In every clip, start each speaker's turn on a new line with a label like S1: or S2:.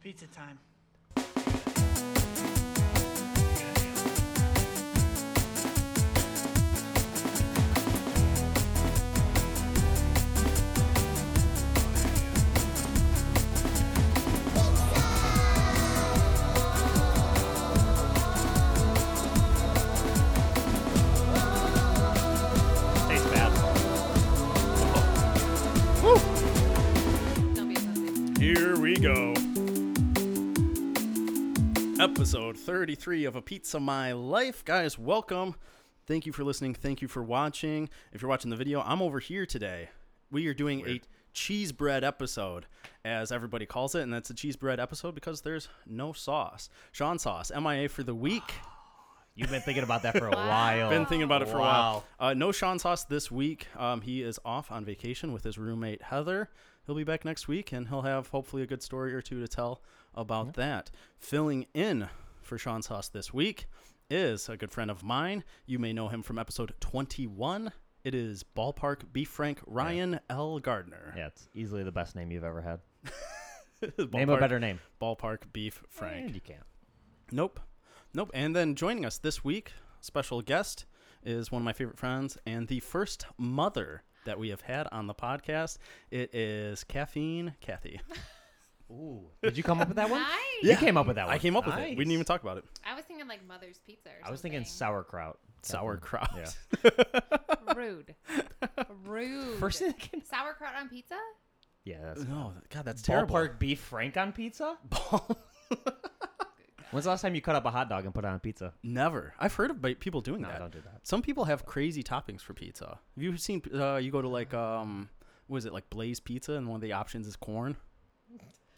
S1: Pizza time.
S2: Tastes bad.
S3: Don't be a pussy.
S2: Here we go. Episode 33 of A Pizza My Life. Guys, welcome. Thank you for listening. Thank you for watching. If you're watching the video, I'm over here today. We are doing a cheese bread episode, as everybody calls it, and that's a cheese bread episode because there's no sauce. Sean Sauce, MIA for the week.
S4: You've been thinking about that for a while.
S2: Been thinking about it
S4: Wow.
S2: for a while. Uh, no Sean Sauce this week. Um, he is off on vacation with his roommate Heather. He'll be back next week, and he'll have hopefully a good story or two to tell about that. Filling in for Sean Sauce this week is a good friend of mine. You may know him from episode 21. It is ballpark B Frank Ryan L Gardner.
S4: Yeah, it's easily the best name you've ever had. Name a
S2: Ballpark-
S4: better name.
S2: Ballpark Beef Frank.
S4: And you can't.
S2: Nope. Nope. And then joining us this week, special guest is one of my favorite friends and the first mother that we have had on the podcast. It is Caffeine Kathy.
S4: Ooh. Did you come up with that one?
S3: Nice.
S4: You came up with that one.
S2: I came up with it.
S4: Nice.
S2: We didn't even talk about it.
S3: I was thinking like mother's pizza. Or something.
S4: I was thinking sauerkraut.
S2: Sauerkraut.
S4: Yeah.
S3: rude, rude.
S4: First thing that came.
S3: sauerkraut on pizza.
S4: Yeah, that's
S2: No, God, that's terrible.
S4: ballpark beef frank on pizza. When's the last time you cut up a hot dog and put it on pizza?
S2: Never. I've heard of ba- people doing
S4: No,
S2: that.
S4: don't do that.
S2: Some people have crazy toppings for pizza. Have you seen? Uh, you go to like um, what is it like Blaze Pizza, and one of the options is corn.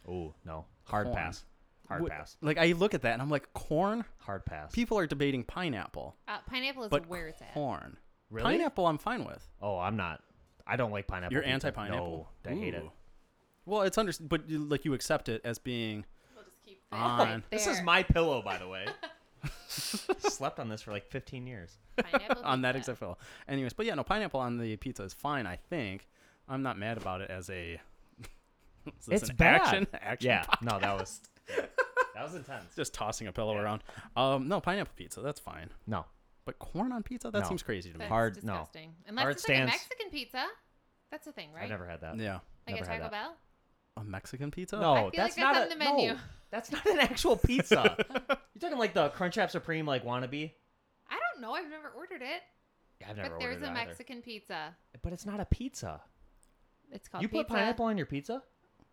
S4: Oh no, hard
S2: Corn.
S4: pass. Hard
S2: Wh-
S4: pass.
S2: Like I look at that and I'm like, corn.
S4: Hard pass.
S2: People are debating pineapple.
S3: Uh, pineapple is
S2: but
S3: where it's at.
S2: corn.
S4: Really?
S2: Pineapple, I'm fine with.
S4: oh, I'm not. I don't like pineapple.
S2: You're
S4: pizza.
S2: anti-pineapple.
S4: No, I hate it.
S2: Ooh. Well, it's under, but you, like you accept it as being.
S3: We'll just keep it
S2: On.
S4: This is
S3: there.
S4: my pillow, by the way. Slept on this for like 15 years.
S3: pineapple
S2: on that
S3: pizza.
S2: exact fellow. Anyways, but yeah, no pineapple on the pizza is fine. I think I'm not mad about it as a. Is this an action action.
S4: Yeah,
S2: po-
S4: no, that was that was intense.
S2: Just tossing a pillow around. Um, no pineapple pizza. That's fine.
S4: No,
S2: But corn on pizza? That
S4: No.
S2: seems crazy to me.
S3: That's
S4: Hard- no.
S3: disgusting. Unless
S4: Hard
S3: it's
S4: stance.
S3: like a Mexican pizza. That's a thing, right?
S4: I never had that.
S2: Yeah.
S3: like a
S4: never had
S3: Taco
S4: that.
S3: Bell.
S2: A Mexican pizza?
S4: No,
S3: I feel like
S4: that's
S3: that's
S4: not
S3: on
S4: a
S3: the menu.
S4: no. That's not an actual pizza. You're talking like the Crunchwrap Supreme like wannabe.
S3: I don't know. I've never ordered it.
S4: Yeah, I've never
S3: but
S4: ordered
S3: there's
S4: it
S3: a
S4: either.
S3: Mexican pizza.
S4: But it's not a pizza.
S3: It's called
S4: you
S3: pizza
S4: put pineapple on your pizza?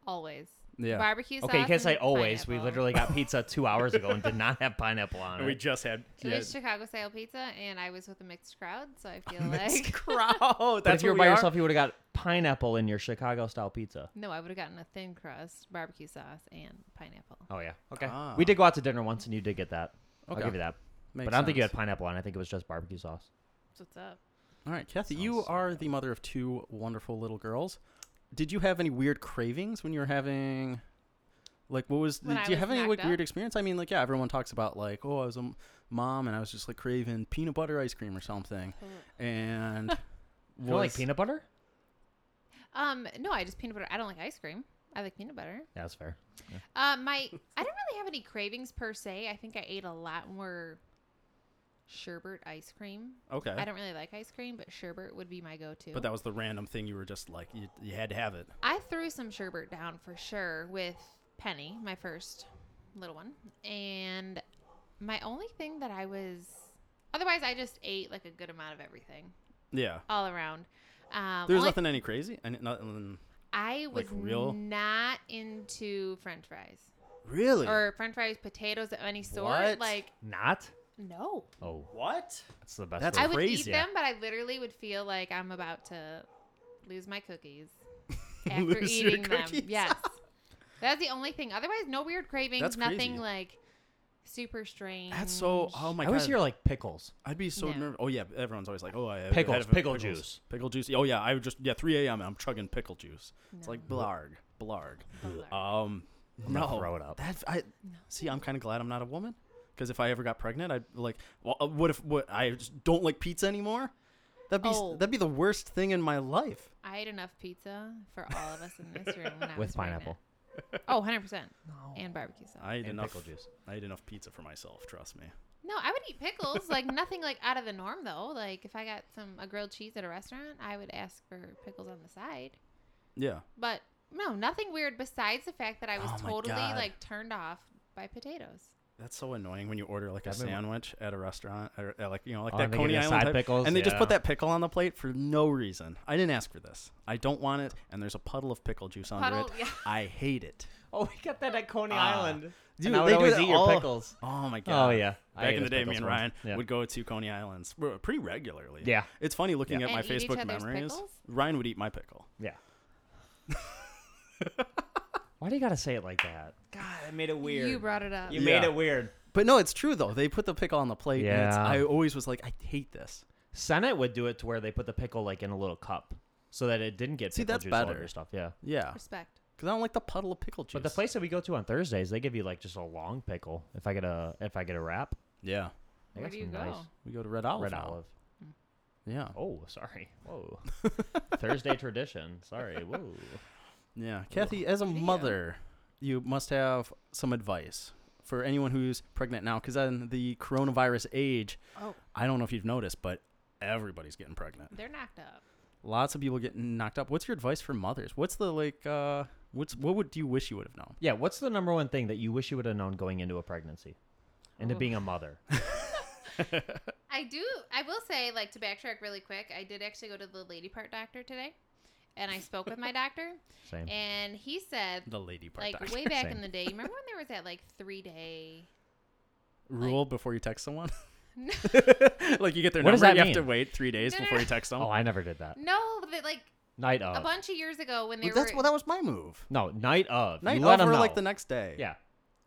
S3: always.
S2: Yeah.
S3: Barbecue sauce.
S4: Okay, you can't say
S3: and
S4: always. We
S3: pineapple.
S4: literally got pizza two hours ago and did not have pineapple on
S2: And we
S4: it.
S2: just had.
S3: It
S2: yeah,
S3: was Chicago style pizza, and I was with a mixed crowd, so I feel
S2: mixed
S3: like
S2: crowd.
S4: But
S2: That's
S4: if you were
S2: what
S4: by
S2: we are.
S4: yourself, you would have got pineapple in your Chicago style pizza.
S3: no, I would have gotten a thin crust, barbecue sauce, and pineapple.
S4: Oh yeah. Okay.
S2: Ah.
S4: We did go out to dinner once, and you did get that.
S2: Okay.
S4: I'll give you that.
S2: Makes
S4: but I don't think you
S2: sense.
S4: had pineapple on. it. I think it was just barbecue sauce.
S3: That's what's up.
S2: All right, Kathy, you
S4: Sounds so
S2: are the mother of two wonderful little girls. Did you have any weird cravings when you were having, like, what was?
S3: When
S2: did
S3: I
S2: you
S3: was
S2: have any
S3: knocked
S2: like weird
S3: up?
S2: experience? I mean, like, yeah, everyone talks about like, oh, I was a m- mom and I was just like craving peanut butter ice cream or something, and
S4: You don't like
S2: was-
S4: peanut butter?
S3: Um, no, I just peanut butter. I don't like ice cream. I like peanut butter.
S4: Yeah, that's fair.
S3: Uh, my I don't really have any cravings per se. I think I ate a lot more sherbet ice cream.
S2: Okay,
S3: I don't really like ice cream, but sherbet would be my go-to.
S2: but that was the random thing you were just like you, you had to have it.
S3: I threw some sherbet down for sure with Penny, my first little one. And my only thing that I was otherwise I just ate like a good amount of everything
S2: Yeah,
S3: all around. Um,
S2: there's
S3: only-
S2: nothing any crazy and nothing
S3: I was
S2: like real-
S3: not into French fries
S2: really.
S3: or French fries, potatoes of any sort.
S2: What?
S3: Like
S4: Not?
S3: no,
S4: Oh,
S2: what?
S4: that's the best.
S2: That's-
S4: way.
S3: I would
S2: Crazy.
S3: eat them, but I literally would feel like I'm about to lose my cookies after
S2: Lose your
S3: eating
S2: cookies?
S3: them. Yes. That's the only thing. Otherwise, no weird cravings,
S2: That's
S3: nothing
S2: crazy.
S3: like super strange.
S2: That's so. Oh my
S4: I
S2: god.
S4: always hear like pickles.
S2: I'd be so
S3: No.
S2: nervous. Oh yeah, everyone's always like, "Oh, I I
S4: Pickles,
S2: had a-
S4: pickle juice.
S2: pickle juice." Oh yeah, I would just yeah, 3 a.m. I'm chugging pickle juice. It's like blarg, blarg.
S3: Blarg.
S2: Um,
S4: gonna
S2: no,
S4: throw it up.
S2: That I see. I'm kind of glad I'm not a woman because if I ever got pregnant, I'd be like, well, uh, what if what I just don't like pizza anymore? That'd be s-
S3: Oh.
S2: that'd be the worst thing in my life.
S3: I ate enough pizza for all of us in this room when I
S4: With
S3: was pregnant.
S4: pineapple.
S3: Oh, 100%.
S4: No.
S3: and barbecue sauce.
S2: I ate
S4: And
S2: enough.
S4: pickle juice.
S2: I ate enough pizza for myself. Trust me.
S3: No, I would eat pickles. like nothing like out of the norm though. Like if I got some a grilled cheese at a restaurant, I would ask for pickles on the side.
S2: Yeah.
S3: But no, nothing weird besides the fact that I was
S2: Oh my
S3: totally
S2: God.
S3: like turned off by potatoes.
S2: That's so annoying when you order like a
S4: I've been-
S2: sandwich at a restaurant or at, like you know like
S4: Oh,
S2: that
S4: and they give
S2: Coney
S4: you
S2: Island
S4: side
S2: type-
S4: pickles?
S2: and they just put
S4: Yeah.
S2: that pickle on the plate for no reason. I didn't ask for this. I don't want it, and there's a puddle of pickle juice under
S3: Puddle,
S2: it.
S3: yeah.
S2: I hate it.
S4: Oh, we got that at Coney
S2: Ah.
S4: Island.
S2: Dude,
S4: and I would
S2: they do
S4: always
S2: that
S4: eat your
S2: all-
S4: pickles.
S2: Oh my god.
S4: Oh yeah. I
S2: Back
S4: ate
S2: in the
S4: his
S2: day, me
S4: pickles
S2: and
S4: once.
S2: Ryan
S4: Yeah.
S2: would go to Coney Islands r- pretty regularly.
S4: Yeah.
S2: It's funny looking
S4: Yeah.
S2: at my
S3: And eat each
S2: Facebook
S3: other's
S2: memories.
S3: pickles?
S2: Ryan would eat my pickle.
S4: Yeah. Why do you gotta say it like that? God, I made it weird.
S3: You brought it up.
S4: You
S2: Yeah.
S4: made it weird.
S2: But no, it's true though. They put the pickle on the plate. And it's,
S4: Yeah.
S2: I always was like, I hate this.
S4: Senate would do it to where they put the pickle like in a little cup, so that it didn't get
S2: See,
S4: pickle
S2: that's
S4: juice all over
S2: better.
S4: your stuff. Yeah.
S2: Yeah,
S3: Respect.
S2: because I don't like the puddle of pickle juice.
S4: But the place that we go to on Thursdays, they give you like just a long pickle. If I get a if I get a wrap,
S2: Yeah,
S4: they
S3: Where
S4: got
S3: do you
S4: some
S3: go?
S4: nice
S2: we go to Red Olive.
S4: red
S2: now.
S4: olive.
S2: Yeah,
S4: Oh, sorry. Whoa. Thursday tradition. Sorry. Whoa.
S2: yeah. Kathy, as a
S3: Yeah.
S2: mother, you must have some advice for anyone who's pregnant now, because in the coronavirus age,
S3: Oh,
S2: I don't know if you've noticed, but everybody's getting pregnant.
S3: they're knocked up.
S2: Lots of people getting knocked up. What's your advice for mothers? What's the like? uh What's what would you wish you would have known?
S4: Yeah. What's the number one thing that you wish you would have known going into a pregnancy, into
S3: Oh.
S4: being a mother?
S3: I do. I will say, like, to backtrack really quick, I did actually go to the lady part doctor today, and I spoke with my doctor,
S4: Same.
S3: and he said,
S2: The lady part.
S3: like,
S2: doctor.
S3: way back
S4: Same.
S3: in the day, you remember when there was that like three day?
S2: Rule before you text someone. like you get their
S4: What
S2: number,
S4: does
S2: you
S4: that
S2: have to
S4: mean?
S2: wait three days
S3: No, no,
S2: before
S3: no.
S2: you text them.
S4: Oh, I never did that.
S3: No, that like
S4: Night
S3: a
S2: Oh.
S4: of.
S3: bunch of years ago when they
S2: Well, that's
S3: were.
S2: well, that was my move.
S4: no, night of.
S2: Night
S4: you let
S2: of
S4: 'em
S2: or
S4: know.
S2: like the next day.
S4: Yeah.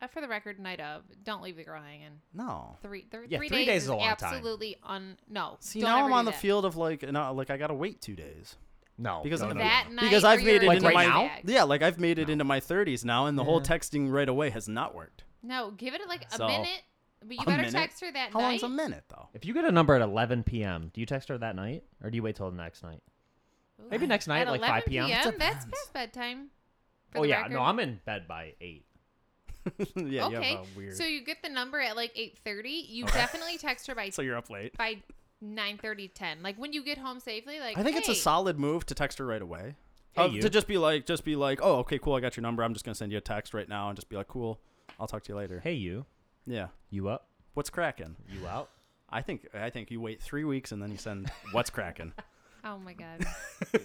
S3: uh, for the record, night of. Don't leave the girl hanging.
S2: No.
S3: Three, thir-
S4: Yeah,
S3: three,
S4: three
S3: days,
S4: days
S3: is
S4: is a long time.
S3: absolutely un. No,
S2: See,
S3: don't
S2: now
S3: ever
S2: I'm
S3: do
S2: on the
S3: that.
S2: field of like, no, like I gotta wait two days
S4: No.
S2: because
S4: no,
S2: of
S4: no,
S3: That
S4: no.
S3: night
S2: because
S3: or
S2: I've made
S3: you're
S2: it
S3: in
S2: into
S4: Like
S2: my
S4: right now?
S3: bag.
S2: yeah, like I've made it into my 30s now, and the whole
S4: Yeah.
S2: texting right away has not worked.
S3: No, give it like a
S2: So,
S3: minute. But you
S2: a
S3: better
S2: minute?
S3: text her that
S2: How
S3: night.
S2: long's a minute though?
S4: If you get a number at 11 p.m., do you text her that night or do you wait till the next night? Maybe next night,
S3: At
S4: like 5
S3: 11
S4: p.m.
S3: That's
S2: Depends.
S3: past bedtime. for
S4: Oh,
S3: the
S4: yeah.
S3: record.
S4: No, I'm in bed by 8.
S2: yeah, you
S3: okay.
S2: have a weird.
S3: So
S2: So,
S3: you get the number at like 8:30. You definitely text her by
S2: you're up late.
S3: by 9:30, 10. Like when you get home safely. Like
S2: I think it's a
S3: hey,
S2: solid move to text her right away.
S4: Hey,
S2: Of-
S4: you.
S2: to just be like, just be like, oh, okay, cool, I got your number. I'm just gonna send you a text right now, and just be like, cool, I'll talk to you later.
S4: Hey, you.
S2: Yeah,
S4: You up?
S2: what's cracking?
S4: You out?
S2: I think I think you wait three weeks and then you send what's cracking.
S3: Oh my god.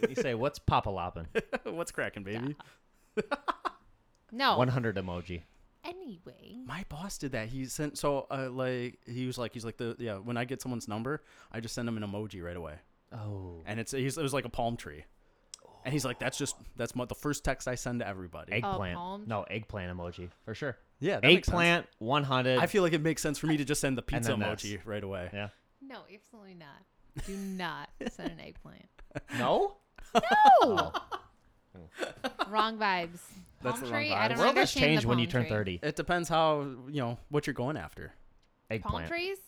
S4: you say, what's Papa Loppin'?
S2: what's cracking, baby?
S3: No.
S4: 100 emoji.
S3: Anyway.
S2: My boss did that. He sent so uh, like he was like he's like the yeah. When I get someone's number, I just send him an emoji right away,
S4: Oh.
S2: and it's he's, it was like a palm tree, and he's like that's just that's my, the first text I send to everybody.
S4: Eggplant.
S3: palm-
S4: no, eggplant emoji for sure.
S2: yeah, that makes sense.
S4: Eggplant, 100.
S2: I feel like it makes sense for me to just send the
S4: And
S2: pizza
S4: then
S2: emoji
S4: this.
S2: right away.
S4: yeah.
S3: No, absolutely not. Do not send an eggplant.
S4: No?
S3: No. wrong vibes.
S2: That's the
S3: palm
S2: wrong
S3: tree. I
S2: vibes.
S3: don't
S4: World has
S3: understand the
S4: changed when you
S3: palm
S4: turn
S3: tree.
S4: 30.
S2: It depends how you know what you're going after.
S4: Eggplant.
S3: Palm trees?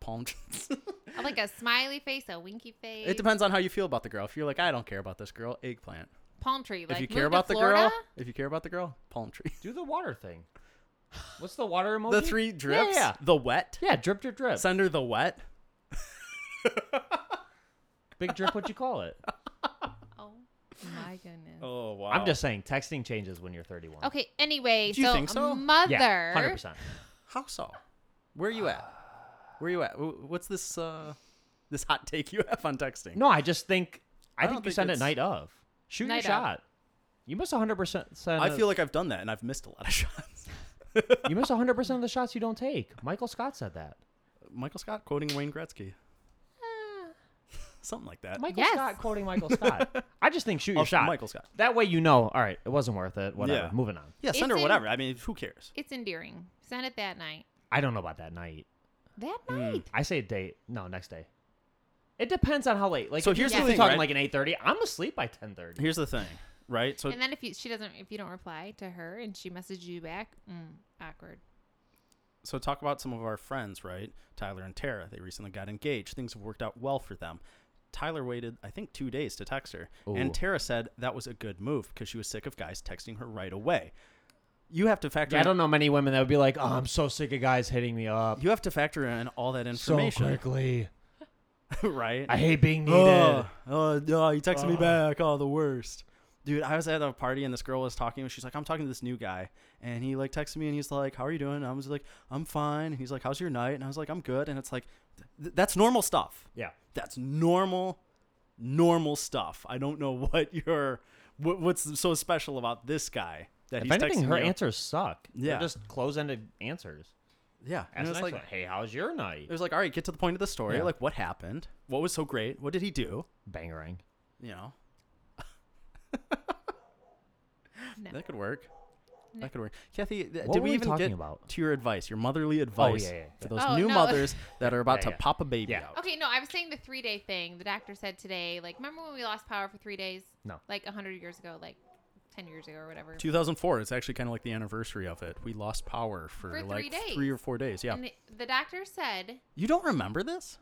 S2: Palm. trees.
S3: Like a smiley face, a winky face.
S2: it depends on how you feel about the girl. If you're like I don't care about this girl, eggplant.
S3: Palm tree. Like
S2: if you
S3: move
S2: care
S3: to
S2: about the
S3: Florida?
S2: girl, if you care about the girl, palm tree.
S4: Do the water thing. What's the water
S3: Oh,
S4: emoji?
S2: The three drips.
S4: yeah.
S2: The wet.
S4: Yeah, drip, drip, drip.
S2: Send her the wet.
S4: Big drip, what you call it?
S3: Oh my goodness.
S2: Oh wow.
S4: I'm just saying, texting changes when you're 31.
S3: Okay. Anyway,
S2: Do you
S3: so,
S2: think
S3: a
S2: so?
S3: mother.
S4: Yeah, 100%.
S2: How so? Where are you at? Where are you at? Wh- What's this uh this hot take you have on texting?
S4: No, I just think I,
S2: I
S4: think
S2: don't
S4: you
S2: think
S4: send it
S2: it's-
S4: night of. Shoot
S3: Night
S4: your
S3: of.
S4: shot. You miss 100% send
S2: I feel like I've done that and I've missed a lot of shots.
S4: you miss 100% of the shots you don't take. Michael Scott said that.
S2: Michael Scott quoting Wayne Gretzky. Something like that.
S4: Michael
S3: Uh, Yes.
S4: Scott quoting Michael Scott. I just think shoot your
S2: Oh,
S4: shot.
S2: Michael Scott.
S4: That way you know, all right, it wasn't worth it. Whatever.
S2: Yeah.
S4: Moving on.
S2: yeah, send her
S3: It's in-
S2: whatever. I mean, who cares?
S3: It's endearing. Send it that night. Hmm.
S4: I don't know about that night.
S3: That night.
S4: I say date. No, next day. It depends on how late. Like
S2: So
S4: if
S2: here's
S4: you're
S2: the
S4: really
S2: thing,
S4: talking
S2: right?
S4: like an 8:30, I'm asleep by 10:30.
S2: Here's the thing, right? So
S3: And then if you she doesn't if you don't reply to her and she messages you back, mm, awkward.
S2: so talk about some of our friends, right? Tyler and Tara. They recently got engaged. Things have worked out well for them. Tyler waited, I think, two days to text her,
S4: Ooh.
S2: and Tara said that was a good move because she was sick of guys texting her right away. you have to factor.
S4: Yeah, I
S2: in,
S4: don't know many women that would be like, "Oh, I'm so sick of guys hitting me up
S2: You have to factor in all that
S4: so
S2: information,
S4: quickly.
S2: right?
S4: I hate being needed."
S2: Oh, oh, no, you texted me
S4: Ugh.
S2: back. Oh, the worst. Dude, I was at a party and this girl was talking. and She's like, I'm talking to this new guy. And he like texted me and he's like, How are you doing? And I was like, I'm fine. And he's like, How's your night? And I was like, I'm good. And it's like, th- That's normal stuff.
S4: Yeah.
S2: That's normal, normal stuff. I don't know what your what, what's so special about this guy that
S4: If
S2: he's
S4: anything,
S2: texting
S4: her
S2: you.
S4: answers suck. They're
S2: Yeah.
S4: just close-ended answers.
S2: Yeah.
S4: Ask
S2: And it
S4: the
S2: was
S4: next
S2: like,
S4: one, "Hey, how's your night?"
S2: it was like, All right, get to the point of the story.
S4: Yeah.
S2: Like, what happened? What was so great? What did he do?
S4: Bangerang.
S2: You know,
S3: No.
S2: that could work.
S3: No.
S2: That could work. Kathy, th-
S4: What
S2: did
S4: were
S2: we,
S4: we
S2: even
S4: talking
S2: get
S4: about? Oh,
S2: to your advice, your motherly advice
S4: yeah, yeah,
S2: for
S4: yeah.
S2: those
S3: Oh,
S2: new
S3: no.
S2: mothers that are about
S4: Yeah,
S2: to
S4: yeah.
S2: pop a baby
S4: Yeah.
S2: out?
S3: Okay, no, I was saying the three day thing. The doctor said today, like, remember when we lost power for three days?
S4: No.
S3: Like 100 years ago, like 10 years ago or whatever.
S2: 2004. It's actually kind of like the anniversary of it. We lost power for,
S3: For
S2: like
S3: three
S2: three
S3: days.
S2: or four days. Yeah.
S3: And the, the doctor said,
S2: you don't remember this?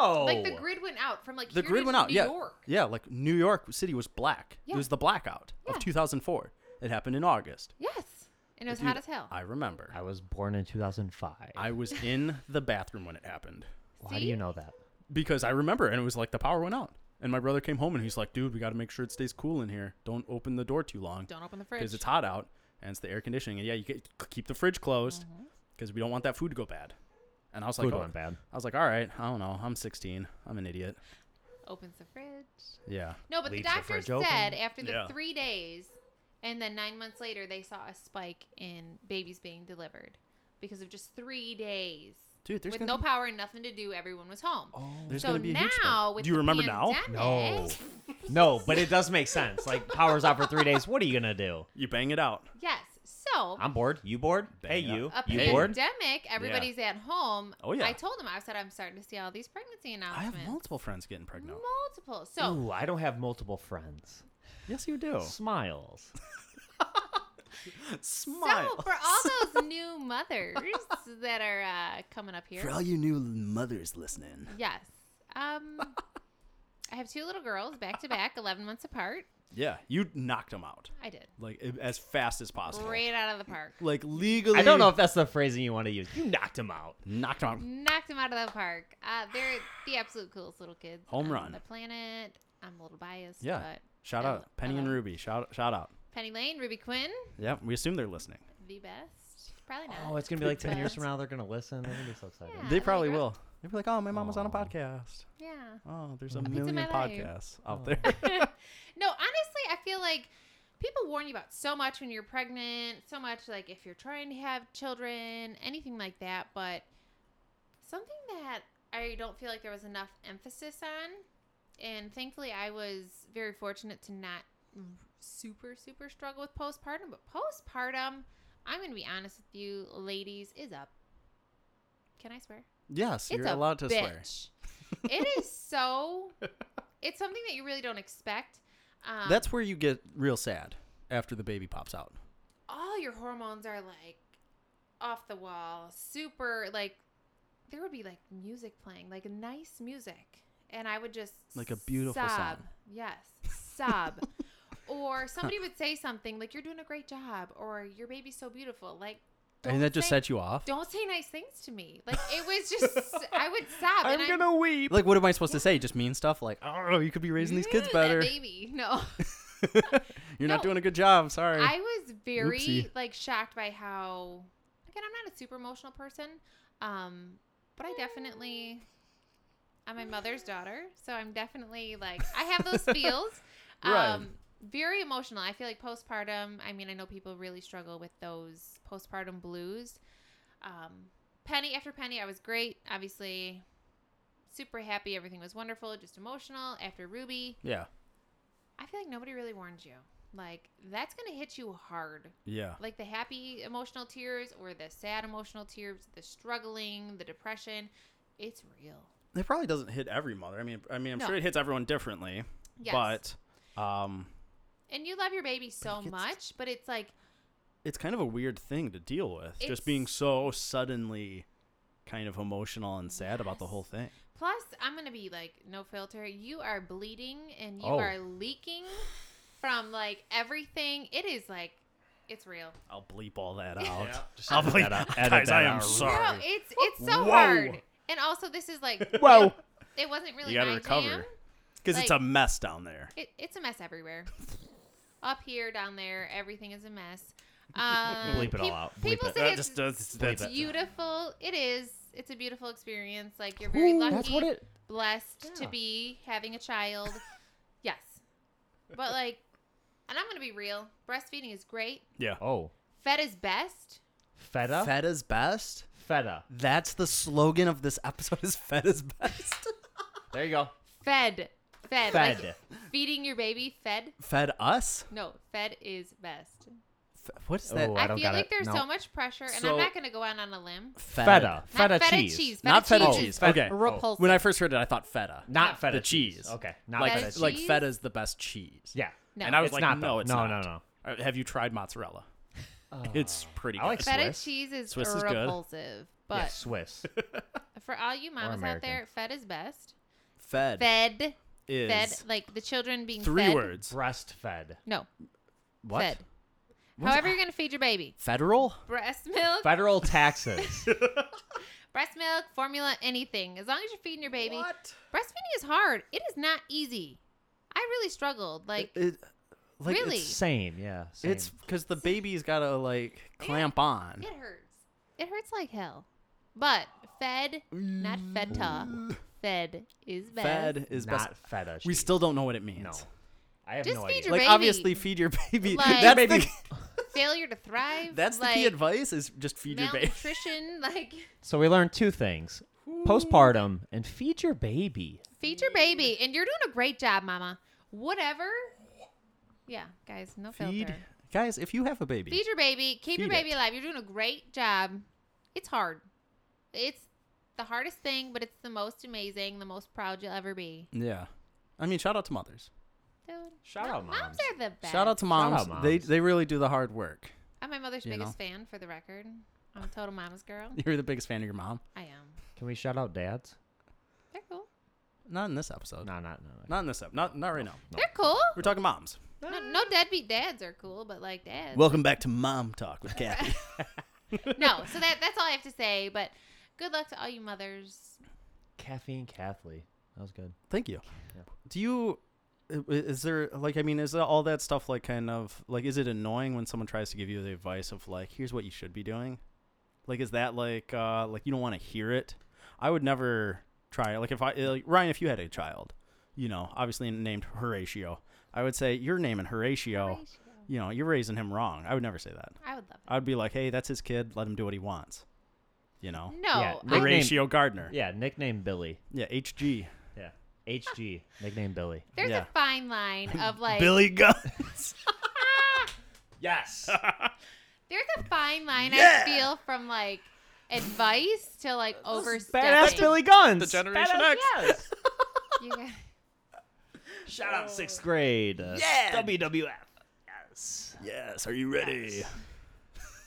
S4: No.
S3: like, the grid went out from like
S2: Oh. The
S3: here
S2: grid
S3: to
S2: went out.
S3: New
S2: yeah.
S3: York.
S2: Yeah. Like New York City was black.
S3: Yeah.
S2: It was the blackout
S3: Yeah.
S2: of 2004. It happened in August.
S3: Yes. And it was
S2: Dude,
S3: hot as hell.
S2: I remember.
S4: I was born in 2005.
S2: I was in the bathroom when it happened.
S4: Why do you know that?
S2: because I remember, and it was like the power went out. And my brother came home and he's like, dude, we got to make sure it stays cool in here. Don't open the door too long
S3: Don't open the fridge.
S2: because it's hot out and it's the air conditioning. And yeah, you get, keep the fridge closed
S3: Mm-hmm.
S2: because we don't want that food to go bad. And I was like,
S4: Food
S2: oh.
S4: went bad.
S2: I was like, all right, I don't know. I'm 16. I'm an idiot.
S3: Opens the fridge.
S2: Yeah.
S3: No, but the
S4: Leaves the
S3: doctor
S4: fridge
S3: said
S4: open.
S3: after the
S2: Yeah.
S3: three days, and then nine months later, they saw a spike in babies being delivered because of just three days.
S2: Dude, there's
S3: with
S2: gonna
S3: no
S2: be- Oh.
S3: power and nothing to do, everyone was home.
S2: There's
S3: so
S2: gonna be a huge
S3: now,
S2: spike.
S3: with
S2: Do you
S3: the
S2: remember now?
S4: No.
S3: pandemic-
S4: No, but it does make sense. Like power's out for three days. What are you gonna do?
S2: You bang it out.
S3: Yes. So
S4: I'm bored. You bored? Hey,
S2: Bang it
S4: you.
S3: a
S4: You bored?
S3: pandemic, everybody's at home.
S2: Oh, yeah.
S3: I told him I said I'm starting to see all these pregnancy
S2: I have
S3: announcements.
S2: multiple friends getting pregnant.
S3: Multiple. So
S4: Ooh, I don't have multiple friends.
S2: Yes, you
S4: Oh.
S2: do.
S4: Smiles.
S2: Smile.
S3: So for all those new mothers that are uh, coming up here,
S2: For all you new mothers listening,
S3: yes, um, I have two little girls back to back, eleven months apart.
S2: yeah, you knocked them out
S3: I did
S2: like i- as fast as possible.
S3: right out of the park,
S2: Like legally,
S4: I don't know if that's the phrasing you want to use. You knocked him out.
S2: knocked 'em out.
S3: knocked them out of the park. Uh, they're the absolute coolest little kids
S2: Home
S3: on
S2: run.
S3: the planet. I'm a little biased,
S2: Yeah.
S3: but
S2: Shout
S3: I
S2: out
S3: lo- I
S2: Penny and
S3: love-
S2: Ruby. Shout shout out.
S3: Penny Lane, Ruby Quinn,
S2: Yeah, we assume they're listening.
S3: the best. Probably not.
S4: Oh, it's gonna be like ten years
S3: But-
S4: from now. They're gonna listen. They're gonna be so excited.
S3: Yeah.
S2: they
S3: like
S2: probably
S3: Russ.
S2: will. They'll be like, "Oh, my mom was on a
S4: Aw.
S2: podcast.
S3: Yeah.
S2: Oh, there's a
S4: Happens
S3: in
S2: million
S3: my life. Oh.
S2: podcasts out
S4: Aw.
S2: there."
S3: No, honestly, I feel like people warn you about so much when you're pregnant, so much like if you're trying to have children, anything like that. But something that I don't feel like there was enough emphasis on, and thankfully I was very fortunate to not super, super struggle with postpartum. But postpartum, I'm going to be honest with you, ladies, is up. Can I swear?
S2: yes,
S3: It's
S2: you're
S3: a
S2: allowed to swear.
S3: bitch. it is so. It's something that you really don't expect. Um,
S2: That's where you get real sad after the baby pops out.
S3: all your hormones are like off the wall, super like there would be like music playing, like nice music, and I would just
S2: Like a beautiful
S3: sob.
S2: song.
S3: Yes, sob. or somebody would say something like "You're doing a great job," or "Your baby's so beautiful." Like, don't
S2: and that just
S3: say-
S2: set you off.
S3: Don't say nice things to me. Like it was just, I would sob. and I'm-
S4: weep.
S2: Like, what am I supposed to say? Just mean stuff like, "Oh, you could be raising these kids
S3: "Mm, that
S2: better.
S3: Baby, no.
S2: you're
S3: No.
S2: not doing a good job. Sorry."
S3: I was very
S2: Oopsie.
S3: like shocked by how again I'm not a super emotional person, um, but I definitely I'm my mother's daughter, so I'm definitely like I have those feels. Um,
S2: Right.
S3: Very emotional. I feel like postpartum. I mean, I know people really struggle with those postpartum blues. Um, penny after penny, I was great. Obviously, super happy. Everything was wonderful. Just emotional after Ruby.
S2: yeah,
S3: I feel like nobody really warned you. Like that's gonna hit you hard.
S2: yeah,
S3: Like the happy emotional tears or the sad emotional tears, the struggling, the depression. It's real.
S2: it probably doesn't hit every mother. I mean, I mean, I'm
S3: No.
S2: sure it hits everyone differently.
S3: Yes.
S2: But, um,
S3: and you love your baby so
S2: gets-
S3: much, but it's like
S2: it's kind of a weird thing to deal with
S3: It's-
S2: just being so suddenly kind of emotional and sad about the whole thing
S3: plus I'm gonna be like no filter. You are bleeding and you
S2: Oh.
S3: are leaking from like everything. It is like It's real.
S2: I'll bleep all that out.
S4: Just
S2: I'll
S4: edit that
S2: bleep that
S4: out.
S2: out.
S4: Edit
S2: Guys,
S4: that
S2: I am
S4: out.
S3: No,
S2: sorry.
S3: it's it's so
S2: Whoa.
S3: hard. And also, this is like
S4: Whoa.
S3: It wasn't really
S2: You gotta
S3: my
S2: recover.
S3: jam.
S2: Because it's a
S3: like-
S2: mess down there.
S3: It, it's a mess everywhere. Up here, down there, everything is a mess. Um,
S4: Bleep it all
S3: peop-
S4: out. Bleep
S3: People
S4: it. Uh,
S3: say
S2: That
S3: it's
S2: just does.
S4: Bleep
S2: That's,
S4: it.
S3: beautiful. It is. It's a beautiful experience. Like you're very lucky,
S4: That's what it.
S3: blessed to
S4: Yeah.
S3: be having a child. yes, but like, and I'm gonna be real. Breastfeeding is great.
S2: yeah.
S4: Oh,
S3: Fed is best.
S4: feta.
S2: Feta's best.
S4: feta.
S2: That's the slogan of this episode: is Feta's best.
S4: There you go.
S3: Fed. Fed. like,
S4: Fed.
S3: feeding your baby. Fed.
S2: Fed us.
S3: No, fed is best.
S2: F- what is that?
S4: Oh,
S3: I,
S4: I don't
S3: feel
S4: got
S3: like
S4: it.
S3: there's
S4: No.
S3: so much pressure, and
S2: So-
S3: I'm not going to go out on a limb.
S2: Fed.
S4: Feta.
S3: Not
S4: Feta,
S3: feta
S4: cheese.
S3: cheese.
S2: Not feta
S3: is
S2: cheese. Okay.
S3: Repulsive.
S2: When I first heard it, I thought feta.
S4: Not feta
S2: The cheese.
S4: Okay. Not
S2: like
S4: feta
S3: Feta
S4: cheese.
S2: like
S3: cheese?
S2: feta's the best cheese.
S4: yeah.
S3: no.
S2: And I was
S4: It's
S2: like,
S4: not,
S2: no,
S4: though.
S2: it's
S4: No,
S2: not.
S4: no,
S2: no. Have you tried mozzarella? it's pretty.
S4: I like
S2: good.
S4: feta.
S3: feta
S4: Swiss.
S3: cheese is
S2: Swiss is good.
S3: repulsive, but
S4: yeah, Swiss.
S3: for all you mamas out
S4: American.
S3: there, fed is best.
S2: Fed,
S3: Fed,
S2: is
S3: fed, like the children being
S2: three
S3: fed.
S2: words.
S4: Breastfed.
S3: No,
S2: What?
S3: fed.
S2: What?
S3: However, you're going to feed your baby.
S2: Federal?
S3: Breast milk,
S4: Federal taxes.
S3: breast milk, formula, anything. As long as you're feeding your baby, breastfeeding is hard. It is not easy. I really struggled. Like
S2: It- it- like,
S3: Really?
S2: It's
S4: same. Yeah. Same.
S2: it's because the baby's gotta like clamp on.
S3: It hurts. It hurts like hell. But fed, not feta. Fed is best.
S2: Mm. Fed is
S4: not
S2: best.
S4: feta.
S2: We
S4: cheese.
S2: still don't know what it means.
S4: no. I have
S3: Just
S4: no
S3: feed
S4: idea.
S3: your
S2: Like
S3: baby.
S2: obviously, feed your baby.
S3: Like-
S2: that's
S4: Baby.
S2: the,
S3: Failure to thrive.
S2: that's the
S3: like,
S2: key advice: is just feed your baby.
S3: Malnutrition, like
S4: So we learned two things: postpartum and feed your baby.
S3: feed your baby, and you're doing a great job, Mama. Whatever. Yeah, guys, no
S2: Feed,
S3: filter.
S2: guys, if you have a baby,
S3: Feed your baby. Keep your
S2: Feed
S3: baby
S2: it.
S3: alive. You're doing a great job. It's hard. It's the hardest thing, but it's the most amazing, the most proud you'll ever be.
S2: yeah. I mean, shout out to mothers.
S3: Dude,
S4: Shout
S3: mo-
S4: out, moms.
S3: are the best.
S2: Shout out to
S4: Shout
S2: moms.
S4: out
S2: They
S4: moms.
S2: they really do the hard work.
S3: I'm my mother's
S2: You
S3: biggest fan, for the record. I'm a total mama's girl.
S2: You're the biggest fan of your mom.
S3: I am.
S4: Can we shout out dads?
S3: They're cool.
S2: Not in this episode.
S4: No, not no. no.
S2: Not in this episode. Not not right now.
S3: They're cool.
S2: We're talking moms.
S3: No, no deadbeat dads are cool, but like dads.
S2: Welcome back to Mom Talk with Kathy.
S3: no, so that that's all I have to say. But good luck to all you mothers.
S4: Caffeine Kathleen. That was good.
S2: Thank you.
S4: Yeah.
S2: Do you i- i- is there like I mean is all that stuff like kind of like is it annoying when someone tries to give you the advice of like here's what you should be doing? Like is that like uh like you don't want to hear it? I would never try it. Like if I uh, like Ryan if you had a child, you know, obviously named Horatio, I would say you're naming Horatio, you know, you're raising him wrong. I would never say that.
S3: I would love it.
S2: I would be like, "Hey, that's his kid. Let him do what he wants." You know.
S3: No,
S4: Yeah,
S3: I,
S4: Nickname-
S2: Horatio Gardner.
S4: Yeah, nickname Billy.
S2: Yeah, HG.
S4: Yeah. HG, nickname Billy.
S3: there's
S2: yeah.
S3: a fine line of like
S2: Billy Guns.
S4: Yes.
S3: there's a fine line
S2: Yeah.
S3: I feel from like advice to like
S4: Badass
S3: overstepping.
S4: Billy Guns.
S2: The Generation
S4: Badass,
S2: X.
S4: Yes.
S3: You guys-
S4: Shout out sixth grade. Uh,
S2: Yeah.
S4: WWF. Yes.
S2: yes, are you ready?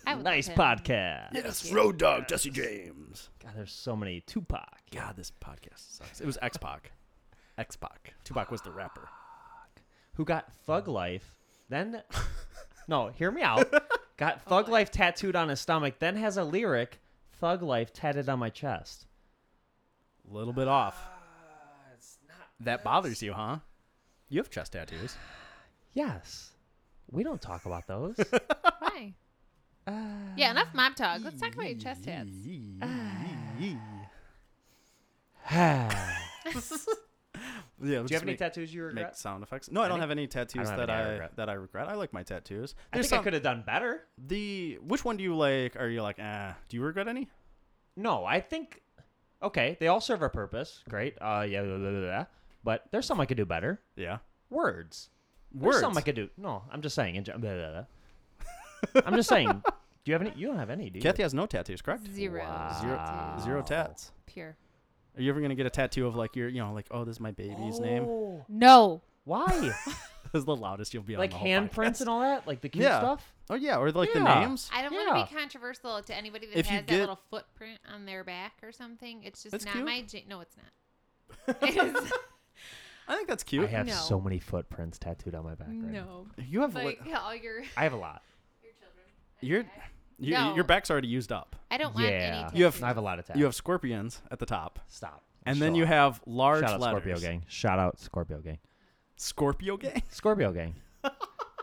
S3: I would love
S4: Nice
S3: him.
S4: podcast.
S2: Yes, Road Dog, Jesse James.
S4: God, there's so many. Tupac.
S2: God, this podcast sucks. It was X Pac. X Pac. Tupac was the rapper.
S4: Who got Thug Life, then. no, hear me out. Got Thug
S3: Oh
S4: Life tattooed on his stomach, then has a lyric, Thug Life tatted on my chest.
S2: A little bit off.
S4: Uh,
S2: That bothers you, huh? You have chest tattoos.
S4: Yes. We don't talk about those.
S3: Why? yeah, enough mom talk. Let's talk about your chest tats.
S4: yeah.
S2: yeah,
S4: Do you have any tattoos you regret?
S2: Make sound effects. No, I don't
S4: Any?
S2: have any tattoos
S4: I don't have
S2: that
S4: any I
S2: I
S4: regret.
S2: that I regret. I like my tattoos.
S4: I think
S2: some,
S4: I could have done better.
S2: the which one do you like? Are you like, ah? Do you regret any?
S4: No, I think okay, they all serve a purpose. Great. Uh yeah, blah, blah, blah, blah. but there's some I could do better.
S2: Yeah.
S4: Words.
S2: Words.
S4: There's some I could do. No, I'm just saying. in gen- Blah, blah, blah. I'm just saying. Do you have any? You don't have any, do you?
S2: Kathy has no tattoos, correct?
S3: Zero.
S4: Wow.
S2: Zero,
S3: tattoos.
S2: zero tats.
S3: Pure.
S2: Are you ever gonna get a tattoo of like your, you know, like oh, this is my baby's name?
S4: Oh,
S3: No.
S4: Why?
S2: That's the loudest you'll be on
S4: like
S2: the whole podcast.
S4: handprints and all that, like the cute
S2: Yeah.
S4: stuff.
S2: Oh yeah, or like the
S4: Yeah.
S2: names.
S3: I don't want to
S4: Yeah.
S3: be controversial to anybody that
S2: If you
S3: has
S2: get-
S3: that little footprint on their back or something. It's just
S2: That's
S3: not
S2: cute.
S3: my. Ja- no, it's not. It is-
S2: I think that's cute.
S4: I have
S3: No.
S4: so many footprints tattooed on my back. Right now.
S3: no.
S2: you have
S3: Like
S2: like,
S3: yeah, all your
S4: I have a lot.
S3: your children.
S2: You're, you,
S3: No.
S2: your back's already used up.
S3: I don't want any.
S4: Yeah.
S3: Tattoos.
S2: You have-
S4: I have a lot of tats.
S2: You have scorpions at the top,
S4: Stop.
S2: and then
S4: Shut
S2: you
S4: up.
S2: have large
S4: Shout out
S2: letters.
S4: Scorpio gang. Shout out Scorpio gang.
S2: Scorpio gang.
S4: Scorpio gang.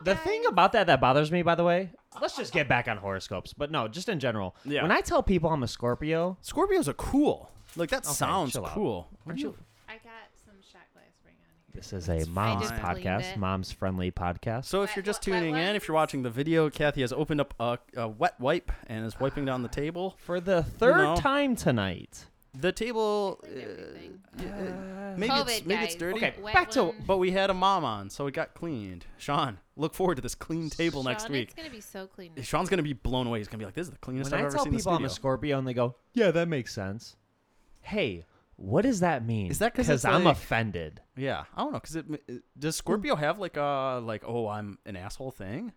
S4: the thing about that that bothers me, by the way, let's just get back on horoscopes, but no, just in general.
S2: Yeah.
S4: When I tell people I'm a Scorpio,
S2: Scorpios are cool. Like that sounds
S4: chill out.
S2: cool.
S4: aren't you?
S3: I got some shot glass ring on here.
S4: This is a mom's
S2: just
S3: cleaned
S4: podcast,
S3: it.
S4: mom's friendly podcast.
S2: So if
S3: Wet-
S2: you're just
S3: wet- wet
S2: tuning in, if
S3: wipes?
S2: you're watching the video, Kathy has opened up a, a wet wipe and is wiping down the table.
S4: for the third
S2: know.
S4: time tonight.
S2: The table, uh,
S3: Cleaned everything.
S2: maybe it's
S3: COVID,
S2: maybe it's
S3: guys.
S2: dirty,
S4: Okay,
S3: Wet
S4: back to
S3: one.
S2: but we had a mom on, so it got cleaned. Sean, look forward to this clean table next
S3: Sean,
S2: week.
S3: It's gonna be so clean. next
S2: Sean's gonna be blown away. He's gonna be like, "This is the cleanest
S4: when
S2: I've
S4: I
S2: ever
S4: tell
S2: seen." in the
S4: people I'm a
S2: studio."
S4: Scorpio and they go, "Yeah, that makes sense." Hey, what does that mean?
S2: Is that 'cause it's
S4: I'm
S2: like-
S4: offended?
S2: yeah, I don't know, cause it, it- does Scorpio have like a like, oh, I'm an asshole thing?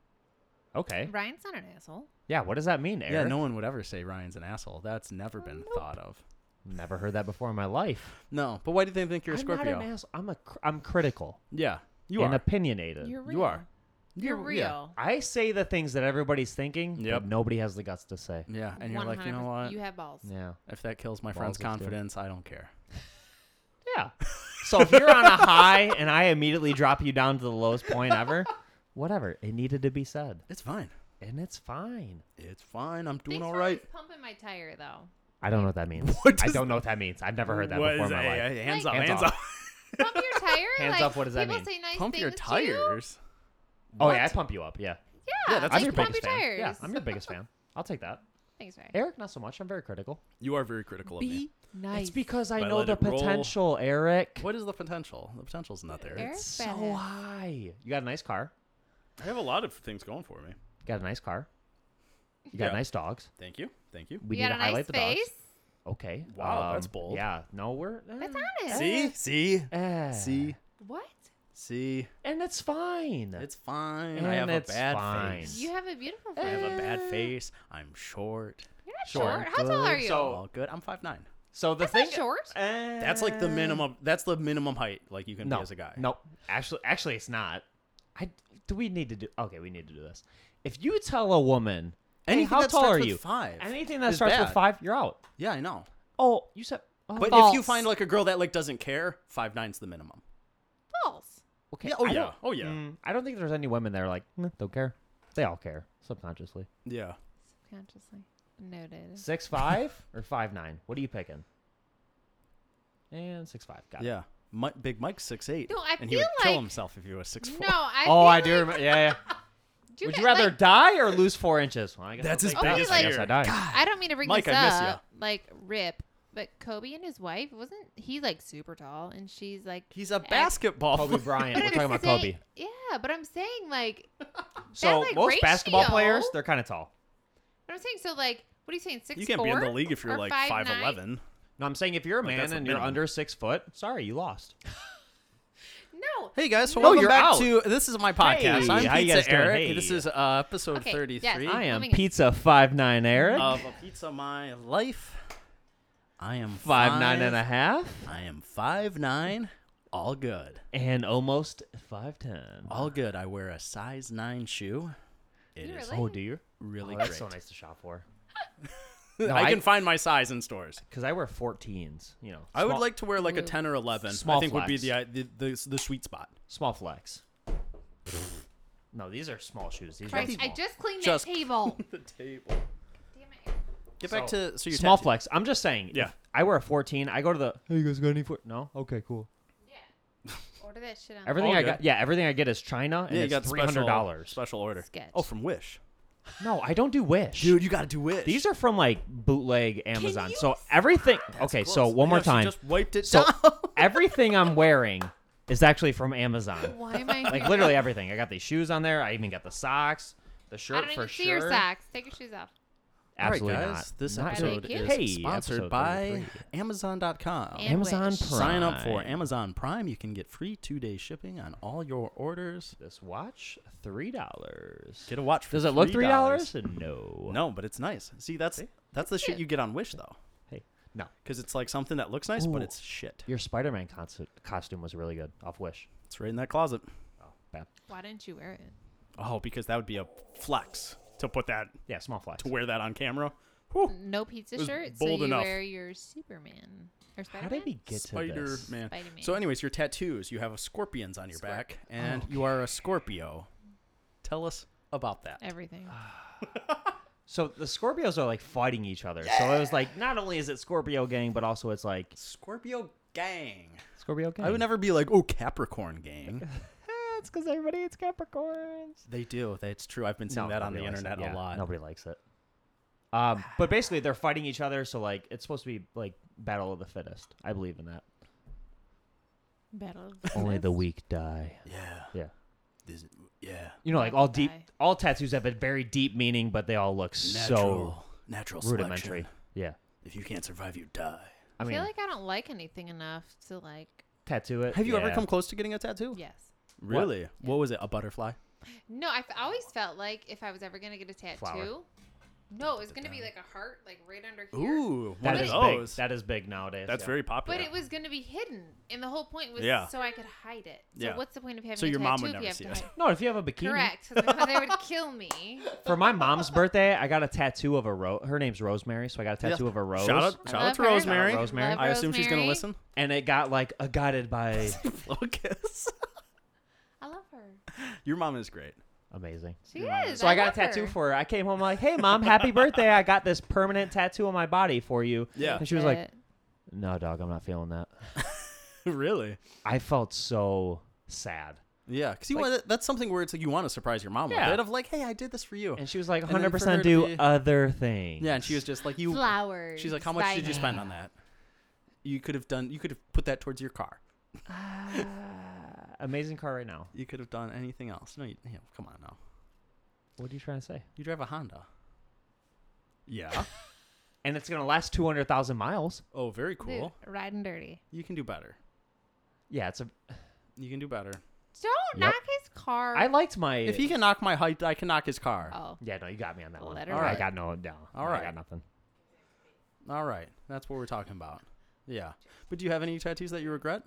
S4: Okay.
S3: week. Ryan's not an asshole.
S4: Yeah. What does that mean, Eric?
S2: Yeah, no one would ever say Ryan's an asshole. That's never been thought of.
S4: Never heard that before in my life.
S2: No, but why do they think you're a
S4: I'm
S2: Scorpio?
S4: not an asshole. I'm a. Cr- I'm critical
S2: Yeah, you
S4: and
S2: are.
S4: opinionated.
S3: You're real.
S2: You are.
S3: You're
S2: You're- yeah.
S3: real.
S4: I say the things that everybody's thinking,
S2: Yep.
S4: but nobody has the guts to say.
S2: Yeah, and you're like, you know
S3: 100%.
S2: what?
S3: You have balls.
S4: Yeah.
S2: If that kills my
S4: Balls is
S2: friend's
S4: good.
S2: confidence, I don't care.
S4: Yeah. So if you're on a high and I immediately drop you down to the lowest point ever, whatever. It needed to be said,
S2: It's fine.
S4: and it's fine.
S2: It's fine. I'm doing
S3: Thanks
S2: all
S3: for
S2: right.
S3: always pumping my tire though.
S4: I don't know what that means.
S2: What
S4: I
S2: does-
S4: don't know what that means. I've never heard that
S2: What
S4: before
S2: is
S4: in my
S2: that?
S4: life.
S2: Yeah, hands
S3: Like-
S2: up,
S4: Hands
S2: hands
S4: off.
S2: up.
S3: Pump your tire.
S4: Hands
S3: like,
S4: up, what does that
S3: people
S4: mean?
S3: Say nice
S2: Pump your
S3: things to you?
S2: tires.
S4: Oh yeah, I pump you up. Yeah,
S3: Yeah,
S2: that's
S3: like,
S4: I'm your
S3: pump
S4: biggest
S3: your
S4: fan.
S3: tires.
S4: Yeah, I'm your biggest fan. I'll take that.
S3: Thanks, Ryan.
S4: Eric, not so much. I'm very critical.
S2: You are very critical of me.
S3: nice.
S4: It's because I
S2: But I
S4: know
S2: let
S4: the
S2: it roll.
S4: potential, Eric.
S2: What is the potential? The potential's not there.
S3: Eric?
S4: It's so
S3: Badass.
S4: high. You got a nice car.
S2: I have a lot of things going for me.
S4: You got a nice car. You got
S2: Yeah.
S4: nice dogs.
S2: Thank you. Thank you.
S4: We
S3: you
S4: need to
S3: got a nice
S4: highlight the
S3: face.
S4: dogs. Okay. Um,
S2: Wow, that's bold.
S4: Yeah. No, we're
S3: That's
S4: eh,
S3: honest.
S2: See? See?
S4: eh.
S2: See?
S3: What?
S2: See?
S4: and it's fine.
S2: It's fine. I
S4: And
S2: have a
S4: it's
S2: bad
S4: fine.
S2: face.
S3: You have a beautiful
S2: I
S3: face.
S2: have a bad face. I'm short.
S3: You're not
S4: Sure.
S3: short. How tall are
S4: So-
S3: you?
S2: All good. I'm 5'9".
S4: so the
S3: That's
S4: thing.
S3: not short.
S4: eh,
S2: That's like
S3: Uh.
S2: the minimum. That's the minimum height like you can
S4: no,
S2: be as a guy.
S4: No, actually, actually, it's not. I do we need to do? Okay, we need to do this. If you tell a woman, hey,
S2: Anything
S4: how
S2: that
S4: tall
S2: starts
S4: are
S2: with
S4: you?
S2: Five.
S4: Anything that
S2: is
S4: starts with
S2: bad.
S4: five, you're out.
S2: Yeah, I know.
S4: Oh, you said. oh,
S2: But if you
S4: false.
S2: find like a girl that like doesn't care, five nine's the minimum.
S3: False.
S4: okay,
S2: Yeah, oh
S4: I
S2: yeah,
S4: don't-
S2: oh yeah.
S4: Mm, I don't think there's any women that are like "Nah, don't care. They all care subconsciously.
S2: Yeah.
S3: Subconsciously noted.
S4: Six five or five nine? What are you picking? And six five. Got it.
S2: Yeah. Mi- Big Mike's six eight.
S3: No, I
S2: and he would
S3: feel
S2: kill
S3: like-
S2: himself if he was six
S3: No,
S2: four.
S3: I.
S4: oh,
S3: feel
S4: I do
S3: like-
S4: remember. Yeah, yeah.
S3: do
S4: Would
S3: that-
S4: you rather
S3: like-
S4: die or lose four inches? Well, I guess
S2: That's
S4: I'll
S2: his
S4: take that.
S3: biggest
S4: I guess I
S2: fear.
S4: died.
S3: I don't mean to bring
S2: Mike,
S3: this
S2: I miss ya.
S3: up, like rip, but Kobe and his wife wasn't he like super tall, and she's like
S2: He's a
S3: ex-
S2: basketball.
S4: Kobe
S2: player.
S4: Bryant.
S3: But
S4: We're
S3: I'm
S4: talking about
S3: saying-
S4: Kobe.
S3: Yeah, but I'm saying like,
S4: So
S3: like,
S4: most basketball
S3: ratio-
S4: players, they're kind of tall.
S3: but I'm saying so like, what are you saying? Six.
S2: You can't be in the league if you're like five eleven.
S4: No, I'm saying if you're a
S2: Like,
S4: man
S2: that's
S4: and
S2: the
S4: you're
S2: minimum.
S4: under six foot, sorry, you lost.
S3: No.
S2: Hey guys, so
S4: No,
S2: welcome
S4: you're
S2: back
S4: out.
S2: to this is my podcast.
S4: Hey,
S2: I'm
S4: how you
S2: Pizza
S4: guys doing?
S2: Eric.
S4: Hey.
S2: This is uh, episode
S3: Okay, yes,
S2: thirty three
S4: I am
S3: Moving it.
S4: pizza five nine Eric,
S3: uh,
S2: of a pizza my life. I am
S4: five nine and a half,
S2: I am five nine. All good.
S4: and almost five ten.
S2: All good. I wear a size nine shoe. It
S3: You
S2: is
S3: really?
S4: Oh, do you?
S2: really
S4: Oh,
S2: great.
S4: that's so nice to shop for.
S2: I,
S4: I-
S2: can find my size in stores.
S4: Because I wear 14s, you know.
S2: I would
S4: small-
S2: like to wear like a ten or eleven.
S4: Small
S2: I think would be
S4: flex.
S2: the, uh, the the the sweet spot.
S4: small flex. no, these are small shoes. These
S3: Christ,
S4: are
S3: I
S4: small.
S3: just cleaned
S2: Just-
S3: that table.
S2: The table.
S3: Damn it.
S2: Get back
S4: So,
S2: to so your
S4: small
S2: tattoo.
S4: flex. I'm just saying.
S2: Yeah.
S4: if I wear a 14. I go to the. Hey, you guys got any foot? No. Okay, cool.
S3: Order that shit on
S4: Everything
S2: All
S4: I
S2: good.
S4: got. Yeah, everything I get is China, and
S2: Yeah, you
S4: it's
S2: got
S4: three hundred dollars.
S2: Special order.
S3: Sketch.
S2: Oh, from Wish.
S4: No, I don't do Wish.
S2: Dude, you got to do Wish.
S4: These are from like bootleg Amazon.
S2: you
S4: So everything. okay, so one more time.
S2: Just wiped it
S4: So
S2: down.
S4: everything I'm wearing is actually from Amazon.
S3: Why am I here?
S4: Like literally everything. I got these shoes on there. I even got the socks, the
S3: I
S4: shirt
S3: don't
S4: for
S3: even
S4: sure.
S3: see your socks. Take your shoes off.
S4: Absolutely
S2: All right, guys.
S4: not.
S2: This
S4: Not
S3: Are
S2: episode
S3: they
S2: is
S3: cute?
S4: Hey,
S2: sponsored
S4: episode
S2: by
S4: 33.
S2: Amazon.com.
S3: And
S4: Amazon Prime.
S3: Wish.
S2: Sign up for Amazon Prime. You can get free two day shipping on all your orders.
S4: This watch, three dollars.
S2: Get a watch. For
S4: Does it look three
S2: $3.
S4: dollars? No.
S2: No, but it's nice. See, that's that's the shit you get on Wish though,
S4: Hey, no.
S2: because it's like something that looks nice, but
S4: Ooh.
S2: it's shit.
S4: Your Spider-Man concert, costume was really good. Off Wish.
S2: It's right in that closet.
S4: Oh, bad.
S3: Why didn't you wear it?
S2: Oh, because that would be a flex. to put that
S4: Yeah, small flies.
S2: to wear that on camera. Whew.
S3: No pizza
S2: was
S3: shirt, so
S2: bold
S3: you
S2: enough.
S3: wear your Superman or Spider-Man.
S4: How did we get to
S2: Spider
S4: this?
S2: Man.
S3: Spider-Man.
S2: So, anyways, your tattoos. You have scorpions on your
S3: Scorp-
S2: back, and you are a Scorpio. Tell us about that.
S3: Everything.
S2: Ah.
S4: So the Scorpios are like fighting each other. So it was like not only is it Scorpio gang, but also it's like
S2: Scorpio gang.
S4: Scorpio gang.
S2: I would never be like, oh, Capricorn gang.
S4: Eh, it's because everybody hates Capricorns.
S2: they do. That's true. I've been seeing that on the
S4: nobody likes it.
S2: internet
S4: Yeah,
S2: a lot.
S4: Nobody likes it. Um, but basically, they're fighting each other. So like, it's supposed to be like battle of the fittest. I believe in that.
S3: Battle. of the
S4: Only the
S3: Fittest.
S4: weak die.
S2: Yeah.
S4: Yeah.
S2: This, yeah.
S4: You know, like all deep,
S3: Die.
S4: all tattoos have a very deep meaning, but they all look so
S2: Natural, natural
S4: rudimentary.
S2: selection.
S4: Yeah.
S2: If you can't survive, you die.
S4: I
S3: I
S4: mean,
S3: feel like I don't like anything enough to like.
S4: tattoo it.
S2: Have you ever
S4: yeah.
S2: come close to getting a tattoo?
S3: Yes.
S2: Really? What was it? A butterfly?
S3: No, I f- always felt like if I was ever gonna get a tattoo,
S4: Flower.
S3: no, it was gonna be like a heart, like right under here.
S2: Ooh, one
S4: That
S2: of
S4: is
S2: those.
S4: big. That is big nowadays.
S2: That's
S4: Yeah.
S2: very popular.
S3: But it was gonna be hidden, and the whole point was
S2: Yeah.
S3: so I could hide it. So
S2: Yeah.
S3: what's the point of having
S2: So
S3: a
S2: your
S3: tattoo
S2: mom would
S3: if
S2: never
S3: you have
S2: see
S3: to
S2: it.
S3: hide
S4: No, if you have a bikini.
S3: Correct. 'cause they would kill me.
S4: For my mom's birthday, I got a tattoo of a rose. Her name's Rosemary, so I got a
S2: Yeah.
S4: tattoo of a rose.
S2: Shout out,
S3: I
S2: shout out
S3: love
S2: to
S3: her.
S2: Rosemary.
S4: Shout out Rosemary.
S3: Love
S2: I assume she's going to
S3: Rosemary.
S2: listen.
S4: And it got like a guided by
S2: Focus.
S3: I love her.
S2: Your mom is great.
S4: amazing.
S3: She is.
S4: So I, got a
S3: love
S4: tattoo
S3: her.
S4: for her. I came home like, "Hey mom, happy birthday! I got this permanent tattoo on my body for you."
S2: Yeah.
S4: And she was like,
S3: But
S4: "No, dog, I'm not feeling that."
S2: really?
S4: I felt so sad.
S2: Yeah, because you
S4: Like-
S2: want that's something where it's like you want to surprise your mom
S4: Yeah.
S2: with it of like, hey, I did this for you.
S4: And she was like,
S2: And then for her
S4: "100%
S2: to
S4: do
S2: be-
S4: other things."
S2: yeah, and she was just like, you.
S3: flowers.
S2: She's like, how much did you
S3: Spider-Man."
S2: spend on that? You could have done. You could have put that towards your car.
S4: Ah, amazing car right now.
S2: You could have done anything else. No, you, yeah, come on now.
S4: What are you trying to say?
S2: You drive a Honda. Yeah.
S4: And it's gonna last 200,000 miles.
S2: oh, very cool.
S3: Dude, riding dirty.
S2: You can do better.
S4: Yeah, it's a.
S2: You can do better.
S3: Don't
S4: Yep.
S3: knock his car.
S4: I liked my.
S2: If he can knock my height, I can knock his car.
S3: Oh,
S4: Yeah, no, you got me on that one.
S3: Let
S4: All
S3: her
S4: right, I
S2: rip.
S4: got no down.
S2: All
S4: I
S2: right.
S4: got nothing. Oh.
S2: All right, that's what we're talking about. Yeah. But do you have any tattoos that you regret?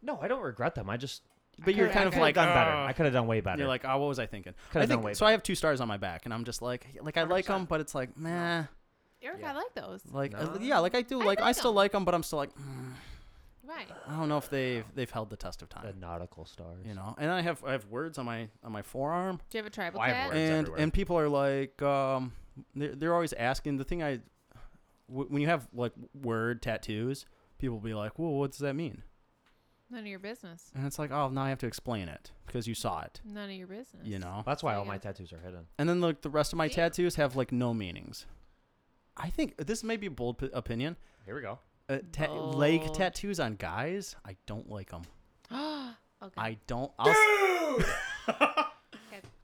S4: No, I don't regret them. I just
S2: But you're
S3: could've-
S2: kind
S3: I
S2: of
S4: could
S2: like "Oh,
S4: have done better.
S2: "Ugh."
S4: I could have done way better.
S2: You're like, oh, what was I thinking?
S4: Could've
S2: I think,
S4: done way
S2: so. I have two stars on my back, and I'm just like, like I like them, but it's like, meh.
S3: Eric,
S4: Yeah.
S3: I like those.
S2: Like, uh,
S4: No.
S2: yeah, like I do.
S3: I
S2: Like I
S3: like
S2: still
S3: 'em.
S2: like them, but I'm still like, mm,
S3: Right.
S2: I don't know if they've they've held the test of
S4: the
S2: time.
S4: nautical stars.
S2: You know. And I have I have words on my on my forearm,
S3: Do you have a tribal
S4: Why
S3: tat?
S4: Words
S2: and
S4: everywhere.
S2: and people are like, um, they're, they're always asking. The thing I, w- when you have like word tattoos, people will be like, well, what does that mean?
S3: None of your business.
S2: And it's like, oh, now I have to explain it because you saw it.
S3: None of your business.
S2: You know.
S4: That's why all
S3: Yeah.
S4: my tattoos are hidden.
S2: And then like the rest of my
S3: Yeah.
S2: tattoos have like no meanings. I think this may be a bold p- opinion.
S4: Here we go.
S2: Uh, ta- leg
S3: Bold.
S2: tattoos on guys, I don't like them.
S3: okay.
S2: I don't. I'll,
S3: okay.
S4: I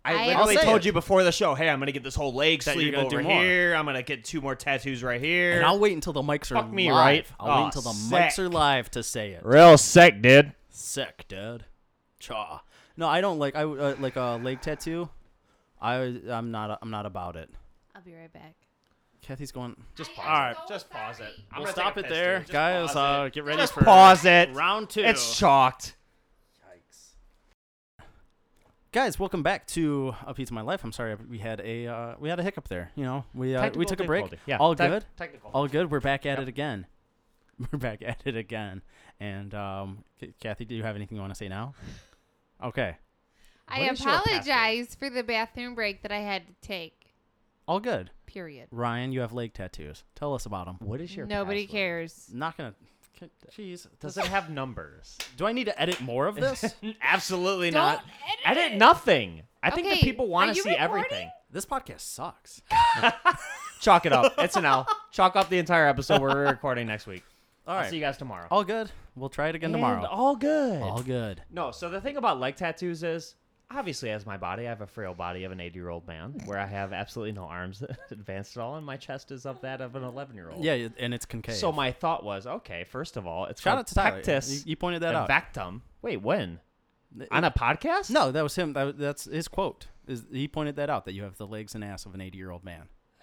S3: I-
S4: literally
S2: I'll say
S4: told
S2: it.
S4: you before the show, hey, I'm gonna get this whole leg
S2: That you're
S4: sleeve
S2: gonna
S4: over
S2: do more.
S4: here. I'm gonna get two more tattoos right here.
S2: and I'll wait until the mics are
S4: Fuck
S2: live.
S4: me, right?
S2: I'll wait
S4: Aw,
S2: until the mics
S4: sick.
S2: are live to say it.
S4: Real sick, dude.
S2: Sick, dude. Chaw. No, I don't like. I w- uh, like a leg tattoo. I I'm not I'm not about it.
S3: I'll be right back.
S2: Kathy's going.
S4: Just
S3: I
S4: pause.
S3: am
S4: All right,
S3: so
S4: just pause it.
S3: sorry.
S4: I'm gonna
S2: we'll
S4: take
S2: stop
S4: a
S2: it
S4: piss,
S2: there,
S4: dude. Just
S2: guys.
S4: pause
S2: Uh,
S4: it.
S2: get ready
S4: Just
S2: for
S4: pause it.
S2: round two.
S4: It's chalked.
S2: Guys, welcome back to A Piece of My Life. I'm sorry we had a uh, we had a hiccup there. You know, we uh, we
S4: Technical
S2: took a break.
S4: difficulty. Yeah,
S2: all
S4: tec-
S2: good.
S4: Technical.
S2: All good. We're back at
S4: Yep.
S2: it again. We're back at it again. And um, K- Kathy, do you have anything you want to say now? Okay,
S3: I
S4: What is your password?
S3: apologize for the bathroom break that I had to take.
S2: all good.
S3: Period.
S2: Ryan, you have leg tattoos. Tell us about them.
S4: What is your
S3: Nobody
S4: password?
S3: cares.
S2: Not gonna. K- Jeez,
S4: Does it have numbers?
S2: do I need to edit more of this?
S4: Absolutely
S3: Don't
S4: not.
S3: edit it.
S4: nothing. I think that
S3: Okay,
S4: people
S3: are
S4: want to
S3: you
S4: see
S3: recording?
S4: everything.
S2: this podcast sucks.
S4: Chalk it up. It's an L. Chalk up the entire episode. We're recording next week.
S2: All
S4: I'll see you
S2: right,
S4: guys tomorrow.
S2: all good. We'll try it again tomorrow.
S4: And all good.
S2: all good.
S4: No, so the thing about leg tattoos is obviously as my body, I have a frail body of an 80-year-old man where I have absolutely no arms advanced at all and my chest is of that of an 11-year-old.
S2: Yeah, it- and it's concave.
S4: So my thought was, okay, first of all, it's
S2: shout
S4: called
S2: out to Tyler.
S4: pectus
S2: You, you pointed that
S4: and
S2: out.
S4: vectum. Wait, when?
S2: Th-
S4: On a podcast?
S2: No, that was him. That, that's his quote. Is he pointed that out that you have the legs and ass of an eighty-year-old man,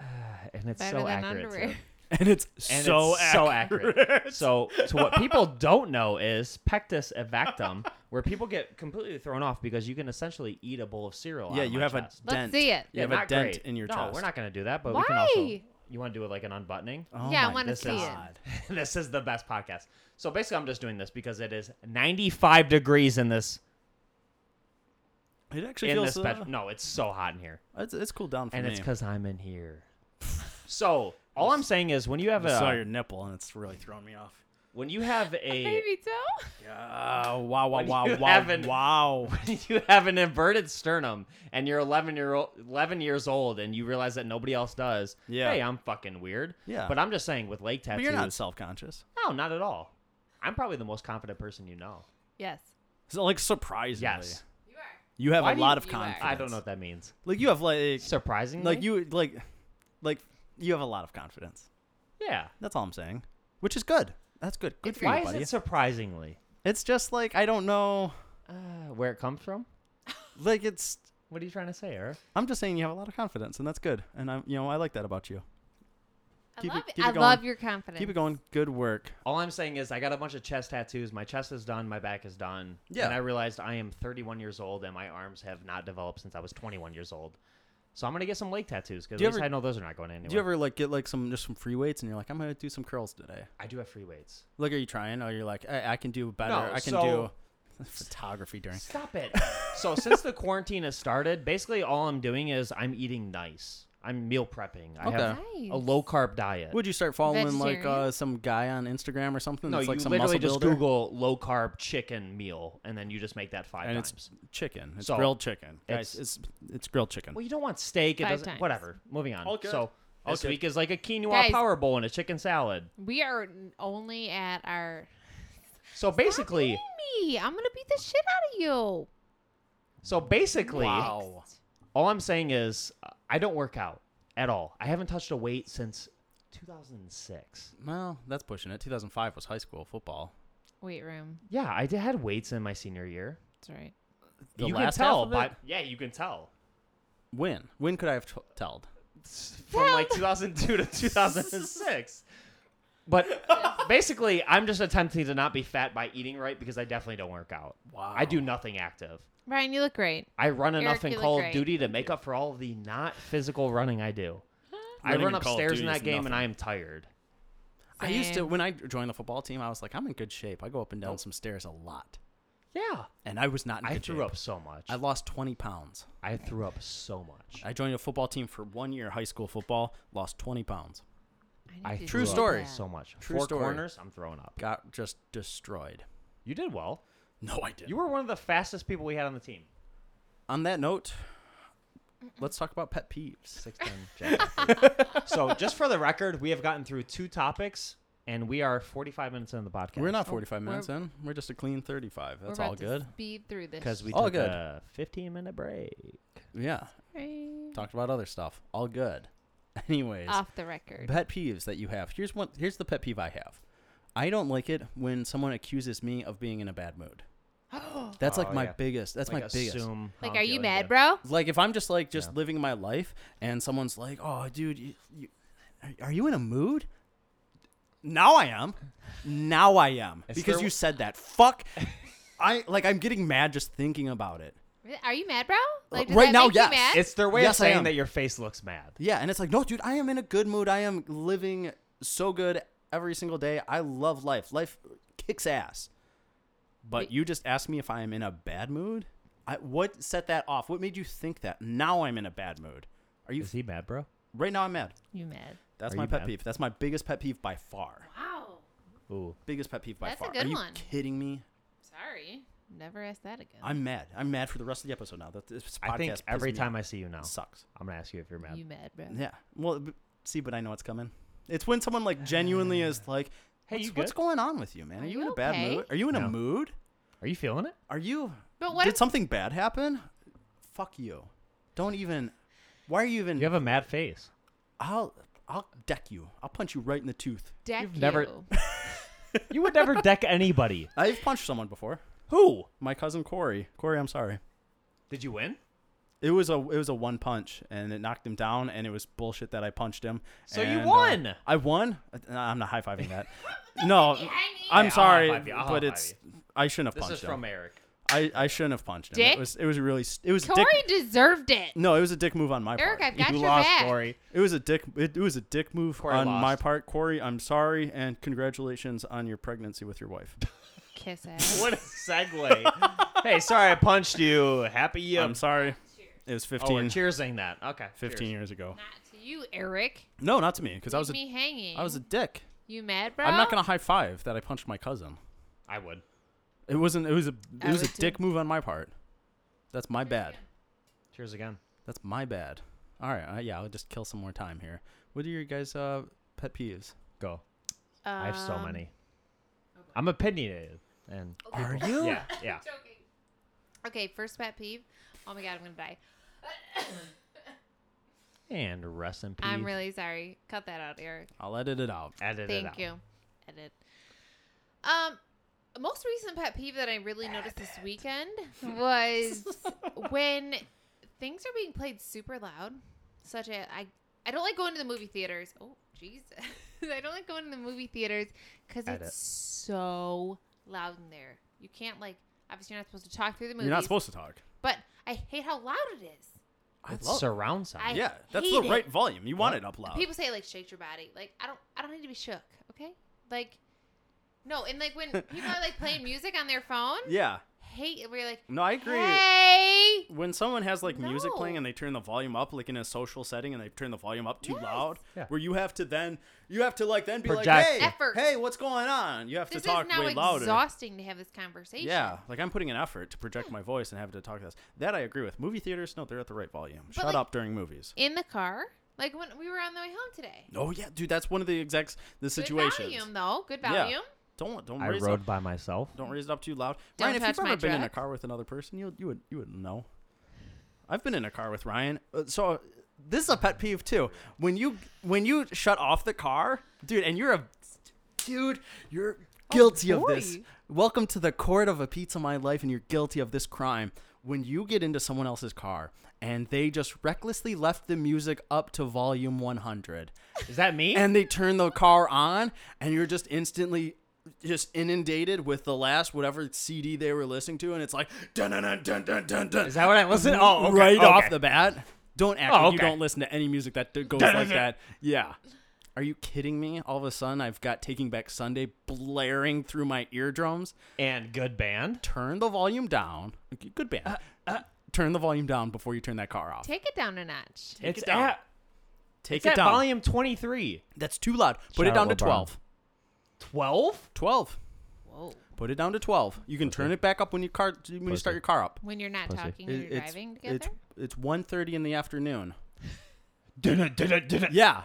S4: And it's
S3: Better
S4: so
S3: than
S4: accurate. too.
S3: underwear.
S2: and it's
S4: and
S2: so
S4: it's so accurate. So, to what people don't know is pectus and vactum where people get completely thrown off because you can essentially eat a bowl of cereal. out
S2: yeah,
S4: of
S2: you
S4: my
S2: have
S4: chest.
S2: a
S3: Let's
S2: dent.
S3: see it.
S2: You
S4: Yeah,
S2: have a
S4: not
S2: dent
S4: great.
S2: in your
S4: no,
S2: chest.
S4: we're not gonna do that. But we can also.
S3: Why?
S4: You want to do it like an unbuttoning?
S2: Oh
S3: Yeah, I
S2: my
S3: wanna
S2: this
S3: see
S2: is-
S3: it.
S2: God.
S4: this is the best podcast. So basically, I'm just doing this because it is 95 degrees in this
S2: It actually
S4: in
S2: feels.
S4: this bed.
S2: uh,
S4: no, it's so hot in here,
S2: it's, it's cooled down for
S4: and
S2: me.
S4: it's because I'm in here. so all I'm saying is when you have
S2: I saw
S4: a
S2: your nipple and it's really throwing me off.
S4: when you have a
S3: Maybe so.
S2: Yeah,
S4: Uh,
S2: wow, wow,
S4: When
S2: wow,
S4: you
S2: wow,
S4: haven't-
S2: wow.
S4: when you have an inverted sternum and you're 11 year old 11 years old and you realize that nobody else does
S2: Yeah.
S4: hey i'm fucking weird
S2: Yeah.
S4: but i'm just saying with leg
S2: But
S4: tattoos
S2: you're not self-conscious.
S4: no not at all i'm probably the most confident person you know
S3: Yes.
S2: So, like surprisingly,
S4: Yes.
S3: You are.
S2: you have
S4: Why
S2: a
S4: do
S2: lot
S4: you-
S2: of
S3: you are- I
S2: confidence.
S4: i don't know what that means
S2: Like you have like
S4: surprisingly
S2: like you like like you have a lot of confidence.
S4: yeah
S2: That's all I'm saying, which is good. That's good. Good for
S4: why
S2: you,
S4: is
S2: buddy.
S4: it surprisingly
S2: It's just like I don't know.
S4: uh, where it comes from
S2: Like it's.
S4: what are you trying to say eric
S2: I'm just saying you have a lot of confidence, and that's good. And I'm, you know, I like that about you.
S3: I
S2: Keep it-
S3: love it.
S2: keep it
S3: I love
S2: going.
S3: your confidence.
S2: Keep it going. Good work.
S4: all i'm saying is i got a bunch of chest tattoos my chest is done my back is done
S2: Yeah.
S4: and i realized i am 31 years old and my arms have not developed since i was 21 years old so i'm gonna get some leg tattoos because
S2: Do you
S4: at least
S2: ever-
S4: i know those are not going anywhere
S2: Do you ever like get like some just some free weights, and you're like, I'm gonna do some curls today.
S4: i do have free weights
S2: Like, are you trying? Or you're like, I, I can do better.
S4: No,
S2: I can
S4: so-
S2: do photography during.
S4: stop it so since the quarantine has started basically all i'm doing is i'm eating nice i'm meal prepping i have
S3: Nice.
S4: a low carb diet
S2: Would you start following like
S3: Vegetarian?
S2: uh, some guy on Instagram or something?
S4: no
S2: that's
S4: you
S2: like some
S4: literally
S2: muscle
S4: just
S2: builder?
S4: google low carb chicken meal and then you just make that five
S2: and
S4: times
S2: it's chicken. It's
S4: So,
S2: grilled chicken.
S4: it's-
S2: Guys, it's it's grilled chicken.
S4: Well, you don't want steak. It
S3: Five
S4: doesn't.
S3: times.
S4: Whatever. Moving on.
S2: All good.
S4: So
S2: All
S4: this
S2: good.
S4: week is like a quinoa
S3: Guys.
S4: power bowl and a chicken salad.
S3: We are n- only at our.
S4: So basically,
S3: Stop hitting me. I'm gonna beat the shit out of you.
S4: so basically,
S2: Wow.
S4: all I'm saying is uh, I don't work out at all. I haven't touched a weight since 2006.
S2: Well, that's pushing it. 2005 was high school football.
S3: Weight room.
S4: Yeah, I did, had weights in my senior year.
S3: That's right.
S2: The
S4: you
S2: last
S4: can tell,
S2: half of
S4: but
S2: it?
S4: yeah, you can tell.
S2: When? When could I have t- told?
S4: From like 2002 to 2006. But basically, I'm just attempting to not be fat by eating right because I definitely don't work out.
S2: Wow.
S4: I do nothing active.
S3: Ryan, you look great.
S4: I run
S3: Eric,
S4: enough
S3: you
S4: in
S3: look
S4: Call of
S3: great.
S4: Duty to make up for all of the not physical running I do. I
S2: Running
S4: run
S2: in Call of
S4: upstairs in
S2: Duty
S4: that
S2: is
S4: game
S2: nothing.
S4: and I am tired.
S2: I used to
S3: Same.
S2: when I joined the football team. I was like, I'm in good shape. I go up and down some stairs a lot,
S4: Yeah.
S2: and I was not in
S4: I
S2: good
S4: threw
S2: shape.
S4: up so much.
S2: I lost 20 pounds.
S4: I threw up so much.
S2: I joined a football team for one year, high school football. Lost 20 pounds.
S3: I
S4: I
S3: need to
S4: threw
S2: True
S3: do
S4: up
S2: story.
S3: that.
S4: So much.
S2: True
S4: Four
S2: story.
S4: corners, I'm throwing up.
S2: Got just destroyed.
S4: You did well.
S2: No, I didn't.
S4: You were one of the fastest people we had on the team.
S2: On that note, let's talk about pet peeves.
S4: Six ten. so just for the record, we have gotten through two topics and we are 45 minutes into the podcast.
S2: We're not 45
S3: we're-
S2: minutes in. We're just a clean 35.
S3: We're
S2: That's
S3: about
S2: all
S3: to
S2: good.
S3: Speed through this.
S4: because we
S2: All
S4: took
S2: good.
S4: a 15 minute break.
S2: Yeah.
S3: Right.
S2: Talked about other stuff. All good. Anyways,
S3: off the record.
S2: pet peeves that you have. Here's one. Here's the pet peeve I have. I don't like it when someone accuses me of being in a bad mood. That's like
S4: Oh,
S2: my
S4: yeah.
S2: biggest. That's my biggest.
S4: assume how
S2: oh,
S3: like,
S4: I'm
S3: are you
S4: feeling
S3: mad,
S4: today.
S3: bro?
S2: Like if I'm just like just
S4: Yeah.
S2: living my life and someone's like, "Oh, dude, you, you, are- are you in a mood?" Now I am. Now I am
S4: Is
S2: because
S4: there-
S2: you said that. Fuck. I like I'm getting mad just thinking about it.
S3: Are you mad, bro? Like, does
S2: Uh, right
S3: that
S2: now,
S3: make
S2: yes.
S3: You mad?
S4: It's their way
S2: Yes,
S4: of
S2: I am.
S4: saying that your face looks mad.
S2: Yeah, and it's like, "No, dude, I am in a good mood. I am living so good every single day. I love life. Life kicks ass." But
S3: Wait.
S2: you just asked me if I am in a bad mood? I, what set that off? What made you think that? Now I'm in a bad mood. Are you
S4: Is he mad, bro?
S2: right now I'm mad.
S3: you mad?
S2: That's
S4: Are
S2: my
S4: you
S2: pet
S4: mad?
S2: peeve. That's my biggest pet peeve by far.
S3: Wow.
S4: Ooh.
S2: Biggest pet peeve by
S3: That's a
S2: far.
S3: good
S2: Are you
S3: one.
S2: kidding me?
S3: Sorry. Never ask that again.
S2: I'm mad. I'm mad for the rest of the episode now. That this podcast
S4: I think every time
S2: I
S4: I see you now,
S2: sucks.
S4: I'm gonna ask you if you're mad.
S3: you mad, bro?
S2: Yeah. Well, b- see, but I know it's coming. It's when someone like genuinely is like,
S4: Hey,
S2: "What's,
S4: you
S2: what's
S4: good?
S2: going on with you, man? Are,
S3: Are
S2: you,
S3: you
S2: in a bad
S3: okay?"
S2: mood? Are you in
S4: No.
S2: a mood?
S4: Are you feeling it?
S2: Are you?
S3: But what
S2: did
S3: if-
S2: something bad happen? Fuck you. Don't even. Why are you even?
S4: You have a mad face.
S2: I'll I'll deck you. I'll punch you right in the tooth.
S3: Deck
S4: You've never-
S3: you.
S4: You would never deck anybody.
S2: I've punched someone before.
S4: Who?
S2: My cousin Corey. Corey, I'm sorry.
S4: Did you win?
S2: It was a it was a one punch and it knocked him down and it was bullshit that I punched him.
S4: So you
S2: And, uh,
S4: won!
S2: I won. Uh, I'm not high fiving that. no,
S3: I mean-
S2: I'm
S4: Yeah, I'll
S2: sorry,
S4: high-five you, I'll
S2: but
S4: high-five
S2: it's I shouldn't have
S4: This
S2: punched
S4: is from
S2: him.
S4: Eric.
S2: I, I shouldn't have punched him.
S3: Dick?
S2: It was it was really st- it was
S3: Corey
S2: dick.
S3: deserved it.
S2: No, it was a dick move on my
S3: Eric,
S2: part.
S3: I've got
S4: you
S3: your
S4: lost,
S3: back.
S4: Corey.
S2: It was a dick. It, it was a dick move
S4: Corey
S2: on
S4: lost.
S2: my part, Corey. I'm sorry, and congratulations on your pregnancy with your wife.
S3: Kiss ass.
S4: What a segue. hey, sorry I punched you. Happy you.
S2: I'm sorry. It was
S4: Oh, we're
S2: 15,
S4: cheersing that. Okay.
S2: 15
S4: cheers.
S2: years ago.
S3: Not to you, Eric.
S2: No, not to me, because I was
S3: Leave me
S2: a
S3: hanging.
S2: I was a dick.
S3: you mad, bro? Um,
S2: I'm not gonna high five that I punched my cousin.
S4: I would.
S2: It wasn't. It was a.
S3: I
S2: It was a
S3: would too.
S2: dick move on my part. That's my bad.
S4: Cheers again.
S2: That's my bad. All right. Uh, yeah, I'll just kill some more time here. What are your guys' uh, pet peeves?
S4: Go. I have so
S3: Um,
S4: many. I'm opinionated. And
S2: Are you?
S4: yeah, yeah.
S3: Joking. Okay, first pet peeve. Oh my god, I'm gonna die.
S4: And rest in peace.
S3: I'm really sorry. Cut that out, Eric.
S2: I'll edit it out.
S4: Edit it out.
S3: Thank you. Edit. Um, most recent pet peeve that I really noticed this weekend was when things are being played super loud. Such as I, I don't like going to the movie theaters. Oh, jeez, I don't like going to the movie theaters because
S4: Edit.
S3: it's so loud in there. You can't like. Obviously, you're not supposed to talk through the movies.
S2: You're not supposed to talk.
S3: But I hate how loud it is.
S2: I
S4: It's
S2: love.
S4: surround sound.
S3: I-
S2: yeah, that's
S3: hate
S2: the
S3: it.
S2: right volume. You want it up loud.
S3: People say like shake your body. Like I don't I don't need to be shook, okay? Like no, and like when people are like playing music on their phone,
S2: Yeah.
S3: hate it. We're like,
S2: No, I agree.
S3: hey,
S2: When someone has like music playing
S3: No.
S2: and they turn the volume up, like in a social setting, and they turn the volume up too
S3: Yes.
S2: loud,
S4: Yeah.
S2: where you have to then you have to like then be
S4: Project.
S2: like, hey,
S3: Effort.
S2: hey, what's going on? You have
S3: this
S2: to talk
S3: is now
S2: way louder.
S3: exhausting to have this conversation.
S2: Yeah, like I'm putting an effort to project my voice and have to talk this. That I agree with. Movie theaters, no, they're at the right volume. Shut
S3: like-
S2: up during movies.
S3: In the car, like when we were on the way home today.
S2: Oh yeah, dude, that's one of the exact the
S3: Good
S2: situations.
S3: volume though. Good
S2: Yeah.
S3: volume.
S2: Don't don't
S4: I
S2: raise
S4: rode
S2: up,
S4: by myself.
S2: don't raise it up too loud.
S3: Don't
S2: Ryan, if
S3: touch
S2: you've
S3: my
S2: ever been in a
S3: truck.
S2: car with another person, you you would you would know. I've been in a car with Ryan, uh, so uh, this is a pet peeve too. When you when you shut off the car, dude, and you're a dude, you're guilty of this.
S3: Oh, boy.
S2: Welcome to the court of a pizza my life, and you're guilty of this crime. When you get into someone else's car and they just recklessly left the music up to volume 100,
S4: Is that me?
S2: and they turn the car on and you're just instantly just inundated with the last whatever CD they were listening to and it's like dun dun dun dun dun dun dun Mm-hmm.
S4: Is that what I listened? Oh, okay,
S2: right
S4: okay.
S2: off the bat. Don't act
S4: Oh,
S2: like you
S4: okay.
S2: don't listen to any music that d- goes like that. Yeah. Are you kidding me? All of a sudden I've got Taking Back Sunday blaring through my eardrums.
S4: And good band.
S2: Turn the volume down. Okay, Good band. turn the volume down before you turn that car off.
S3: Take it down a notch.
S4: It's
S2: it down.
S4: at
S2: Take
S4: it's
S2: it
S4: at
S2: down.
S4: volume 23.
S2: That's too loud.
S4: Shout
S2: Put it
S4: out
S2: down to
S4: Will Barton.
S2: 12.
S4: 12?
S2: 12.
S3: Whoa.
S2: Put it down to twelve. You can turn it back up when you car when you
S4: Pussy.
S2: start your car up.
S3: When you're not
S4: Pussy.
S3: talking and you're
S2: It- it's
S3: driving together.
S2: it's it's one thirty in the afternoon.
S4: Dunna, dunna, dunna.
S2: Yeah,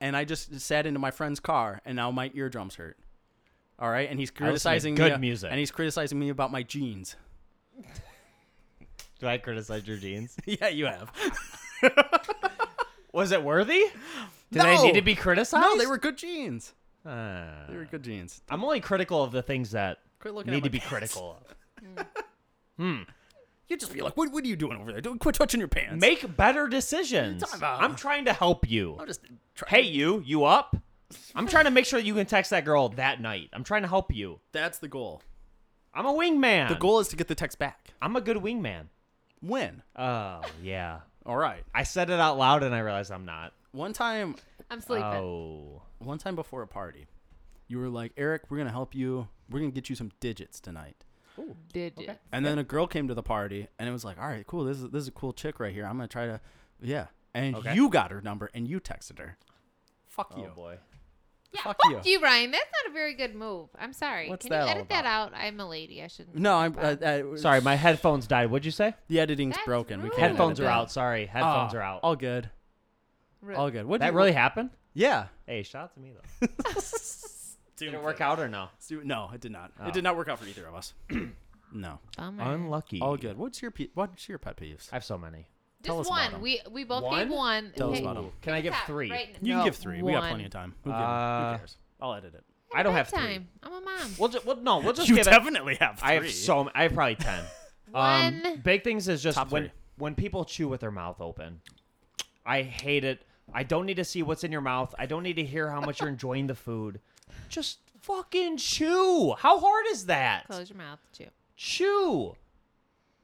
S2: and I just sat into my friend's car, and now my eardrums hurt. All right, and he's criticizing
S4: good
S2: me, uh,
S4: music.
S2: and he's criticizing me about my jeans.
S4: Do I criticize your jeans?
S2: yeah, you have.
S4: Was it worthy? Did I
S2: No.
S4: need to be criticized?
S2: No, they were good jeans.
S4: Ah.
S2: They were good jeans.
S4: I'm only critical of the things that
S2: Quit looking
S4: need to
S2: at
S4: be
S2: my pants.
S4: critical of.
S2: You just be like, what, what are you doing over there? Don't quit touching your pants.
S4: Make better decisions.
S2: talking about?
S4: I'm trying to help you.
S2: I'm just trying.
S4: Hey, you, you up? I'm trying to make sure you can text that girl that night. I'm trying to help you.
S2: That's the goal.
S4: I'm a wingman.
S2: The goal is to get the text back.
S4: I'm a good wingman.
S2: When?
S4: Oh, yeah.
S2: All right.
S4: I said it out loud and I realized I'm not.
S2: One time,
S3: I'm sleeping.
S4: Oh.
S2: one time before a party, you were like, Eric, we're going to help you. We're going to get you some digits tonight.
S3: Did you?
S2: And then a girl came to the party and it was like, all right, cool. This is, this is a cool chick right here. I'm going to try to, yeah. And
S4: Okay.
S2: you got her number and you texted her. Fuck
S4: Oh,
S2: you.
S4: boy.
S3: Yeah,
S2: Fuck
S3: fuck,
S2: you.
S3: you. Ryan. That's not a very good move. I'm sorry.
S2: What's
S3: Can
S2: that all
S3: you edit that out? I'm a lady. I shouldn't.
S2: No, I'm
S3: talk about
S2: uh,
S3: it.
S2: uh,
S4: Sorry, my headphones died. What'd you say?
S2: The editing's
S3: That's
S2: broken. We
S3: rude.
S2: can't edit
S4: Headphones
S2: it.
S4: are out. Sorry. Headphones
S2: Ah,
S4: are out.
S2: All good.
S3: Rude.
S2: All good. What
S4: that really happened?
S2: Yeah.
S4: Hey, shout out to me, though. Did it work out or no?
S2: Stu- No, it did not.
S4: Oh.
S2: It did not work out for either of us. no.
S3: Bummer.
S4: Unlucky.
S2: All good. What's your pe- what's your pet peeves?
S4: I have so many.
S2: Tell
S3: Just
S2: us about
S3: one.
S2: 'em.
S3: We we both
S4: One?
S3: gave one.
S2: Tell us
S3: Okay.
S2: about 'em.
S4: Can I give
S3: Stop
S4: three?
S3: right now.
S2: You
S3: No,
S2: can give three. We got plenty
S3: one.
S2: of time. Who, give-
S4: Uh,
S2: who cares? I'll edit it.
S4: I don't have three.
S3: Bedtime. I'm a mom.
S4: We'll, ju- well no, we'll just
S2: you
S4: give it.
S2: definitely have three.
S4: I have so m- I have probably 10. Um,
S3: One.
S4: big things is just
S2: Top
S4: when
S2: three.
S4: when people chew with their mouth open. I hate it. I don't need to see what's in your mouth. I don't need to hear how much you're enjoying the food. Just fucking chew. How hard is that?
S3: Close your mouth too.
S4: Chew.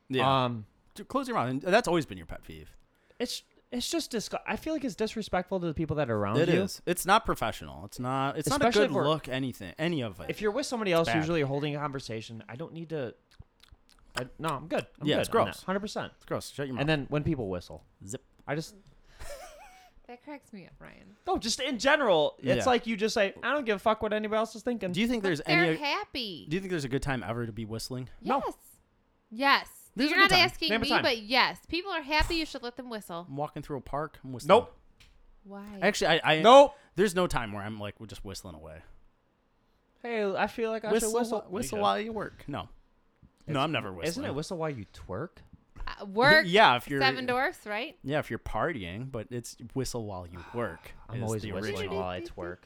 S2: Yeah.
S4: Um,
S2: Ju- Close your mouth. And that's always been your pet peeve.
S4: it's it's just dis- I feel like it's disrespectful to the people that are around
S2: It
S4: you.
S2: is. It's not professional. It's not. It's
S4: Especially
S2: not a
S4: if
S2: good
S4: we're-
S2: look. Anything. Any of it.
S4: If you're with somebody else,
S2: bad.
S4: usually holding a conversation, I don't need to. I, no, I'm good. I'm
S2: Yeah,
S4: good
S2: it's gross. Mm.
S4: Hundred percent.
S2: it's gross. Shut your mouth.
S4: And then when people whistle,
S2: Zip.
S4: I just
S3: That cracks me up, Ryan.
S4: no. Just in general, it's
S2: Yeah.
S4: like you just say, I don't give a fuck what anybody else is thinking.
S2: Do you think there's
S3: But they're
S2: any?
S3: happy.
S2: Do you think there's a good time ever to be whistling?
S4: No.
S3: Yes. Yes.
S2: There's
S3: You're
S2: a good
S3: not
S2: time.
S3: asking
S4: Name a
S3: me,
S4: time.
S3: but yes, people are happy. You should let them whistle.
S2: I'm walking through a park. I'm whistling.
S4: Nope.
S3: Why?
S2: Actually, I. I
S4: nope.
S2: There's no time where I'm like we're just whistling away.
S4: Hey, I feel like I
S2: whistle,
S4: should whistle.
S2: whistle
S4: Okay.
S2: while you work. No. no, I'm never whistling.
S4: Isn't it whistle while you twerk?
S3: Uh, work.
S2: yeah, if you're-
S3: Seven Dwarfs, right?
S2: Yeah, if you're partying, but it's whistle while you work.
S4: I'm
S2: is
S4: always
S2: the
S4: whistling
S2: original.
S4: while I twerk.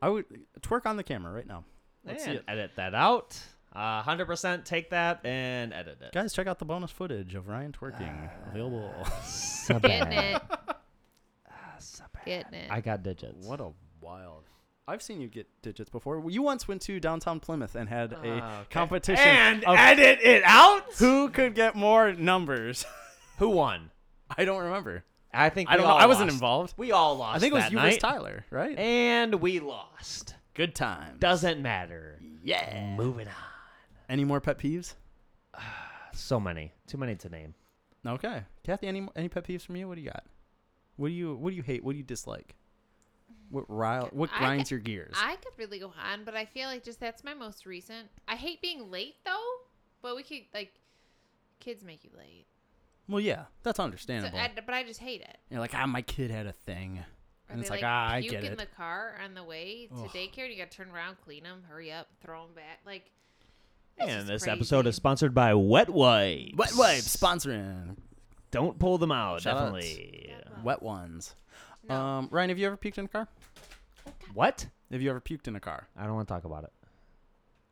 S2: I would twerk on the camera right now. Let's see
S4: And
S2: it.
S4: edit that out. Uh, 100% take that and edit it.
S2: Guys, check out the bonus footage of Ryan twerking available.
S4: Uh,
S3: Getting it.
S2: Ah,
S3: Getting it.
S4: I got digits.
S2: what a wild. I've seen you get digits before. You once went to downtown Plymouth and had a
S4: Ah, okay.
S2: competition
S4: And
S2: of
S4: edit it out?
S2: who could get more numbers.
S4: Who won?
S2: I don't remember.
S4: I think
S2: I
S4: we
S2: don't know.
S4: all
S2: I wasn't
S4: lost.
S2: involved.
S4: We all lost.
S2: I think it was
S4: that
S2: you
S4: night,
S2: versus Tyler, right?
S4: And we lost.
S2: Good time.
S4: Doesn't matter.
S2: Yeah.
S4: Moving on.
S2: Any more pet peeves?
S4: So many. Too many to name.
S2: Okay. Kathy, any any pet peeves from you? What do you got? What do you what do you hate? What do you dislike? What rile what
S3: I-
S2: grinds your gears?
S3: I could really go on, but I feel like just that's my most recent. I hate being late though, but we could like kids make you late.
S2: well, yeah, that's
S3: So,
S2: understandable.
S3: I, but I just hate it.
S2: You're like, ah, my kid had a thing,
S3: Or
S2: and
S3: they,
S2: it's like, ah, I
S3: puke
S2: get
S3: in
S2: it.
S3: the car on the way to
S2: Ugh.
S3: daycare, and you got to turn around, clean them, hurry up, throw them back. Like, it's
S4: And
S3: just
S4: this
S3: crazy.
S4: episode is sponsored by Wet Wipes.
S2: Wet wipes sponsoring
S4: Don't pull them out.
S2: Shout outs.
S4: definitely.
S2: wet ones.
S3: Oh. No.
S2: Um, Ryan, have you ever puked in a car?
S4: What?
S2: Have you ever puked in a car?
S4: I don't want to talk about it.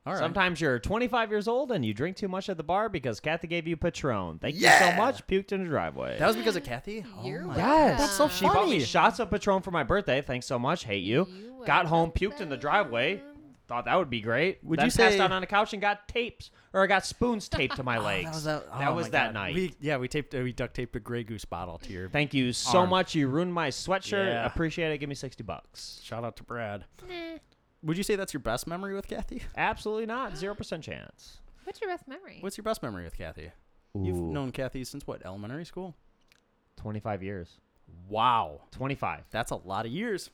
S2: All right.
S4: Sometimes you're 25 years old and you drink too much at the bar because Kathy gave you Patron. Thank you
S2: Yeah.
S4: so much. Puked in the driveway.
S2: That was because of Kathy. Oh
S3: You're
S2: my-
S3: welcome. Yes.
S2: that's so
S4: She bought me
S2: funny.
S4: shots of Patron for my birthday. Thanks so much. Hate you.
S3: You
S4: got
S3: are
S4: home, puked in the driveway.
S3: welcome.
S4: Thought that would be great.
S2: Would
S4: then
S2: you
S4: passed
S2: say-
S4: out on the couch and got tapes or I got spoons taped to my
S2: Oh,
S4: legs.
S2: that was that,
S4: That
S2: oh
S4: was
S2: my
S4: that
S2: God.
S4: night.
S2: We, yeah, we taped uh, we duct taped a Grey Goose bottle to your.
S4: Thank you so
S2: Arm.
S4: much. You ruined my sweatshirt.
S2: Yeah.
S4: Appreciate it. Give me 60 bucks.
S2: Shout out to Brad.
S3: Nah.
S2: Would you say that's your best memory with Kathy?
S4: Absolutely not. 0% chance.
S3: What's your best memory?
S2: What's your best memory with Kathy? You've known Kathy since what? Elementary school?
S4: 25 years.
S2: Wow.
S4: 25.
S2: That's a lot of years.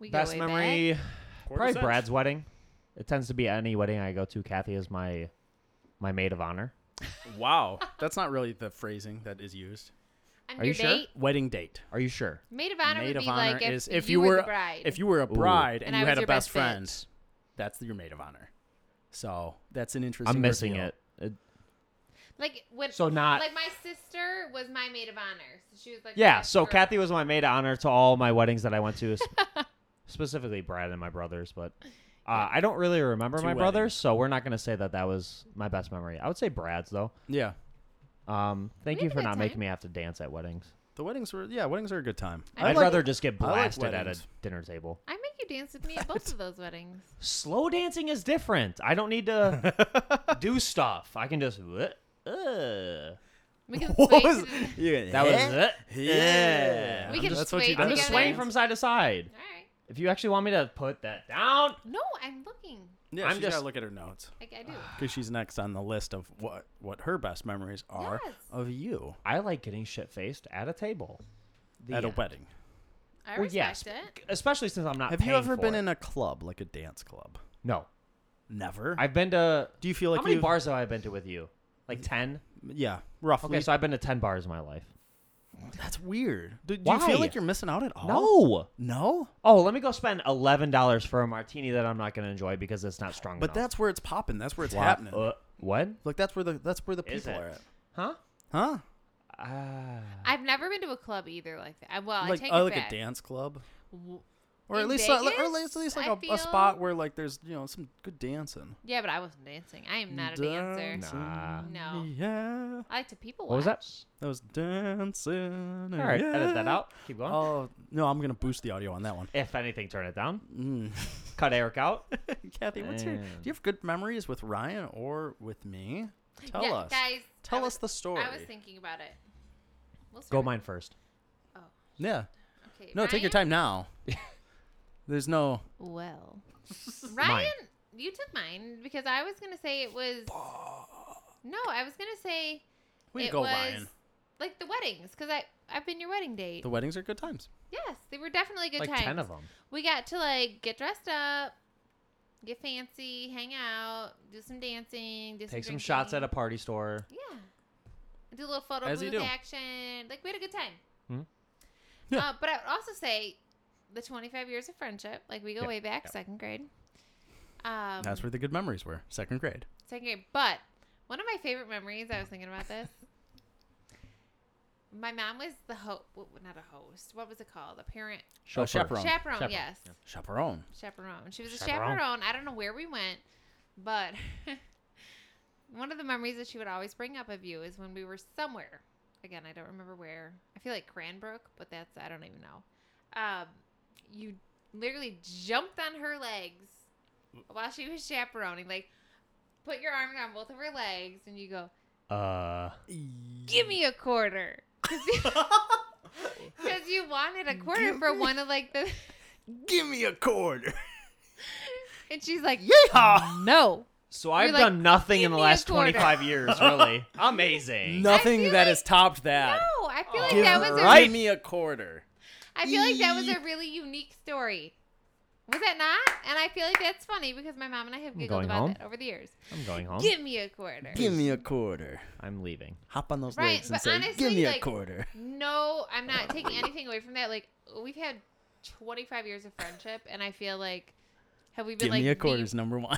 S3: we go
S4: Best
S3: way
S4: memory. Probably
S2: Quarter
S4: Brad's wedding. It tends to be any wedding I go to. Kathy is my my maid of honor.
S2: cents. Wow. That's not really the phrasing that is used.
S3: Back. On
S4: Are you
S3: your
S4: sure?
S3: date,
S2: Wedding date.
S4: Are you sure?
S3: maid of honor
S2: maid
S3: would
S2: of
S3: be
S2: honor
S3: like
S2: is if,
S3: you were the bride.
S2: if you were a
S4: Ooh.
S2: bride and,
S3: And I
S2: you
S3: was
S2: had a
S3: your
S2: best,
S3: best
S2: friend,
S3: bitch.
S2: that's your maid of honor. So that's an interesting.
S4: I'm missing
S2: reveal.
S4: it. Uh, It-
S3: like when
S4: So not-
S3: like my sister was my maid of honor, so she was like my
S4: Yeah,
S3: best
S4: so
S3: girl.
S4: Kathy was my maid of honor to all my weddings that I went to, sp- specifically Brad and my brothers. But uh, I don't really remember
S2: Two
S4: my
S2: weddings.
S4: brothers, so we're not going to say that that was my best memory. I would say Brad's though.
S2: Yeah.
S4: Um, thank
S3: We
S4: you
S3: had a
S4: for
S3: good
S4: not making
S3: time.
S4: me have to dance at weddings.
S2: The weddings were yeah, weddings are a good time.
S3: I
S4: I'd
S3: like-
S4: rather just get
S2: I like
S4: blasted at a
S2: weddings.
S4: dinner table.
S3: I make you dance with me at both of those weddings.
S4: Slow dancing is different. I don't need to do stuff. I can just. uh,
S3: We can sway
S2: What
S3: to
S2: was
S3: the- All
S2: yeah.
S4: that was. uh,
S2: yeah.
S3: We can
S2: That's what
S3: sway
S2: you
S4: I'm just
S3: together.
S4: swaying from side to side.
S3: right.
S4: If you actually want me to put that down,
S3: No, I'm looking.
S2: Yeah,
S4: I'm
S2: she's
S4: just-
S2: gotta look at her notes
S3: I, I do.
S2: because she's next on the list of what what her best memories are
S3: Yes.
S2: of you
S4: I like getting shit faced at a table. The
S2: at a
S4: end.
S2: wedding.
S3: I
S4: Well,
S3: respect it.
S4: c- especially since I'm not.
S2: Have you
S4: paying
S2: ever
S4: for
S2: been
S4: it.
S2: in a club like a dance club?
S4: No,
S2: Never.
S4: I've been to.
S2: Do you feel like
S4: how many
S2: you've-
S4: bars have I been to with you? Like ten.
S2: Yeah, roughly.
S4: Okay, so I've been to ten bars in my life.
S2: That's weird. Do, do you feel
S4: Why?
S2: like you're missing out at all?
S4: No.
S2: No?
S4: Oh, let me go spend eleven dollars for a martini that I'm not going to enjoy because it's not strong
S2: But
S4: enough.
S2: that's where it's popping. That's where it's
S4: Wha-
S2: happening.
S4: uh, what?
S2: Look, that's where the that's where the
S4: Is
S2: people
S4: it?
S2: are at.
S4: Huh?
S2: Huh?
S4: Ah.
S3: I've never been to a club either like that. I- Well,
S2: like
S3: I take
S2: uh,
S3: it
S2: like
S3: back.
S2: a dance club,
S3: W-
S2: or at
S3: In
S2: least uh, or at
S3: Vegas,
S2: least, at least like
S3: I
S2: a, a
S3: feel-
S2: spot where like there's you know some good dancing.
S3: Yeah, but I wasn't dancing. I am not a dancer.
S2: Dancing,
S4: Nah.
S3: No.
S2: Yeah,
S3: I like to people watch.
S4: What was that?
S2: that was dancing.
S4: All right, edit that
S2: yeah.
S4: out. Keep going.
S2: Oh no, I'm gonna boost the audio on that one.
S4: if anything, turn it down.
S2: Mm.
S4: Cut Eric out.
S2: Kathy, what's your? Do
S4: Man.
S2: you have good memories with Ryan or with me? Tell
S3: yeah,
S2: us.
S3: guys.
S2: Tell
S3: I was,
S2: us the story.
S3: I was thinking about it. We'll
S4: Go
S3: start-
S4: mine first.
S3: Oh,
S2: yeah.
S3: okay.
S2: No, take your
S3: Ryan?
S2: time now. There's no.
S3: Well, Ryan, you took mine because I was gonna say it was. No, I was gonna say
S2: We
S3: it
S2: go,
S3: was
S2: Ryan.
S3: like the weddings because I I've been your wedding date.
S2: The weddings are good times.
S3: yes, they were definitely good
S4: like
S3: times.
S4: ten of them.
S3: We got to like get dressed up, get fancy, hang out, do some dancing, do
S4: Take
S3: some
S4: some shots at a
S3: drinking.
S4: party store.
S3: Yeah. Do a little photo
S2: As you
S3: booth
S2: do.
S3: action. Like we had a good time.
S4: Mhm.
S2: Yeah.
S3: Uh, but I would also say the 25 years of friendship. Like we go
S4: Yep,
S3: way back,
S4: yep.
S3: second grade. Um,
S2: That's where the good memories were. Second grade.
S3: second grade. But one of my favorite memories. I was thinking about this. My mom was the host, not a host. What was it called? A parent
S2: Oh, chaperone.
S3: chaperone.
S4: Chaperone,
S3: Yes,
S4: yeah.
S2: Chaperone.
S3: chaperone. She was a
S4: Chaperone.
S3: chaperone. I don't know where we went, but one of the memories that she would always bring up of you is when we were somewhere. Again, I don't remember where. I feel like Cranbrook, but that's I don't even know. Um, you literally jumped on her legs while she was chaperoning, like put your arm on both of her legs, and you go,
S4: Uh,
S3: "Give me a quarter," because you wanted a quarter
S2: Give
S3: for
S2: me-
S3: one of like the.
S2: Give me a quarter.
S3: And she's like,
S2: Yeehaw!
S3: "No."
S4: so I've
S3: like,
S4: done nothing in
S3: "Give
S4: the
S3: me a
S4: last
S3: quarter."
S4: 25 years, really. Amazing.
S2: Nothing
S3: feel
S2: that
S3: like-
S2: has topped that.
S3: No, I feel like
S2: Give,
S3: that was a
S4: right.
S2: give me a quarter.
S3: I feel like that was a really unique story. Was that not? And I feel like that's funny because my mom and I have giggled
S4: going
S3: about
S4: home.
S3: that over the years.
S4: I'm going home.
S3: Give me a quarter.
S2: Give me a quarter.
S4: I'm leaving.
S2: Hop on those
S3: Right,
S2: legs and
S3: but
S2: say,
S3: honestly,
S2: "Give me a
S3: like-
S2: quarter."
S3: No, I'm not taking anything away from that. Like we've had 25 years of friendship, and I feel like have we been
S2: Give
S3: like
S2: me a
S3: the-
S2: quarter is number one.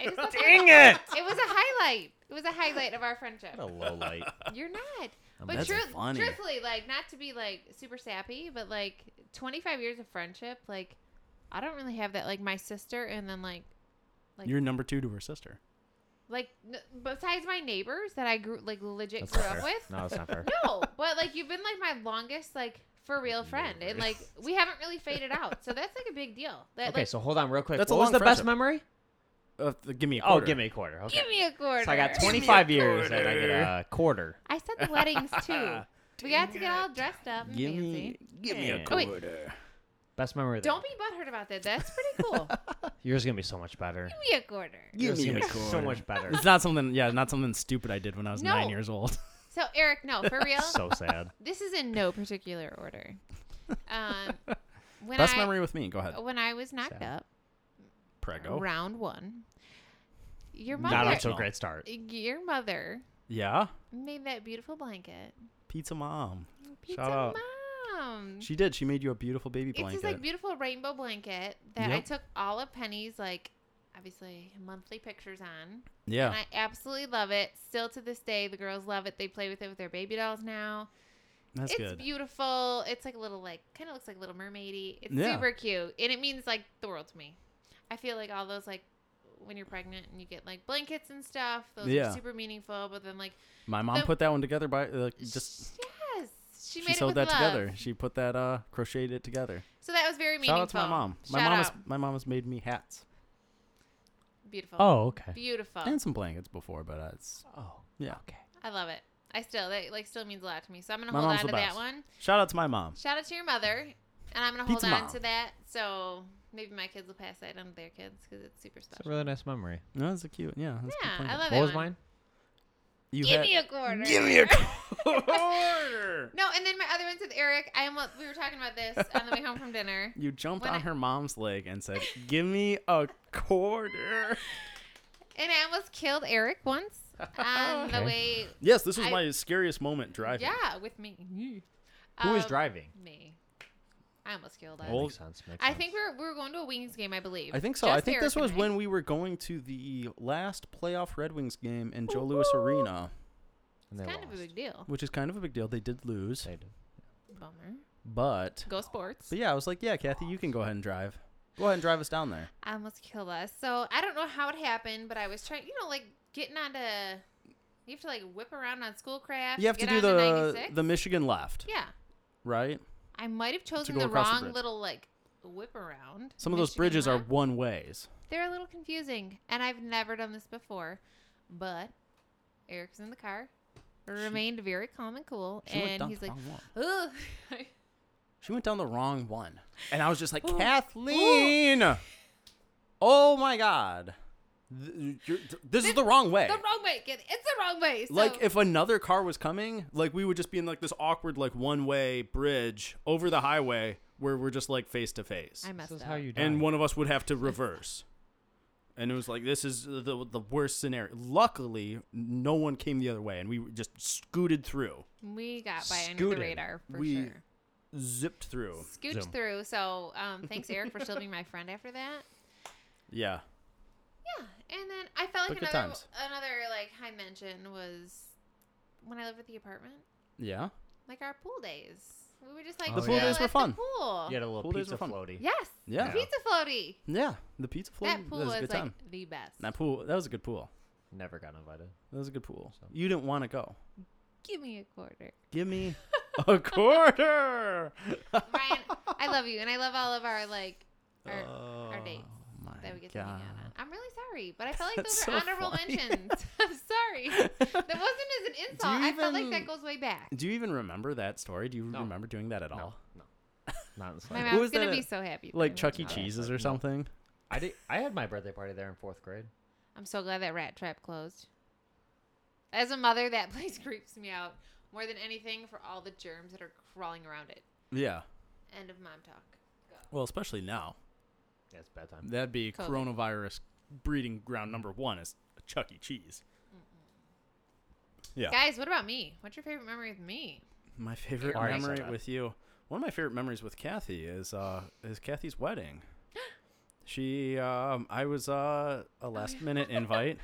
S3: it was a-
S4: Dang it!
S3: It was a highlight. It was a highlight of our friendship.
S4: What a low light.
S3: You're not.
S4: I'm
S3: But
S2: That's
S3: truth,
S2: funny.
S3: truthfully, like not to be like super sappy, but like 25 years of friendship, like I don't really have that. Like my sister, and then like Like-
S2: You're number two to her sister.
S3: like n- besides my neighbors that I grew like legit
S4: That's
S3: grew
S4: not
S3: up
S4: fair.
S3: with.
S4: No, that's not fair.
S3: No, but like you've been like my longest like for real friend, and like we haven't really faded out, so that's like a big deal. That
S4: Okay,
S3: like
S4: so hold on real quick.
S2: That's a
S4: what was
S2: long
S4: the best
S2: friendship.
S4: memory?
S2: Uh, th- give me a
S4: Oh,
S2: quarter.
S4: give me a quarter. Okay.
S3: give me a quarter.
S4: So I got
S2: me a
S4: 25 years and I get
S2: quarter.
S4: a quarter.
S3: I said the weddings too. we got to get all dressed up and
S2: Give
S3: fancy.
S2: me, give me a
S4: Yeah.
S3: Oh, wait.
S2: quarter.
S4: Best memory.
S3: Don't be butthurt about that. That's pretty cool.
S4: Yours is gonna be so much better.
S3: Give me a quarter.
S2: Give
S4: Yours is
S2: me a
S4: gonna be
S2: quarter.
S4: so much better.
S2: It's not something, yeah, not something stupid I did when I was nine
S3: No.
S2: years old.
S3: So Eric, no, for real.
S4: so sad.
S3: this is in no particular order. Um, when
S2: Best
S3: I Oh,
S2: memory with me. Go ahead.
S3: when I was knocked
S4: Sad.
S3: up,
S2: Prego.
S3: round one, your mother,
S4: Not off to a
S2: No.
S4: great start.
S3: your mother
S2: Yeah.
S3: made that beautiful blanket.
S2: Pizza mom.
S3: Pizza
S2: Shout out.
S3: mom.
S2: She did. She made you a beautiful baby
S3: it's
S2: blanket.
S3: this like beautiful rainbow blanket that I
S2: Yep.
S3: took all of Penny's like obviously monthly pictures on.
S2: yeah.
S3: And I absolutely love it. Still to this day, the girls love it. They play with it with their baby dolls now.
S2: that's
S3: it's
S2: good.
S3: beautiful. It's like a little like kind of looks like Little Mermaidy. It's
S2: Yeah.
S3: super cute, and it means like the world to me. I feel like all those like when you're pregnant and you get like blankets and stuff. Those
S2: Yeah.
S3: are super meaningful. But then like
S2: My mom
S3: the-
S2: put that one together by uh, just.
S3: yes, she,
S2: She
S3: made it
S2: sewed
S3: with
S2: that
S3: love.
S2: together. She put that uh crocheted it together.
S3: So that was very meaningful.
S2: Shout out to my mom. My
S3: oh, Shout
S2: mom has
S3: out.
S2: my mom has made me hats
S3: beautiful.
S4: Oh, okay.
S3: beautiful.
S2: and some blankets before, but uh, it's
S4: Oh,
S2: yeah.
S4: okay.
S3: I love it. I still that like still means a lot to me. So I'm gonna
S2: My
S3: hold
S2: mom's
S3: on to
S2: the
S3: that
S2: best.
S3: one.
S2: Shout out to my mom.
S3: Shout out to your mother, and I'm gonna
S2: Pizza
S3: hold on
S2: mom.
S3: to that. So maybe my kids will pass that on to their kids because it's super
S4: It's
S3: special.
S4: a really nice memory.
S2: No, that's a cute. Yeah, that's
S3: yeah,
S2: a
S3: I
S2: good blanket.
S3: love that
S4: What was
S3: one.
S4: mine?
S2: You
S3: Give
S2: had-
S3: me a quarter.
S2: Give me a quarter.
S3: No, and then my other ones with Eric. I almost we were talking about this on the way home from dinner.
S2: You jumped
S3: When
S2: on
S3: I-
S2: her mom's leg and said, "Give me a quarter."
S3: And I almost killed Eric once on the
S4: Okay.
S3: way.
S2: Yes, this was
S3: I-
S2: my scariest moment driving.
S3: Yeah, with me.
S4: Who was
S3: Um,
S4: driving?
S3: Me. I almost killed us.
S2: Well,
S4: Makes sense. Makes
S3: I
S4: sense.
S3: think we were, we were going to a Wings game, I believe.
S2: I think so. I
S3: Just
S2: think
S3: Eric
S2: this was
S3: and I.
S2: when we were going to the last playoff Red Wings game in Joe Louis Arena,
S4: And they
S3: It's kind of a
S4: lost.
S3: big deal.
S2: which is kind of a big deal. They did lose,
S4: They did.
S3: Bummer.
S2: but
S3: Go sports.
S2: but yeah, I was like, yeah, Kathy, you can go ahead and drive. Go ahead and drive us down there.
S3: I almost killed us. So I don't know how it happened, but I was trying, you know, like getting onto. You have to like whip around on schoolcraft.
S2: You have to
S3: get onto
S2: do the
S3: 96.
S2: the Michigan left,
S3: Yeah.
S2: right?
S3: I might have chosen
S2: go
S3: the
S2: across the
S3: wrong
S2: bridge.
S3: little like whip around.
S2: Some of those
S3: Michigan
S2: bridges are
S3: left.
S2: one ways.
S3: they're a little confusing, and I've never done this before, but Eric's in the car, remained very calm and cool,
S2: she went
S3: and
S2: down
S3: he's
S2: the
S3: like,
S2: wrong one.
S3: "Ugh."
S2: She went down the wrong one. And I was just like,
S3: Ooh.
S2: Kathleen! Oh my god. Th- you're- th- This is the wrong way.
S3: the wrong way. Get it's the wrong way. So,
S2: Like, if another car was coming, like, we would just be in, like, this awkward, like, one way bridge over the highway where we're just, like, face to face.
S3: I messed
S4: This is
S3: up.
S4: how you die.
S2: And one of us would have to reverse. And it was like, this is the, the worst scenario. Luckily, no one came the other way, and we just scooted through,
S3: we got by under
S4: Scooted.
S3: the radar for
S2: We-
S3: sure.
S2: zipped through.
S3: Scooched
S4: Zoom.
S3: through. So um, thanks, Eric, for still being my friend after that.
S2: Yeah.
S3: Yeah, and then I felt
S2: But
S3: like
S2: good
S3: another
S2: times.
S3: another like high mention was when I lived at the apartment,
S2: Yeah.
S3: like our pool days. We were just like
S4: The pool
S3: chill
S2: days were
S3: at the
S2: fun.
S3: Pool.
S4: you had a little
S2: Pool days
S4: pizza
S2: are fun.
S4: floaty.
S3: Yes.
S2: Yeah.
S3: The pizza floaty.
S2: Yeah. The pizza float.
S3: That pool
S2: was
S3: was,
S2: a good
S3: like
S2: time.
S3: the best.
S2: That pool. That was a good pool.
S4: Never got invited.
S2: That was a good pool.
S4: So-
S2: You didn't want to go.
S3: Give me a quarter.
S2: Give me a quarter.
S3: Ryan, I love you and I love all of our like our,
S2: Oh,
S3: our dates
S2: my
S3: that we get to hang out
S2: God.
S3: on. I'm really sorry, but I felt like
S2: That's
S3: those were
S2: so
S3: honorable
S2: funny.
S3: mentions. I'm sorry. That wasn't as an insult. I felt like
S2: even-
S3: that goes way back.
S2: Do you even remember that story? Do you
S4: No.
S2: remember doing that at
S4: No,
S2: all?
S4: no, not in
S3: My
S4: slightest.
S2: What was
S3: mom's gonna
S2: that
S3: be
S2: at-
S3: so happy. for
S2: Like
S3: me
S2: Chuck E.
S3: now.
S2: Cheese's
S4: No.
S2: or something?
S4: I did. I had my birthday party there in fourth grade.
S3: I'm so glad that rat trap closed. As a mother, that place creeps me out more than anything for all the germs that are crawling around it.
S2: Yeah.
S3: End of mom talk. Go.
S2: Well, especially now.
S4: Yeah, it's bedtime.
S2: That'd be
S3: COVID.
S2: coronavirus breeding ground number one is Chuck E. Cheese. Yeah.
S3: Guys, what about me? What's your favorite memory of me?
S2: My favorite
S4: Alright,
S2: memory
S4: Sarah.
S2: with you. One of my favorite memories with Kathy is uh is Kathy's wedding. She um I was uh
S3: Oh,
S2: a last minute invite.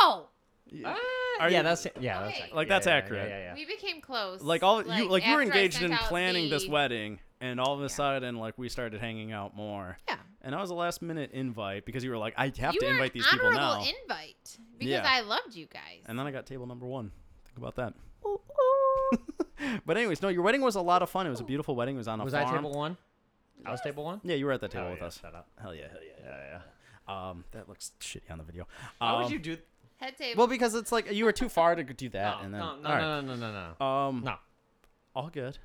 S3: Whoa!
S2: Y-
S4: Ah,
S2: Are
S4: yeah,
S2: you-
S4: that's yeah,
S3: Okay.
S4: that's ac-
S2: Like,
S4: yeah,
S2: that's
S4: yeah, yeah,
S2: accurate.
S4: Yeah, yeah,
S3: We became close.
S2: like all you like you were
S3: after I
S2: engaged
S3: sent
S2: in
S3: out
S2: planning this
S3: the-
S2: wedding and all of a sudden like we started hanging out more.
S3: Yeah.
S2: And I was a last minute invite because you were like I have
S3: you
S2: to
S3: were
S2: invite
S3: an
S2: these people now.
S3: honorable invite because
S2: Yeah.
S3: I loved you guys.
S2: and then I got table number 1. Think about that. but anyways, no, your wedding was a lot of fun. It was a beautiful wedding. It was on a
S4: Was
S2: farm.
S4: I table one? I was table one.
S2: Yeah, you were at that table
S4: Oh,
S2: with
S4: yeah,
S2: us.
S4: shut up.
S2: Hell yeah, hell yeah.
S4: Yeah, yeah.
S2: Um, that looks shitty on the video.
S4: How
S2: Um,
S4: would you do?
S3: Head table.
S2: Well, because it's like you were too far to do that,
S4: No,
S2: and then
S4: no, no,
S2: all right.
S4: no, no, no, no,
S2: Um,
S4: no, no.
S2: all good,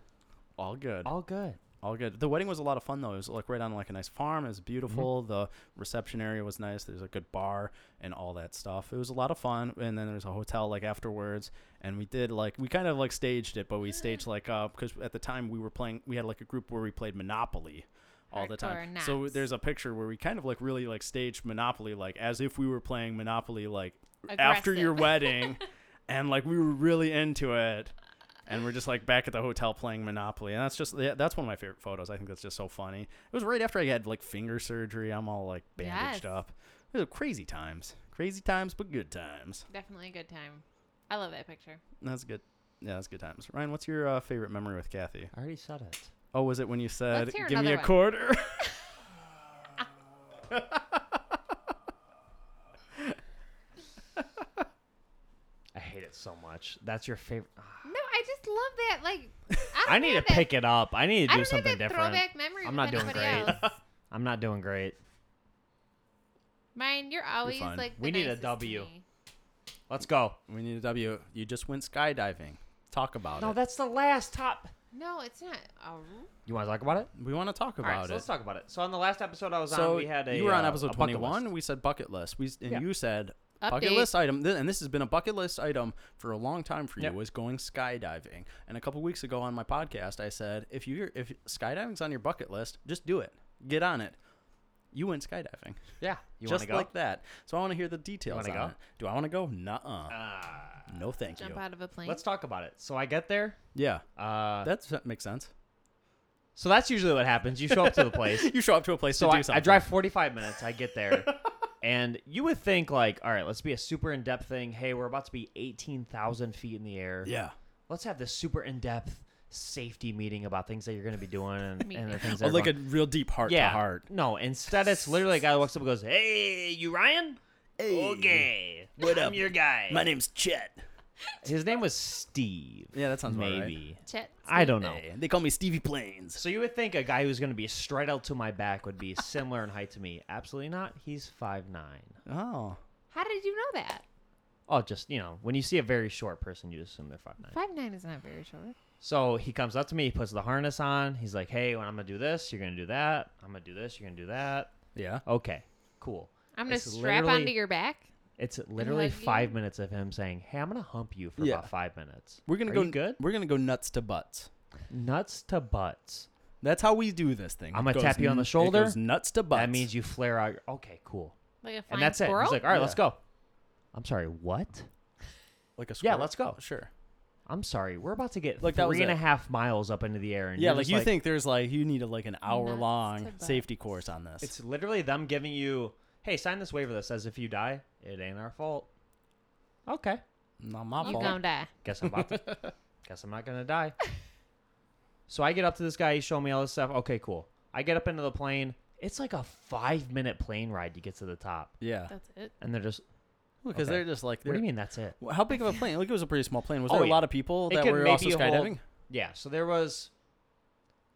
S2: all good,
S4: All good.
S2: all good. The wedding was a lot of fun though. It was like right on like a nice farm. It was beautiful. The reception area was nice. There's a good bar and all that stuff. It was a lot of fun. And then there was a hotel like afterwards, and we did like we kind of like staged it, but we staged like uh because at the time we were playing, we had like a group where we played Monopoly. all the time.
S3: Hardcore
S2: So
S3: nuts.
S2: there's a picture where we kind of like really like staged Monopoly like as if we were playing Monopoly like after
S3: Aggressive.
S2: your wedding and like we were really into it and we're just like back at the hotel playing Monopoly and that's just yeah, that's one of my favorite photos. I think that's just so funny. It was right after I had like finger surgery. I'm all like bandaged
S3: Yes.
S2: up. It was crazy times. Crazy times but good times.
S3: Definitely a good time. I love that picture.
S2: That's good. Yeah, that's good times. Ryan, what's your uh, favorite memory with Kathy?
S4: I already said it.
S2: Oh, was it when you said,
S3: Let's hear
S2: "Give me
S3: another
S2: a
S3: one.
S2: quarter"?
S4: I hate it so much. That's your favorite. Ah.
S3: No, I just love that. Like, I, don't
S4: I need to
S3: have that-
S4: pick it up. I need to
S3: I
S4: do
S3: don't
S4: something
S3: have that
S4: different.
S3: throwback memory.
S4: I'm
S3: with
S4: not doing
S3: anybody
S4: great.
S3: Else.
S4: I'm not doing great.
S3: Mine, you're always
S2: fine.
S3: like. The
S4: We need a
S3: nicest to
S4: W.
S3: me.
S4: Let's go.
S2: We need a W. You just went skydiving. Talk about
S4: No,
S2: it.
S4: that's the last top.
S3: No, it's not. Oh,
S4: You want to talk about it?
S2: we want to talk
S4: All right,
S2: about
S4: so let's
S2: it.
S4: talk about it. So on the last episode I was
S2: so
S4: on, we had a
S2: you were on
S4: uh,
S2: episode
S4: a bucket list.
S2: 21. We said bucket list. We s- and
S4: Yeah.
S2: you said bucket
S3: Update.
S2: list item. th- And this has been a bucket list item for a long time for you.
S4: Yep.
S2: Was going skydiving. And a couple weeks ago on my podcast, I said if you if skydiving's on your bucket list, just do it. Get on it. You went skydiving.
S4: Yeah, you want
S2: just
S4: to go?
S2: like that. So I want to hear the details.
S4: wanna
S2: on
S4: go?
S2: it. Do I want to go? Nuh-uh.
S4: Ah,
S2: no, thank you.
S3: jump out of a plane.
S4: let's talk about it. So I get there.
S2: Yeah,
S4: Uh,
S2: that's, that makes sense.
S4: so that's usually what happens. You show up to the place.
S2: you show up to a place
S4: so
S2: to do
S4: I,
S2: something.
S4: I drive 45 minutes. I get there, and you would think like, all right, let's be a super in depth thing. Hey, we're about to be 18,000 feet in the air.
S2: Yeah.
S4: Let's have this super in depth safety meeting about things that you're going to be doing and, and the things that
S2: Oh,
S4: are
S2: like a
S4: going-
S2: real deep heart
S4: yeah
S2: to heart.
S4: No, instead it's literally a guy walks up and goes, "Hey, you Ryan? Okay,
S2: what
S4: I'm
S2: up?
S4: your guy."
S2: name's Chet.
S4: His name was Steve.
S2: Yeah, that sounds about right.
S4: maybe.
S3: Chet,
S4: I don't know.
S2: They call me Stevie Plains.
S4: So you would think a guy who's going to be straight out to my back would be similar in height to me. Absolutely not. He's five nine.
S2: Oh.
S3: How did you know that?
S4: Oh, just you know, when you see a very short person, you assume they're five nine.
S3: Five nine is not very short.
S4: So he comes up to me, he puts the harness on. He's like, "Hey, when I'm gonna do this, you're gonna do that. I'm gonna do this, you're gonna do that."
S2: Yeah.
S4: Okay, cool.
S3: I'm gonna
S4: It's
S3: strap
S4: literally-
S3: onto your back.
S4: It's literally
S3: hug you.
S4: five minutes of him saying, "Hey, I'm gonna hump you for
S2: Yeah.
S4: about five minutes."
S2: We're gonna
S4: Are
S2: go
S4: you good.
S2: We're gonna go nuts to butts.
S4: Nuts to butts.
S2: That's how we do this thing.
S4: I'm gonna
S2: It goes
S4: tap you on the
S2: n-
S4: shoulder.
S2: It goes nuts to butts.
S4: That means you flare out. Your, okay, cool.
S3: Like a flying
S4: and that's
S3: squirrel.
S4: it. He's like, "All right, let's
S2: Yeah.
S4: go." I'm sorry. What?
S2: like a
S4: Yeah,
S2: squirt.
S4: let's go.
S2: Sure.
S4: I'm sorry. We're about to get
S2: Like, that was
S4: three and a
S2: it.
S4: half miles up into the air, and
S2: yeah,
S4: you're
S2: like
S4: just
S2: you think there's like you need a, like an hour
S3: Nuts
S2: long
S3: to
S2: safety
S3: butts.
S2: course on this.
S4: It's literally them giving you, "Hey, sign this waiver that says if you die, it ain't our fault." Okay.
S2: not my
S3: you
S2: fault.
S3: gonna die.
S4: Guess I'm about to. guess I'm not gonna die. So I get up to this guy. He's showing me all this stuff. Okay, cool. I get up into the plane. It's like a five minute plane ride to get to the top,
S2: Yeah,
S3: That's it.
S4: and they're just.
S2: because
S4: okay.
S2: they're just like.
S4: What do
S2: they're-
S4: you mean? That's it?
S2: How big of a plane? Like it was a pretty small plane. Was
S4: Oh,
S2: there a
S4: yeah.
S2: lot of people
S4: It
S2: that
S4: could
S2: were also
S4: maybe hold-
S2: skydiving?
S4: Yeah. So there was.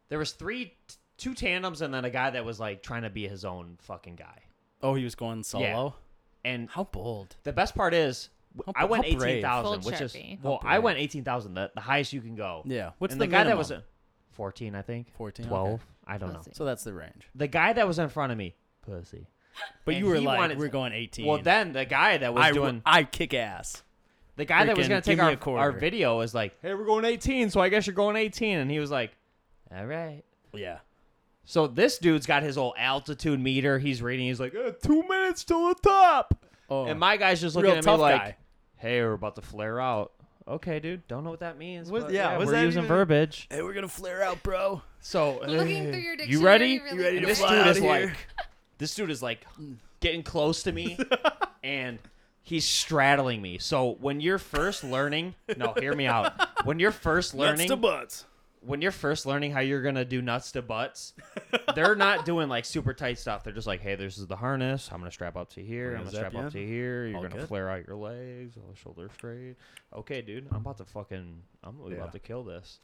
S4: There was three, t- two tandems, and then a guy that was like trying to be his own fucking guy.
S2: Oh, he was going solo.
S4: And
S2: How bold?
S4: The best part is w-
S2: How-
S4: I went
S2: how brave.
S4: eighteen thousand,
S3: Full
S4: which is
S3: Sharpie.
S4: well,
S2: How
S4: I
S2: brave.
S4: went eighteen thousand, the, the highest you can go.
S2: Yeah. What's
S4: and
S2: the,
S4: the, guy that
S2: minimum?
S4: was in- fourteen, I think.
S2: 14, okay.
S4: Twelve. I don't know.
S3: Pussy.
S2: So that's the range.
S4: The guy that was in front of me, pussy.
S2: But
S4: And
S2: you were
S4: he
S2: like,
S4: wanted-
S2: we're going 18.
S4: Well, then the guy that was
S2: I,
S4: doing
S2: I kick ass.
S4: the guy that was
S2: freaking
S4: gonna take
S2: give me
S4: our
S2: a quarter.
S4: our video was like, hey, we're going eighteen, so I guess you're going eighteen, and he was like, all right.
S2: Yeah.
S4: So this dude's got his old altitude meter. He's reading. He's like, "Eh, two minutes till the top.
S2: Oh.
S4: And my guy's just
S2: Real
S4: looking at me
S2: tough
S4: like,
S2: guy.
S4: "Hey, we're about to flare out." Okay, dude, don't know what that means.
S2: Was-
S4: but
S2: yeah,
S4: yeah,
S2: was
S4: we're
S2: that
S4: using
S2: even-
S4: verbiage.
S2: Hey, we're gonna flare out, bro.
S4: So
S3: Looking through your
S4: you
S3: dictionary
S4: ready?
S3: really You ready
S2: to
S4: this
S2: fly
S4: dude
S2: out
S4: is
S2: of here?
S4: like, this dude is like getting close to me, and he's straddling me. So when you're first learning, no, hear me out. When you're first learning,
S2: butts.
S4: when you're first learning how you're gonna do nuts to butts, they're not doing like super tight stuff. They're just like, hey, this is the harness. I'm gonna strap up to here.
S2: We're
S4: I'm
S2: gonna
S4: gonna
S2: zap
S4: strap
S2: you in.
S4: up to here. You're
S2: All
S4: gonna
S2: good.
S4: flare out your legs, all shoulder straight. Okay, dude, I'm about to fucking, I'm really
S2: Yeah.
S4: about to kill this.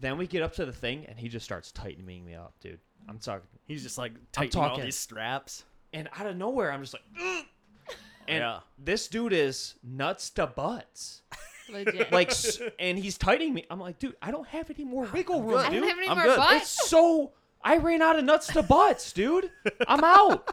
S4: Then we get up to the thing, and he just starts tightening me up, dude. I'm talking,
S2: He's just like tightening all
S4: talking.
S2: these straps.
S4: and out of nowhere, I'm just like, "Ugh." and
S2: Yeah.
S4: this dude is nuts to butts,
S3: Legit.
S4: like, s- and he's tightening me. I'm like, dude, I don't have any more wiggle room,
S2: good.
S3: I
S4: dude.
S3: don't have any
S2: I'm
S3: more
S2: good.
S3: butts.
S4: It's so I ran out of nuts to butts, dude. I'm out.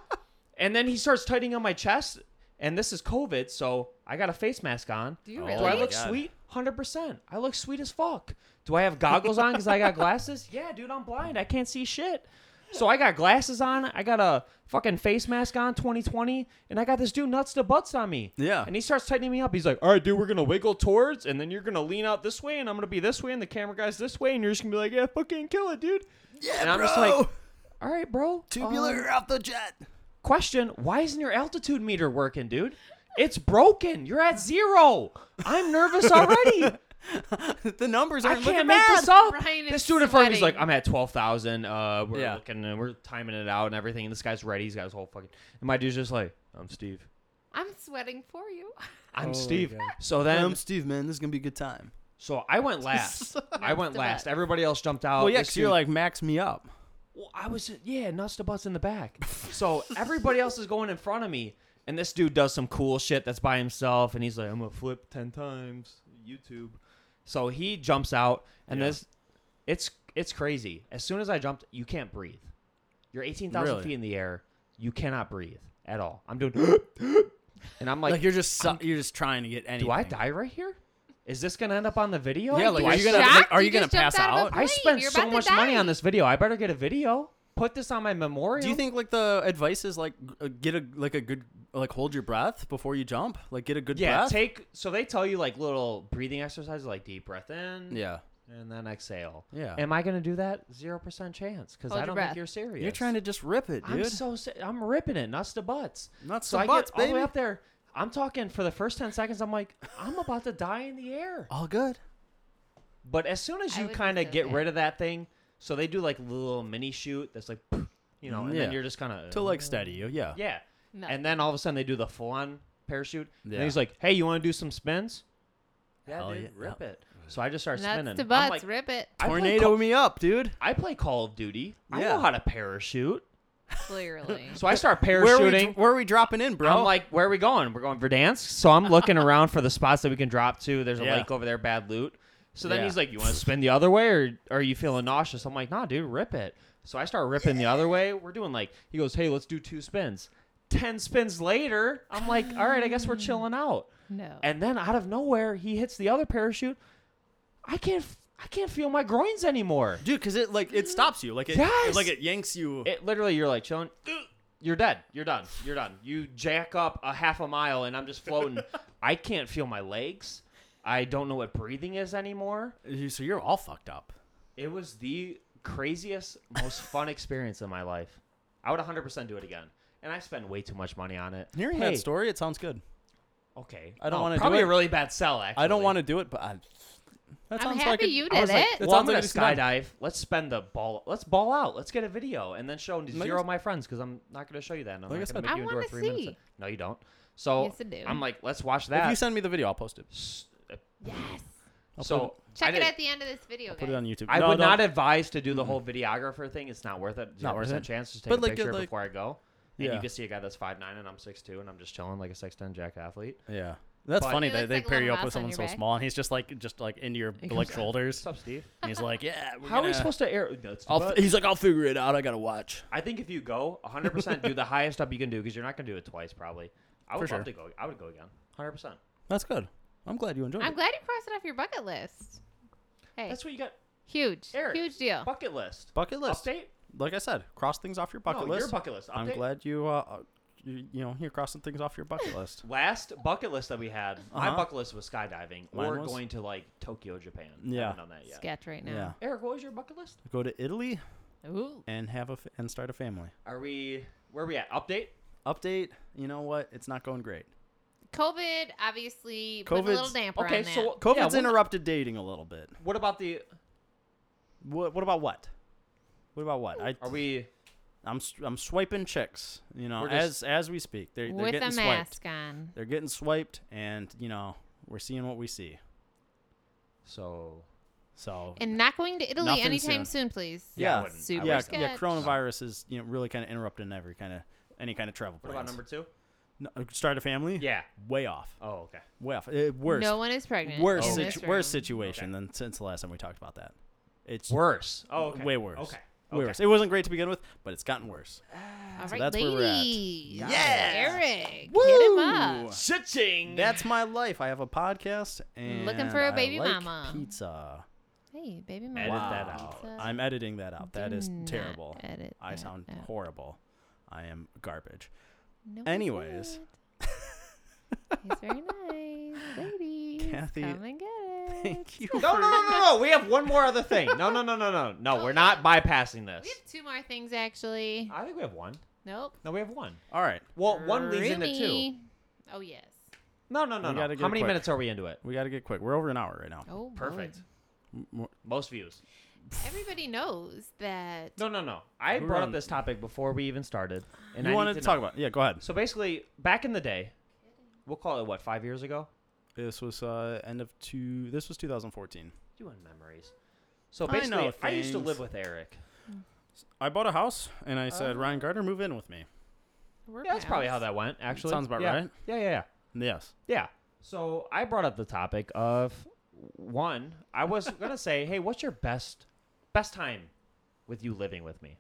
S4: And then he starts tightening on my chest, and this is COVID, so I got a face mask on.
S3: Do you
S2: Oh,
S3: really?
S4: Do I look
S2: God.
S4: sweet? Hundred percent. I look sweet as fuck. Do I have goggles on because I got glasses? Yeah, dude, I'm blind. I can't see shit. So I got glasses on. I got a fucking face mask on, 2020, and I got this dude nuts to butts on me.
S2: Yeah.
S4: And he starts tightening me up. He's like, "All right, dude, we're gonna wiggle towards, and then you're gonna lean out this way, and I'm gonna be this way, and the camera guy's this way, and you're just gonna be like, yeah, fucking kill it, dude."
S2: Yeah,
S4: And I'm just like, "All right, bro." Um,
S2: out the jet.
S4: question why isn't your altitude meter working dude it's broken you're at zero i'm nervous already
S2: the numbers
S4: i
S2: aren't
S4: can't
S2: looking
S4: make
S2: bad.
S4: this up
S3: Ryan is
S4: this dude in front of me is like
S3: sweating.
S4: i'm at 12000 uh we're
S2: Yeah.
S4: looking and we're timing it out and everything and this guy's ready he's got his whole fucking and my dude's just like i'm steve
S3: I'm sweating for you.
S4: i'm
S2: Oh my
S4: steve
S2: God.
S4: so then
S2: I'm Steve, man. This is gonna be a good time.
S4: so i went last i went
S3: to
S4: last
S3: butt.
S4: everybody else jumped out
S2: Oh yeah,
S4: This
S2: because you're
S4: dude-
S2: like max me up.
S4: Well, I was yeah, nuts to butts in the back. So everybody else is going in front of me, and this dude does some cool shit that's by himself, and he's like, "I'm gonna flip ten times, YouTube." So he jumps out, and
S2: Yeah.
S4: this, it's it's crazy. As soon as I jumped, you can't breathe. You're eighteen thousand
S2: Really?
S4: feet in the air. You cannot breathe at all. I'm doing, and I'm
S2: Like,
S4: like,
S2: you're just su- you're just trying to get anything.
S4: "Do I die right here? Is this gonna end up on the video?
S2: Yeah, like,
S4: Do
S2: are
S4: I
S2: you gonna-
S4: suck?"
S2: like,
S3: Shocked
S2: are
S3: you
S2: you gonna
S3: just jumped
S2: pass
S3: out? Of
S2: out?
S3: a
S4: I
S3: plane.
S4: spent
S3: You're
S4: so
S3: about to
S4: much money
S3: die.
S4: on this video. I better get a video. Put this on my memorial.
S2: Do you think like the advice is like g- uh, get a like a good like hold your breath before you jump? Like get a good
S4: Yeah,
S2: breath.
S4: take so they tell you like little breathing exercises, like deep breath in,
S2: yeah.
S4: and then exhale.
S2: Yeah.
S4: Am I gonna do that? Zero percent chance because
S3: Hold
S4: I
S3: your
S4: don't
S3: breath.
S4: think you're serious.
S2: You're trying to just rip it, dude.
S4: I'm so se- I'm ripping it, nuts to butts.
S2: Nuts
S4: so
S2: to
S4: I
S2: butts,
S4: get all the
S2: baby.
S4: way up there. I'm talking for the first ten seconds. I'm like, I'm about to die in the air.
S2: All good.
S4: But as soon as
S3: I
S4: you
S3: would be
S4: kind of
S3: so
S4: get
S3: mad.
S4: rid of that thing, so they do like little mini shoot that's like, you know, and
S2: Yeah.
S4: then you're just kind of
S2: To like steady you, yeah.
S4: yeah.
S3: No.
S4: And then all of a sudden they do the full on parachute.
S2: Yeah.
S4: And he's like, hey, you want to do some spins? Yeah,
S2: Hell
S4: dude,
S2: yeah.
S4: rip it. So I just start spinning.
S3: Nuts to
S4: I'm
S3: butts.
S4: like,
S3: Rip it.
S4: I play
S2: Tornado
S4: Call-
S2: me up, dude.
S4: I play Call of Duty. I
S2: Yeah.
S4: know how to parachute.
S3: Clearly.
S4: So I start
S2: Where are, we,
S4: parachuting.
S2: where are we dropping in, bro?
S4: I'm like, where are we going? We're going Verdansk. So I'm looking around for the spots that we can drop to. There's a
S2: Yeah.
S4: lake over there, bad loot. So then
S2: Yeah.
S4: he's like, you want to spin the other way or, or are you feeling nauseous? I'm like, nah, dude, rip it. So I start ripping the other way. We're doing like, he goes, hey, let's do two spins. 10 spins later, I'm like, all right, I guess we're chilling out.
S3: no.
S4: And then out of nowhere, he hits the other parachute. I can't, f- I can't feel my groins anymore.
S2: dude, because it like it stops you, like it
S4: Yes!
S2: like it yanks you.
S4: It literally, you're like chilling. You're dead. You're done. You're done. You jack up a half a mile, and I'm just floating. I can't feel my legs. I don't know what breathing is anymore.
S2: You- so you're all fucked up.
S4: It was the craziest, most fun experience of my life. I would 100% do it again. And I spend way too much money on it.
S2: Hearing
S4: hey,
S2: that story, it sounds good.
S4: Okay.
S2: I don't
S4: No,
S2: wanna do
S4: Probably
S2: it.
S4: a really bad sell. Actually,
S2: I don't want to do it, but I,
S3: I'm
S2: that sounds
S3: happy
S2: like a-
S3: you
S2: I was
S3: did
S2: like,
S3: it.
S2: that
S4: well, I'm
S2: sounds
S4: gonna
S2: like a good time.
S4: skydive. Let's spend the ball. Let's ball out. Let's get a video and then show zero of my friends because I'm not gonna show you that. And I'm
S2: Like I
S4: not
S2: said-
S4: gonna
S3: I
S4: make you endure
S3: wanna
S4: three minutes.
S3: see.
S4: No, you don't. So
S3: Yes, I do.
S4: I'm like, let's watch
S2: If
S4: that.
S2: you send me the video, I'll post it.
S4: S- uh,
S3: yes.
S2: I'll put
S4: so
S2: it-
S4: I
S3: Check it
S4: did-
S3: at the end of this video,
S2: I'll put it
S3: guys.
S2: on YouTube.
S4: I
S2: No,
S4: would
S2: don't-
S4: not advise to do the whole videographer thing. It's not worth it. It's
S2: Not worth it.
S4: Chance just take
S2: But
S4: a
S2: like,
S4: picture
S2: uh, like-
S4: before I go. And
S2: Yeah.
S4: you can see a guy that's five nine and I'm six two and I'm just chilling like a six ten jack athlete.
S2: Yeah, that's
S4: But-
S2: funny
S3: It
S2: that
S3: looks
S2: they
S3: like a
S2: pair
S3: little
S2: you up
S3: mouse
S2: with
S3: on
S2: someone
S3: your
S2: so
S3: back.
S2: small, and he's just like just like into your
S4: He
S2: like
S4: comes-
S2: shoulders.
S4: What's up, Steve?
S2: And he's like, yeah. we're
S4: How are we
S2: gonna-
S4: supposed to air? That's
S2: I'll,
S4: about-
S2: he's like, I'll figure it out. I gotta watch.
S4: I think if you go 100%, do the highest up you can do because you're not going to do it twice probably. I would
S2: For
S4: love
S2: sure.
S4: to go. I would go again. 100%.
S2: That's good. I'm glad you enjoyed
S3: I'm
S2: it.
S3: glad you crossed it off your bucket list. Hey,
S4: That's what you got.
S3: huge,
S4: Eric,
S3: huge deal.
S4: Bucket list.
S2: Bucket list.
S4: Update?
S2: Like I said, cross things off your bucket
S4: no,
S2: list.
S4: Your bucket list. Update.
S2: I'm glad you, uh, uh, you, you know, you're crossing things off your bucket list.
S4: Last bucket list that we had, my
S2: Uh-huh.
S4: bucket list was skydiving
S2: Mine
S4: or
S2: was-
S4: going to like Tokyo, Japan. I
S2: Yeah.
S4: haven't done that yet.
S3: Sketch right
S2: yeah.
S3: now.
S4: Eric, what was your bucket list?
S2: Go to Italy
S3: Ooh.
S2: and have a f- and start a family.
S4: Are we, where are we at? Update?
S2: Update. You know what? It's not going great.
S3: COVID obviously put a little
S2: COVID's-
S3: damper
S4: Okay,
S3: on that.
S4: so yeah, what-
S2: COVID's interrupted dating a little bit.
S4: What about the,
S2: What? What about what? What about what? I,
S4: are we,
S2: I'm s- I'm swiping chicks. You know,
S4: We're just-
S2: as as we speak, they're, they're
S3: with a
S2: getting
S3: mask
S2: swiped.
S3: on.
S2: They're getting swiped, and you know, we're seeing what we see.
S4: so.
S2: So
S3: And not going to Italy
S2: Nothing
S3: anytime
S2: soon.
S3: soon, please.
S4: Yeah, I
S2: Yeah.
S4: wouldn't- I
S3: Super
S4: wouldn't
S2: yeah,
S4: go.
S3: sketch.
S2: yeah, coronavirus is you know really kind of interrupting every kind of any kind of travel
S4: What
S2: plans.
S4: about number two?
S2: No, start a family?
S4: Yeah.
S2: way off,
S4: Oh, okay.
S2: way off. Uh, worse,
S3: No one is pregnant.
S2: worse,
S3: in
S4: Oh.
S3: this
S2: situ- worse
S3: room.
S2: situation
S4: Okay.
S2: than since the last time we talked about that. It's
S4: Worse. Oh, okay.
S2: way worse.
S4: Okay.
S2: Way
S4: okay.
S2: worse. It wasn't great to begin with, but it's gotten worse.
S3: All right,
S2: that's where we're at.
S3: ladies.
S4: Yeah.
S3: Eric, hit him up.
S4: Cha-ching.
S2: That's my life. I have a podcast and
S3: Looking for a
S2: I
S3: baby
S2: like
S3: mama.
S2: Pizza.
S3: Hey, baby,
S4: Edit
S3: mama.
S4: that
S2: Wow.
S4: out.
S3: Pizza.
S2: I'm editing that out. That
S3: Do
S2: is
S3: not
S2: terrible.
S3: edit
S2: I
S3: that
S2: sound
S3: out.
S2: horrible. I am garbage.
S3: No, he's
S2: Anyways.
S3: not. he's very nice, ladies.
S2: Kathy,
S3: come and get it.
S2: Thank you.
S4: No, no,
S2: for-
S4: no, no, no. We have one more other thing. No, no, no, no, no. No, we're not bypassing this.
S3: We have two more things actually.
S4: I think we have one.
S3: Nope.
S4: No, we have one.
S2: All right.
S4: Well, one leads into two.
S3: Roomy. Oh yes.
S4: No, no, no,
S2: We
S4: no. How
S2: gotta
S4: many
S2: go quick.
S4: minutes are we into it?
S2: We got to get quick. We're over an hour right now.
S3: Oh, boy.
S4: Perfect. Most views.
S3: Everybody knows that.
S4: No, no, no. I
S2: We're
S4: brought
S2: on-
S4: up this topic before we even started, and
S2: you
S4: I
S2: wanted
S4: need
S2: to
S4: to
S2: talk
S4: know.
S2: about? Yeah, go ahead.
S4: So basically, back in the day, we'll call it what five years ago.
S2: This was uh, end of two. This was 2014.
S4: Doing memories. So
S2: I know
S4: basically, I, used to
S2: things.
S4: live with Eric.
S2: I bought a house and I said,
S4: Oh.
S2: Ryan Gardner, move in with me.
S3: We're
S4: Yeah, that's probably how
S3: pals.
S4: that went. Actually,
S2: Sounds about
S4: Yeah.
S2: right.
S4: Yeah, yeah, yeah.
S2: Yes.
S4: Yeah. So I brought up the topic of one. I was gonna say, hey, what's your best best time with you living with me?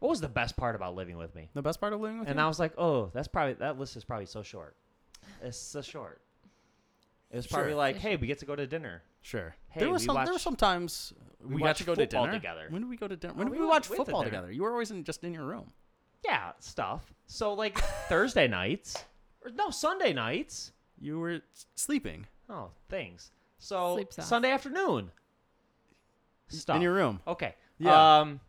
S4: What was the best part about living with me?
S2: The best part of living with
S4: And
S2: you?
S4: I was like, oh, that's probably that list is probably so short. It's so short. It was probably
S2: Sure.
S4: like, hey, we get to go to dinner.
S2: sure.
S4: Hey,
S2: there
S4: we
S2: were some. there were
S4: watched-
S2: some times we, got
S4: watched
S2: to go to
S4: football
S2: dinner
S4: together.
S2: When did we go to dinner?
S4: Oh,
S2: When
S4: we
S2: did we
S4: went
S2: watch
S4: with the
S2: football
S4: dinner.
S2: together? You were always in, just in your room.
S4: Yeah, stuff. So like Thursday nights, or no Sunday nights.
S2: You were s- sleeping
S4: Oh, things. So
S3: Sleep sauce.
S4: Sunday afternoon. Stuff.
S2: in your room.
S4: Okay.
S2: Yeah.
S4: Um.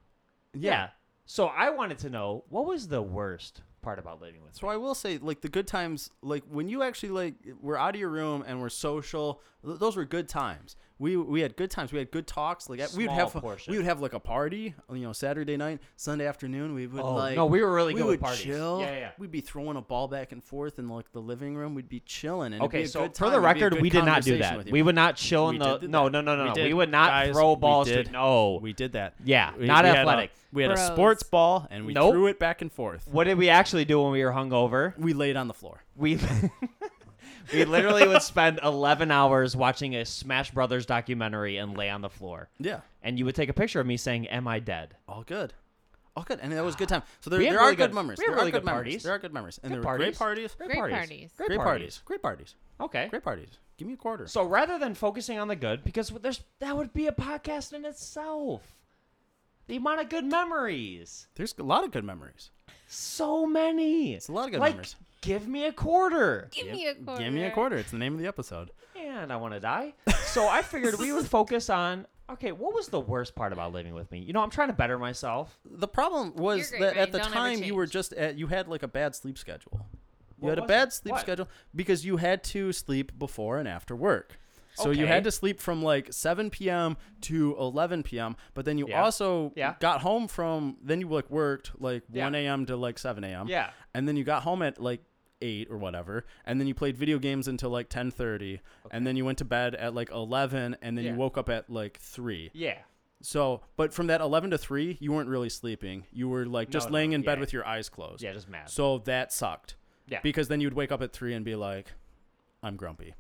S4: Yeah. So I wanted to know what was the worst part about living with.
S2: So I will say, like the good times, like when you actually like were out of your room and were social, th- those were good times. we we had good times. We had good talks. Like we would
S4: Small
S2: have
S4: portion.
S2: we would have like a party. You know, Saturday night, Sunday afternoon. We would
S4: Oh,
S2: like
S4: no, we were really
S2: we
S4: good
S2: would
S4: with parties.
S2: chill.
S4: Yeah, yeah, yeah.
S2: We'd be throwing a ball back and forth in like the living room. We'd be chilling. And it'd be
S4: Okay,
S2: a
S4: so
S2: good
S4: for
S2: time.
S4: the
S2: It'd be a
S4: record,
S2: good
S4: we did not do
S2: conversation
S4: that.
S2: with you.
S4: We would not chill in
S2: We
S4: the
S2: did do
S4: no,
S2: that.
S4: no, no, no,
S2: We
S4: no. We,
S2: did.
S4: would not
S2: Guys,
S4: throw
S2: we
S4: balls. to-
S2: did.
S4: no,
S2: We did that.
S4: Yeah,
S2: We-
S4: not
S2: we had a-
S4: athletic.
S2: we had a
S3: Bros.
S2: sports ball and we
S4: Nope.
S2: threw it back and forth.
S4: what did we actually do when we were hungover?
S2: We laid on the floor.
S4: We we literally would spend eleven hours watching a Smash Brothers documentary and lay on the floor.
S2: Yeah,
S4: And you would take a picture of me saying, "Am I dead?"
S2: all good. All good, and that was a good time. So there,
S4: We had
S2: there
S4: really
S2: are good,
S4: good-
S2: memories.
S4: we had
S2: there
S4: really
S2: are good,
S4: good
S2: memories.
S4: parties.
S2: There are good memories, and
S4: Good
S2: there were great
S4: parties.
S2: parties.
S3: Great parties.
S2: Great parties. Great parties.
S4: Okay.
S2: Great parties. Give me a quarter.
S4: So rather than focusing on the good, because there's that would be a podcast in itself. The amount of good memories,
S2: There's a lot of good memories.
S4: so many. It's
S2: a lot of good
S4: like,
S2: memories.
S4: Give me a quarter,
S3: Give me a quarter.
S2: Give me a quarter. It's the name of the episode.
S4: and I want to die. So I figured we would focus on. Okay, what was the worst part about living with me? You know, I'm trying to better myself.
S2: The problem was
S3: great,
S2: that
S3: Ryan.
S2: at the
S3: Don't ever
S2: time you were
S3: change.
S2: just at you had like a bad sleep schedule. You
S4: What
S2: had a
S4: was
S2: bad
S4: it?
S2: sleep
S4: What?
S2: schedule because you had to sleep before and after work. So you
S4: Okay.
S2: had to sleep from like 7 p.m. to 11 p.m. But then you
S4: Yeah.
S2: also
S4: Yeah.
S2: got home from then you like worked like
S4: Yeah.
S2: 1 a.m. to like 7 a.m.
S4: Yeah.
S2: and then you got home at like eight or whatever, and then you played video games until like ten thirty, and then you went to bed at like eleven, and then
S4: Yeah.
S2: you woke up at like three.
S4: Yeah.
S2: So, but from that eleven to three, you weren't really sleeping. You were like just
S4: no,
S2: laying in bed
S4: yeah.
S2: with your eyes closed.
S4: Yeah, just mad.
S2: So that sucked.
S4: Yeah.
S2: Because then you'd wake up at three and be like, "I'm grumpy,"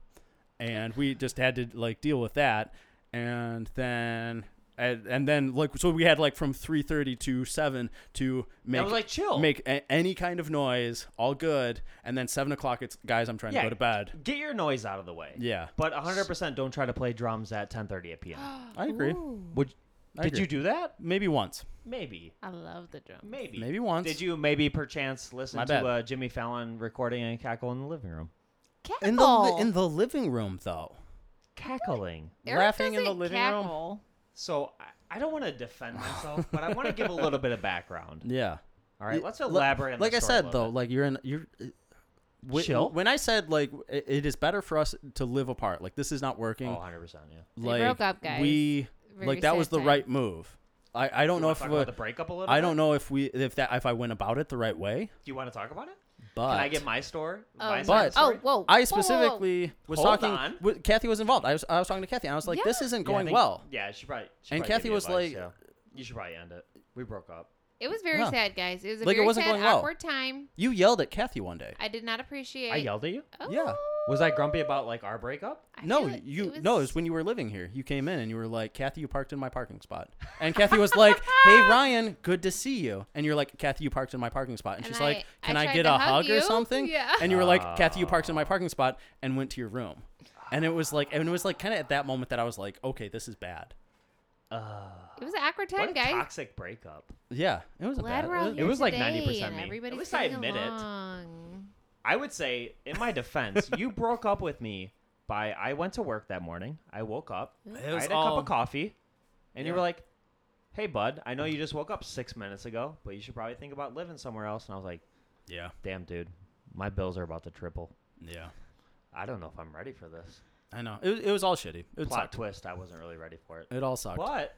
S2: and we just had to like deal with that, and then. And, and then like so we had like from 3:30 to 7 to make
S4: I was like, chill.
S2: make a- any kind of noise, all good, and then seven o'clock. It's guys, I'm trying
S4: Yeah.
S2: to go to bed.
S4: Get your noise out of the way.
S2: Yeah.
S4: But 100% don't try to play drums at 10:30 at p.m.
S2: I agree.
S4: Would
S2: I
S4: Did
S2: agree.
S4: you do that?
S2: Maybe once.
S4: Maybe.
S3: I love the drum.
S4: Maybe.
S2: Maybe once.
S4: Did you maybe perchance
S2: My
S4: listen
S2: bad.
S4: to uh, Jimmy Fallon recording and cackle in the living room?
S3: Cackle.
S2: in the li- in the living room though?
S4: Cackling.
S3: Eric
S2: laughing in the
S3: doesn't
S2: living room?
S3: cackle.
S4: So I, I don't want to defend myself, but I want to give a little bit of background.
S2: Yeah.
S4: All right, let's
S2: L-
S4: elaborate. on
S2: Like
S4: the
S2: I
S4: story a
S2: said
S4: little
S2: though,
S4: bit.
S2: like you're in you're. uh, wh-
S4: Chill.
S2: When I said like i- it is better for us to live apart, like this is not working.
S4: Oh, 100 percent. Yeah.
S3: They
S2: like
S3: broke up, guys.
S2: we
S3: Very
S2: like that was
S3: sad
S2: the
S3: time.
S2: right move. I I don't
S4: You
S2: know
S4: wanna
S2: if
S4: talk
S2: we-
S4: about the breakup a little.
S2: I
S4: bit?
S2: don't know if we if that if I went about it the right way,
S4: Do you want to talk about it?
S2: but
S4: Can I get my store?
S3: Oh,
S4: my side
S2: But-
S4: of the
S3: oh,
S4: story?
S3: whoa.
S2: I
S3: whoa, whoa, whoa.
S2: specifically was
S4: Hold
S2: talking.
S4: on.
S2: w- Kathy was involved. I was, I was talking to Kathy. and I was like, "This
S3: Yeah.
S2: isn't
S4: Yeah, I
S2: going
S4: think-
S2: well."
S4: Yeah, she probably. she
S2: And
S4: probably
S2: Kathy
S4: gave you
S2: was
S4: advice,
S2: like-
S4: yeah. "You should probably end it. We broke up."
S3: It was very
S2: Yeah.
S3: sad, guys. It was a
S2: Like, it
S3: very
S2: wasn't
S3: sad,
S2: going well.
S3: awkward time.
S2: You yelled at Kathy one day.
S3: I did not appreciate.
S4: I yelled at you.
S3: Oh,
S2: Yeah.
S4: Was I grumpy about like our breakup?
S3: I
S2: no,
S3: feel it-
S2: you
S3: it was-
S2: no. It was when you were living here. You came in and you were like, "Kathy, you parked in my parking spot." And Kathy was like, "Hey, Ryan, good to see you." And you're like, "Kathy, you parked in my parking spot." And
S3: And
S2: she's
S3: I-
S2: like,
S3: I
S2: "Can I,
S3: tried
S2: get
S3: to
S2: a
S3: hug
S2: hug or
S3: you."
S2: something?"
S3: Yeah.
S2: And you were
S4: Ah.
S2: like, "Kathy, you parked in my parking spot," and went to your room. And it was like, and it was like, kind of at that moment that I was like, "Okay, this is bad."
S4: Uh,
S3: It was an awkward
S4: what
S3: time,
S4: a
S3: guys.
S4: toxic breakup.
S2: Yeah, it was a
S3: Glad
S2: bad.
S3: we're all
S2: it
S3: here
S4: was like
S3: today
S4: 90%
S3: and
S4: me. At
S3: everybody's
S4: least I
S3: getting
S4: admit it.
S3: along.
S4: I would say, in my defense, you broke up with me by I went to work that morning. I woke up. I
S2: was
S4: had a cup
S2: all-
S4: of coffee, and you
S2: Yeah.
S4: were like, "Hey, bud, I know you just woke up six minutes ago, but you should probably think about living somewhere else." And I was like,
S2: Yeah,
S4: "Damn, dude, my bills are about to triple.
S2: yeah.
S4: I don't know if I'm ready for this."
S2: I know. It, was- it was all shitty. It
S4: Plot
S2: sucked.
S4: twist: I wasn't really ready for it.
S2: It all sucked.
S4: But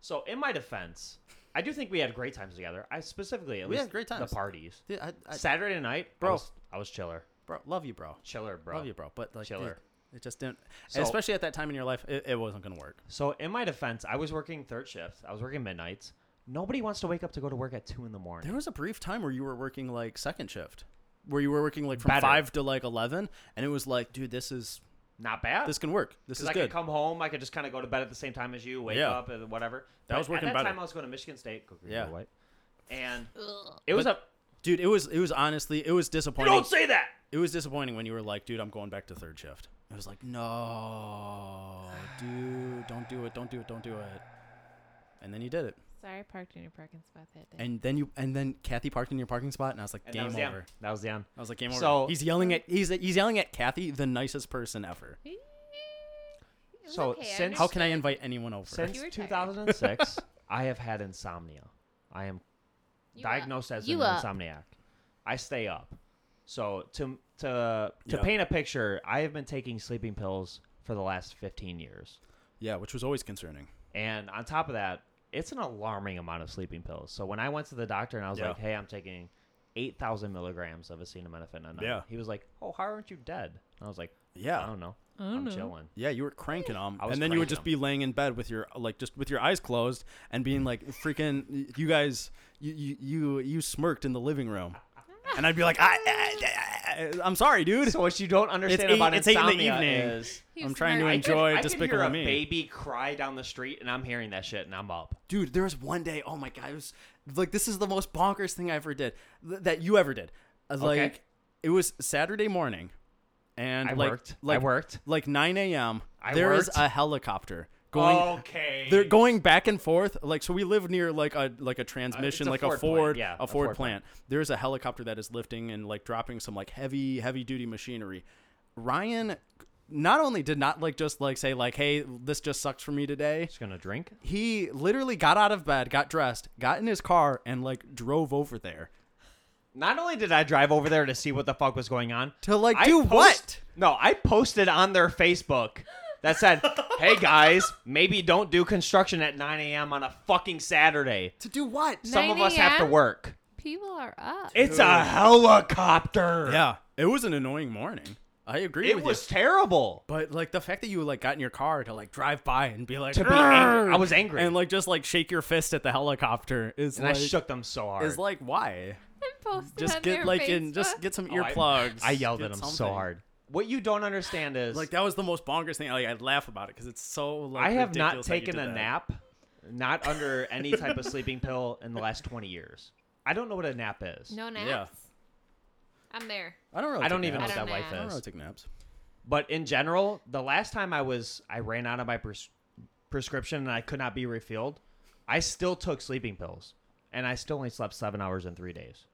S4: so, in my defense, I do think we had great times together. I specifically, at
S2: We
S4: least
S2: had great times.
S4: The parties.
S2: Dude, I, I,
S4: Saturday night,
S2: Bro.
S4: I was, I was chiller,
S2: bro, love you, bro.
S4: chiller, bro.
S2: Love you, bro. But like,
S4: Chiller.
S2: It, it just didn't.
S4: So-
S2: especially at that time in your life, it, it wasn't gonna work.
S4: So, in my defense, I was working third shift. I was working midnights. Nobody wants to wake up to go to work at two in the morning.
S2: There was a brief time where you were working like second shift, where you were working like from
S4: Better.
S2: five to like eleven, and it was like, dude, this is
S4: Not bad.
S2: this can work. This
S4: 'Cause
S2: is
S4: I
S2: good.
S4: could come home. I could just kind of go to bed at the same time as you. Wake
S2: Yeah.
S4: up and whatever.
S2: That
S4: But
S2: was working
S4: At that
S2: better.
S4: time, I was going to Michigan State. Go green,
S2: Yeah.
S4: go white. And
S3: Ugh.
S4: it was
S2: But-
S4: a.
S2: dude, it was it was honestly it was
S4: You
S2: disappointing.
S4: don't say that.
S2: It was disappointing when you were like, dude, I'm going back to third shift. It was like, no, dude, don't do it, don't do it, don't do it. And then you did it.
S3: Sorry, I parked in your parking spot that day.
S2: And then you and then Kathy parked in your parking spot, and I was like,
S4: And that
S2: game
S4: was the
S2: over.
S4: end. That was the end.
S2: I was like, game over.
S4: So-
S2: he's yelling at he's he's yelling at Kathy, the nicest person ever.
S3: It was
S4: So,
S3: okay, I
S4: since-
S2: How can I invite anyone over?
S4: Since
S3: You were tired.
S4: 2006, I have had insomnia. I am
S3: You up.
S4: diagnosed as
S3: You
S4: an
S3: up.
S4: insomniac. I stay up. So to to to
S2: Yeah.
S4: paint a picture, I have been taking sleeping pills for the last 15 years.
S2: Yeah, which was always concerning.
S4: And on top of that, it's an alarming amount of sleeping pills. So when I went to the doctor and I was
S2: Yeah.
S4: like, "Hey, I'm taking 8,000 milligrams of acetaminophen," a night,"
S2: Yeah.
S4: he was like, "Oh, how aren't you dead?" And I was like, "I
S2: Yeah.
S4: don't know.
S3: I don't
S4: I'm
S3: know."
S4: chilling."
S2: Yeah, you were cranking them,
S4: I was
S2: and then you would
S4: cranking
S2: just be laying in bed with your like just with your eyes closed and being like, "Freaking, you guys, you you you, you smirked in the living room," and I'd be like, I, I, I, "I'm sorry, dude."
S4: So what you don't understand
S2: eight-
S4: about
S2: it's eight in the
S4: insomnia
S2: evening.
S4: is
S3: He
S2: I'm
S3: was
S2: trying to
S4: I
S3: smart.
S4: can-
S2: enjoy-
S4: I can
S2: Despicable
S4: hear a
S2: Me.
S4: baby cry down the street, and I'm hearing that shit, and I'm up.
S2: dude there was one day oh my god it was like this is the most bonkers thing i ever did th- that you ever did I was
S4: Okay.
S2: like it was saturday morning and
S4: I
S2: like,
S4: worked.
S2: like
S4: I worked.
S2: like 9 a.m
S4: I
S2: there is
S4: worked.
S2: a helicopter going
S4: Oh, okay.
S2: they're going back and forth like so we live near like a like a transmission
S4: a
S2: like
S4: Ford
S2: a
S4: plant,
S2: ford
S4: yeah,
S2: a ford plant there's a helicopter that is lifting and like dropping some like heavy heavy duty machinery ryan not only did not like just like say like hey this just sucks for me today
S4: Just gonna drink.
S2: he literally got out of bed, got dressed, got in his car, and like drove over there
S4: Not only did I drive over there to see what the fuck was going on,
S2: to like
S4: I
S2: do
S4: post-
S2: what?
S4: No, I posted on their Facebook that said, "Hey guys, maybe don't do construction at 9 a.m. on a fucking Saturday.
S2: To do what?
S4: Some of us have to
S3: 9 a.m.?
S4: work.
S3: People are up.
S4: It's a helicopter.
S2: Yeah, it was an annoying morning. I agree
S4: it
S2: with
S4: was
S2: you.
S4: terrible.
S2: But like the fact that you like got in your car to like drive by and be like
S4: To be
S2: "Arr!"
S4: angry. I was angry.
S2: and like just like shake your fist at the helicopter is
S4: And
S2: like
S4: I shook them so hard.
S2: is like why?
S3: And posted
S2: Just
S3: on
S2: get
S3: their
S2: like in
S3: Facebook.
S2: just get some
S4: Oh, I-
S2: earplugs.
S4: I, yelled
S2: Get
S4: at them so
S2: something.
S4: hard. What you don't understand is
S2: Like that was the most bonkers thing. Like I'd laugh about it because it's so like
S4: I have not
S2: ridiculous how you
S4: taken
S2: did
S4: a
S2: that.
S4: nap, not under any type of sleeping pill in the last 20 years. I don't know what a nap is.
S3: no naps.
S2: Yeah.
S3: I'm there.
S2: I don't really.
S4: I don't
S2: take
S4: even know
S2: naps.
S4: what
S3: I
S4: that
S3: don't
S4: life
S2: I don't
S4: is.
S2: really take naps.
S4: But in general, the last time I was, I ran out of my pres- prescription and I could not be refilled. I still took sleeping pills, and I still only slept seven hours in three days.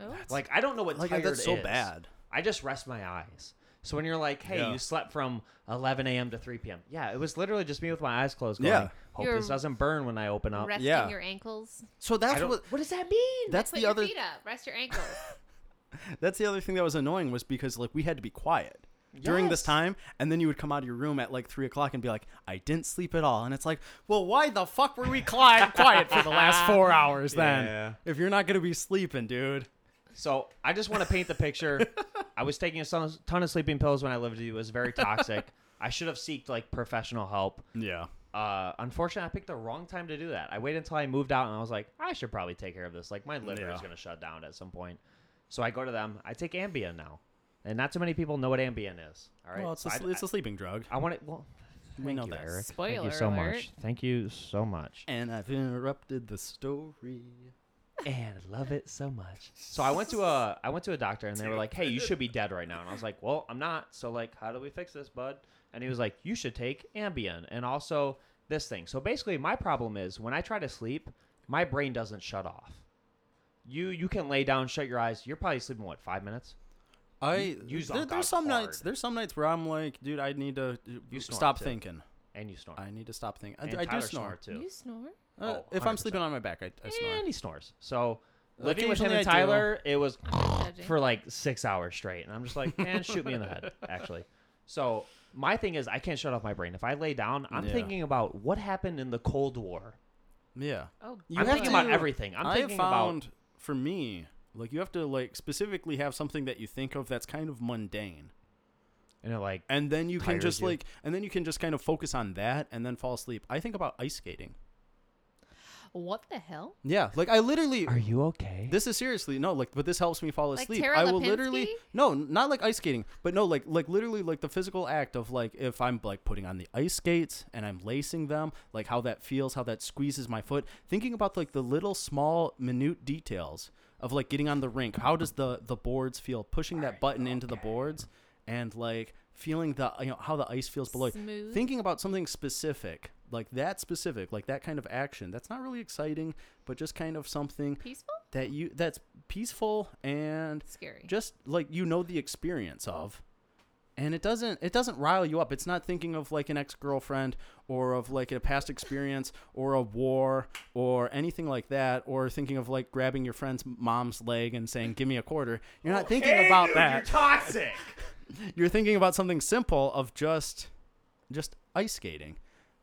S3: Oh.
S4: Like I don't know what
S2: Like
S4: tired
S2: that's so
S4: is.
S2: bad.
S4: I just rest my eyes. So when you're like, hey,
S2: Yeah.
S4: you slept from 11 a.m. to 3 p.m. Yeah, it was literally just me with my eyes closed. Going,
S2: Yeah.
S4: Hope
S3: You're
S4: this doesn't burn when I open up.
S3: Resting
S2: yeah.
S3: your ankles.
S2: So that's
S4: don't-
S2: what
S4: what does that mean?
S2: that's
S3: Put
S2: the
S3: your
S2: other
S3: feet up. Rest your ankles.
S2: that's the other thing that was annoying was because like we had to be quiet during this
S4: Yes.
S2: time and then you would come out of your room at like three o'clock and be like i didn't sleep at all and it's like well why the fuck were we quiet quiet for the last four hours then
S4: Yeah.
S2: if you're not gonna be sleeping dude
S4: So I just want to paint the picture. I was taking a son- ton of sleeping pills when I lived with you. It was very toxic. I should have seeked like professional help.
S2: yeah
S4: Uh, unfortunately, I picked the wrong time to do that. I waited until I moved out and I was like, I should probably take care of this. Like my liver
S2: Yeah.
S4: is going to shut down at some point. So I go to them. I take Ambien now, and not too many people know what Ambien is. All right.
S2: well it's a,
S4: So I-
S2: sl- it's a sleeping drug
S4: I, want it. Well,
S2: We
S4: thank
S2: know
S4: you,
S2: that.
S4: Eric. thank
S3: Spoiler
S4: you so
S3: alert.
S4: much. Thank you so much.
S2: and i've interrupted the story
S4: and I love it so much. So I went to a I went to a doctor and they were like, "Hey, you should be dead right now." And I was like, "Well, I'm not. So like, how do we fix this, bud?" And he was like, "You should take Ambien and also this thing." So basically, my problem is when I try to sleep, my brain doesn't shut off. You you can lay down, shut your eyes. You're probably sleeping what five minutes.
S2: i
S4: you zonk
S2: there,
S4: out
S2: there's some
S4: hard.
S2: nights there's some nights where i'm like dude i need to uh,
S4: You snore
S2: stop
S4: too.
S2: thinking
S4: And you snore.
S2: i need to stop thinking i,
S4: and
S2: I do
S4: Tyler
S2: snore
S4: snores, too.
S3: you snore?
S2: Uh,
S4: Oh,
S2: if i'm
S4: 100%.
S2: sleeping on my back i, I snore
S4: Eh, And he snores. So living with him
S2: Occasionally
S4: and
S2: I do.
S4: Tyler, it was
S3: not judging.
S4: for like six hours straight, and I'm just like, man, shoot me in the head, actually. So my thing is, I can't shut off my brain. If I lay down, I'm
S2: Yeah.
S4: thinking about what happened in the Cold War.
S2: yeah
S3: Oh,
S2: You
S4: I'm
S2: have
S4: thinking
S2: to-
S4: about everything. I'm
S2: I
S4: thinking
S2: have found
S4: about
S2: for me, like you have to like specifically have something that you think of that's kind of mundane,
S4: you know, like
S2: and then you can
S4: Tires
S2: just
S4: you.
S2: like, and then you can just kind of focus on that, and then fall asleep. I think about ice skating.
S3: what the hell?
S2: Yeah, like I literally.
S4: are you okay?
S2: This is seriously no, like, but this helps me fall
S3: Like
S2: asleep.
S3: Tara
S2: I will literally
S3: Lipinski?
S2: no, n- not like ice skating, but no, like, like literally, like the physical act of like if I'm like putting on the ice skates and I'm lacing them, like how that feels, how that squeezes my foot. Thinking about like the little small minute details of like getting on the rink. How does the the boards feel? Pushing that button into the boards and like feeling the you know how the ice feels below. you.
S3: Smooth.
S2: Thinking about something specific. Like that specific, like that kind of action. That's not really exciting, but just kind of something
S3: Peaceful?
S2: that you that's peaceful and
S3: Scary.
S2: just like you know the experience of and it doesn't it doesn't rile you up it's not thinking of like an ex-girlfriend or of like a past experience or a war or anything like that or thinking of like grabbing your friend's mom's leg and saying give me a quarter you're not thinking about
S4: You're
S2: that
S4: toxic.
S2: you're thinking about something simple of just just ice skating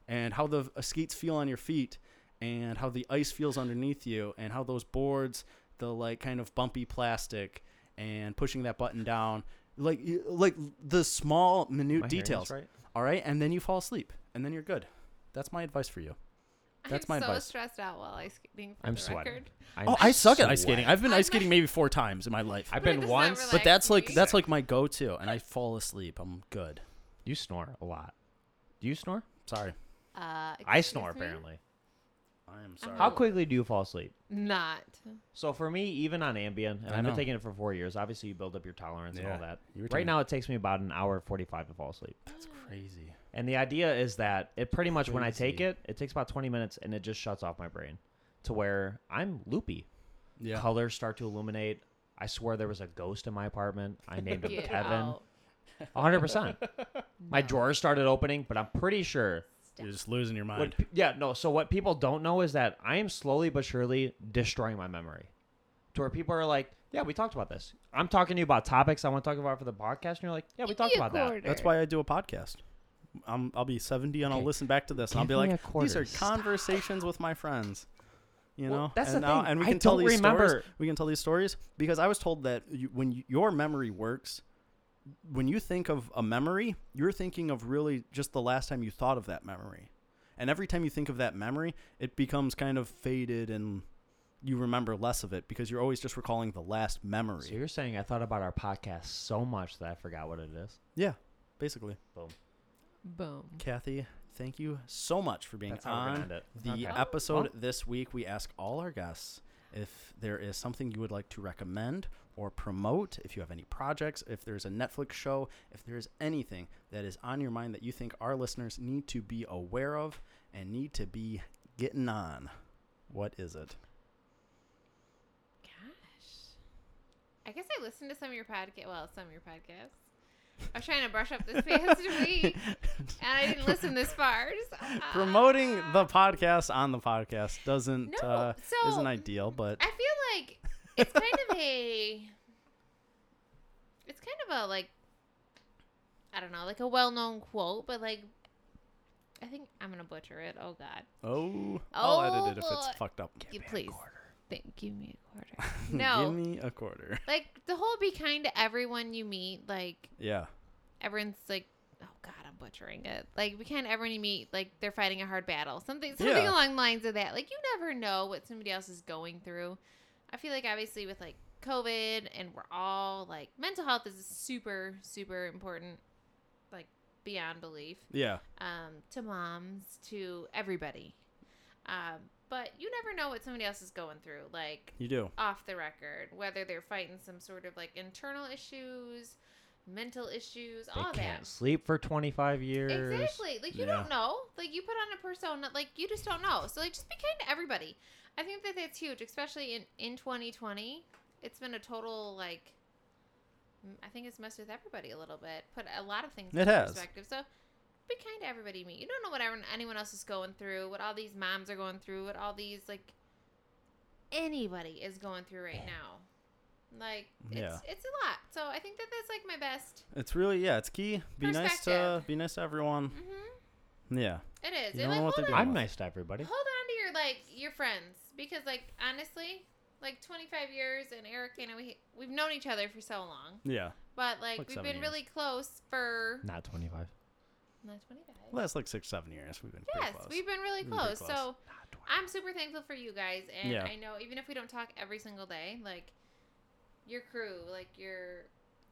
S2: and how the uh, skates feel on your feet and how the ice feels underneath you and how those boards the like kind of bumpy plastic and pushing that button down like you- like the small minute
S4: Am I hearing this
S2: details
S4: right?
S2: all right and then you fall asleep and then you're good that's my advice for you That's
S3: I'm
S2: my
S3: so
S2: advice.
S3: stressed out while ice skating. For
S4: I'm
S3: the
S4: sweating.
S3: Record.
S4: I'm
S2: oh i suck at ice
S4: sweating.
S2: skating i've been
S3: I'm not-
S2: ice skating maybe four times in my life
S4: I've
S3: But it
S4: been
S3: does not
S4: once.
S3: relax
S2: but that's like
S3: me.
S2: that's like my go-to and i fall asleep i'm good
S4: You snore a lot. Do you snore?
S2: sorry
S3: Uh,
S4: I
S3: excuse
S4: snore
S3: me?
S4: apparently.
S2: i am sorry
S4: How quickly do you fall asleep?
S3: Not.
S4: So for me, even on Ambien, and
S2: I
S4: I've been
S2: know.
S4: taking it for four years. Obviously, you build up your tolerance and
S2: Yeah,
S4: all that.
S2: you were telling me.
S4: Right now, it takes me about an hour and forty-five to fall asleep.
S2: that's crazy
S4: And the idea is that it pretty much when I take
S2: Crazy.
S4: it, it takes about 20 minutes and it just shuts off my brain to where I'm loopy.
S2: yeah
S4: Colors start to illuminate. I swear there was a ghost in my apartment. I named him
S3: Get
S4: Kevin.
S3: out.
S4: 100%. My
S3: No.
S4: drawers started opening, but I'm pretty sure.
S2: you're just losing your mind
S4: What, pe- yeah, no. So what people don't know is that I am slowly but surely destroying my memory to where people are like, yeah, we talked about this. I'm talking to you about topics I want to talk about for the podcast. And you're like, yeah, we
S3: Give
S4: talked
S3: me a
S4: about that.
S3: quarter.
S2: That's why I do a podcast. I'm, I'll be 70 and I'll
S4: Okay.
S2: listen back to this and I'll
S4: Give
S2: be
S4: me
S2: like,
S4: a
S2: these
S4: quarter.
S2: are conversations with my friends. You know,
S4: Well, that's
S2: and
S4: the
S2: now,
S4: thing.
S2: and we
S4: I
S2: can tell
S4: don't
S2: these stories.
S4: remember.
S2: We can tell these stories because I was told that you, when you, your memory works, when you think of a memory, you're thinking of really just the last time you thought of that memory, and every time you think of that memory, it becomes kind of faded and you remember less of it because you're always just recalling the last memory.
S4: So you're saying I thought about our podcast so much that I forgot what it is?
S2: Yeah, basically.
S4: Boom.
S3: Boom.
S2: Kathy, thank you so much for being
S4: That's how we're gonna
S2: on
S4: end it.
S2: the
S4: Okay.
S2: episode
S4: Well-
S2: this week. We ask all our guests if there is something you would like to recommend or promote, if you have any projects, if there's a Netflix show, if there is anything that is on your mind that you think our listeners need to be aware of and need to be getting on. What is it?
S3: Gosh. I guess I listened to some of your podcast. Well, some of your podcasts. I was trying to brush up this past week, and I didn't listen this far. so-
S2: Promoting the podcast on the podcast doesn't
S3: Ah. No,
S2: uh,
S3: so-
S2: isn't ideal, but
S3: I feel like it's kind of a. It's kind of a like. I don't know, like a well-known quote, but like, I think I'm gonna butcher it. Oh God.
S2: oh, I'll
S3: Oh,
S2: edit it if
S3: boy.
S2: it's fucked up.
S3: You please. Thank, give me a quarter. No.
S2: Give me a quarter.
S3: like the whole be kind to everyone you meet. Like
S2: Yeah.
S3: everyone's like, oh God, I'm butchering it. Like be kind to everyone you meet. Like they're fighting a hard battle. Something something
S2: Yeah.
S3: along the lines of that. Like you never know what somebody else is going through. I feel like obviously with like COVID and we're all like mental health is super super important. Like beyond belief
S2: Yeah.
S3: um, to moms, to everybody. Um, but you never know what somebody else is going through, like
S2: You do.
S3: off the record, whether they're fighting some sort of like internal issues, mental issues,
S4: They
S3: all
S4: can't
S3: that.
S4: sleep for 25 years.
S3: Exactly. Like you
S2: Yeah.
S3: don't know. Like you put on a persona. Like you just don't know. So like just be kind to everybody. I think that that's huge, especially in in 2020. It's been a total like. m- I think it's messed with everybody a little bit. Put a lot of things
S2: It
S3: in
S2: has.
S3: perspective. So be kind to everybody. you meet. You don't know what everyone, anyone else is going through. What all these moms are going through. What all these like anybody is going through right now. Like it's it's a lot. So I think that that's like my best.
S2: It's really yeah. It's key. Be nice to
S3: Perspective.
S2: be nice to everyone.
S3: Mm-hmm.
S2: Yeah.
S3: It is.
S2: You
S3: and
S2: don't
S3: like
S2: know what
S3: hold
S2: they're
S3: on.
S2: doing.
S4: I'm nice to everybody.
S3: Hold on to your like your friends because like honestly, like 25 years and Eric and I, we we've known each other for so long,
S2: Yeah.
S3: but like,
S2: Like
S3: we've
S2: seven
S3: been
S2: years.
S3: really close for
S4: Not 25.
S3: not 25.
S2: Last like six seven years we've been pretty
S3: Yes,
S2: close.
S3: we've been really
S2: We've been pretty
S3: close. So
S4: Not 20.
S3: I'm super thankful for you guys, and
S2: Yeah.
S3: I know even if we don't talk every single day, like your crew, like your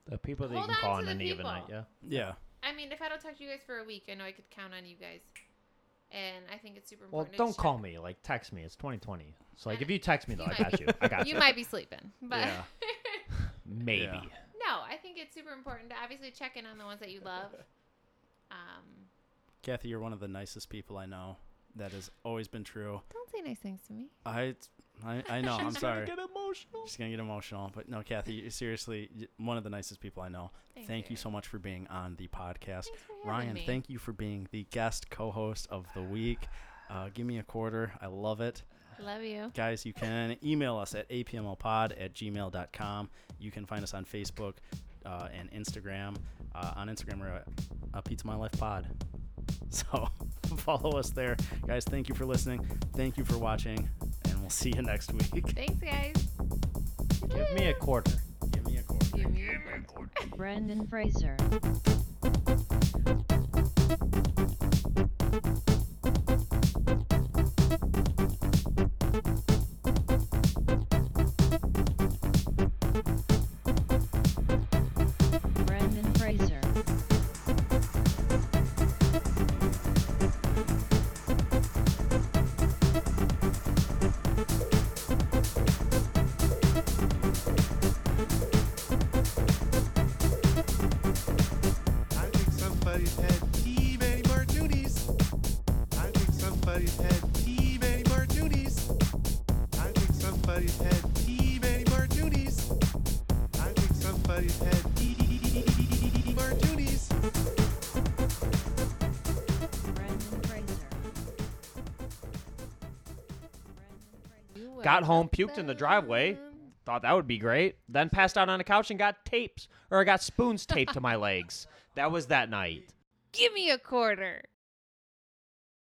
S4: The people that you
S3: Hold
S4: can
S3: on
S4: call
S3: to
S4: on
S3: the
S4: any given
S3: people.
S4: night, yeah.
S2: yeah.
S3: I mean, if I don't talk to you guys for a week, I know I could count on you guys, and I think it's super
S4: Well,
S3: important. to
S4: don't
S3: just
S4: call me. Like, text me. It's 2020. So, like,
S3: I-
S4: if you text me, though,
S3: you
S4: I
S3: might-
S4: got you. I got
S3: You
S4: you.
S3: might be sleeping, but.
S2: Yeah.
S4: Maybe.
S2: Yeah.
S3: No, I think it's super important to obviously check in on the ones that you love. Um,
S2: Kathy, you're one of the nicest people I know. That has always been true.
S3: don't say nice things to me.
S2: I I, I know. I'm sorry.
S4: Get emotional.
S2: She's gonna get emotional, but no, Kathy, you're seriously y- one of the nicest people I know.
S3: Thank
S2: thank you
S3: you.
S2: so much for being on the podcast.
S3: Thanks for having
S2: Ryan,
S3: me.
S2: thank you for being the guest co-host of the week. Uh, give me a quarter. I love it.
S3: Love you.
S2: guys you can email us at apmlpod at gmail.com you can find us on facebook uh, and instagram uh, on instagram we're at uh, pizza my life pod So follow us there. Guys, thank you for listening. Thank you for watching. And we'll see you next week.
S3: Thanks, guys.
S1: Give me a quarter.
S2: Give me a quarter.
S3: Give me a
S5: Brendan Fraser. Brendan Fraser.
S6: I think somebody's had too many martinis. I think somebody's had too many martinis. I think somebody's had too many martinis. I think somebody's had too martinis.
S5: Brendan Fraser. Brendan Fraser.
S3: You
S4: Got
S3: are
S4: home, puked in the driveway.
S3: awesome.
S4: Thought that would be great. Then passed out on a couch and got tapes, or I got spoons taped to my legs. That was that night.
S3: Give me a quarter.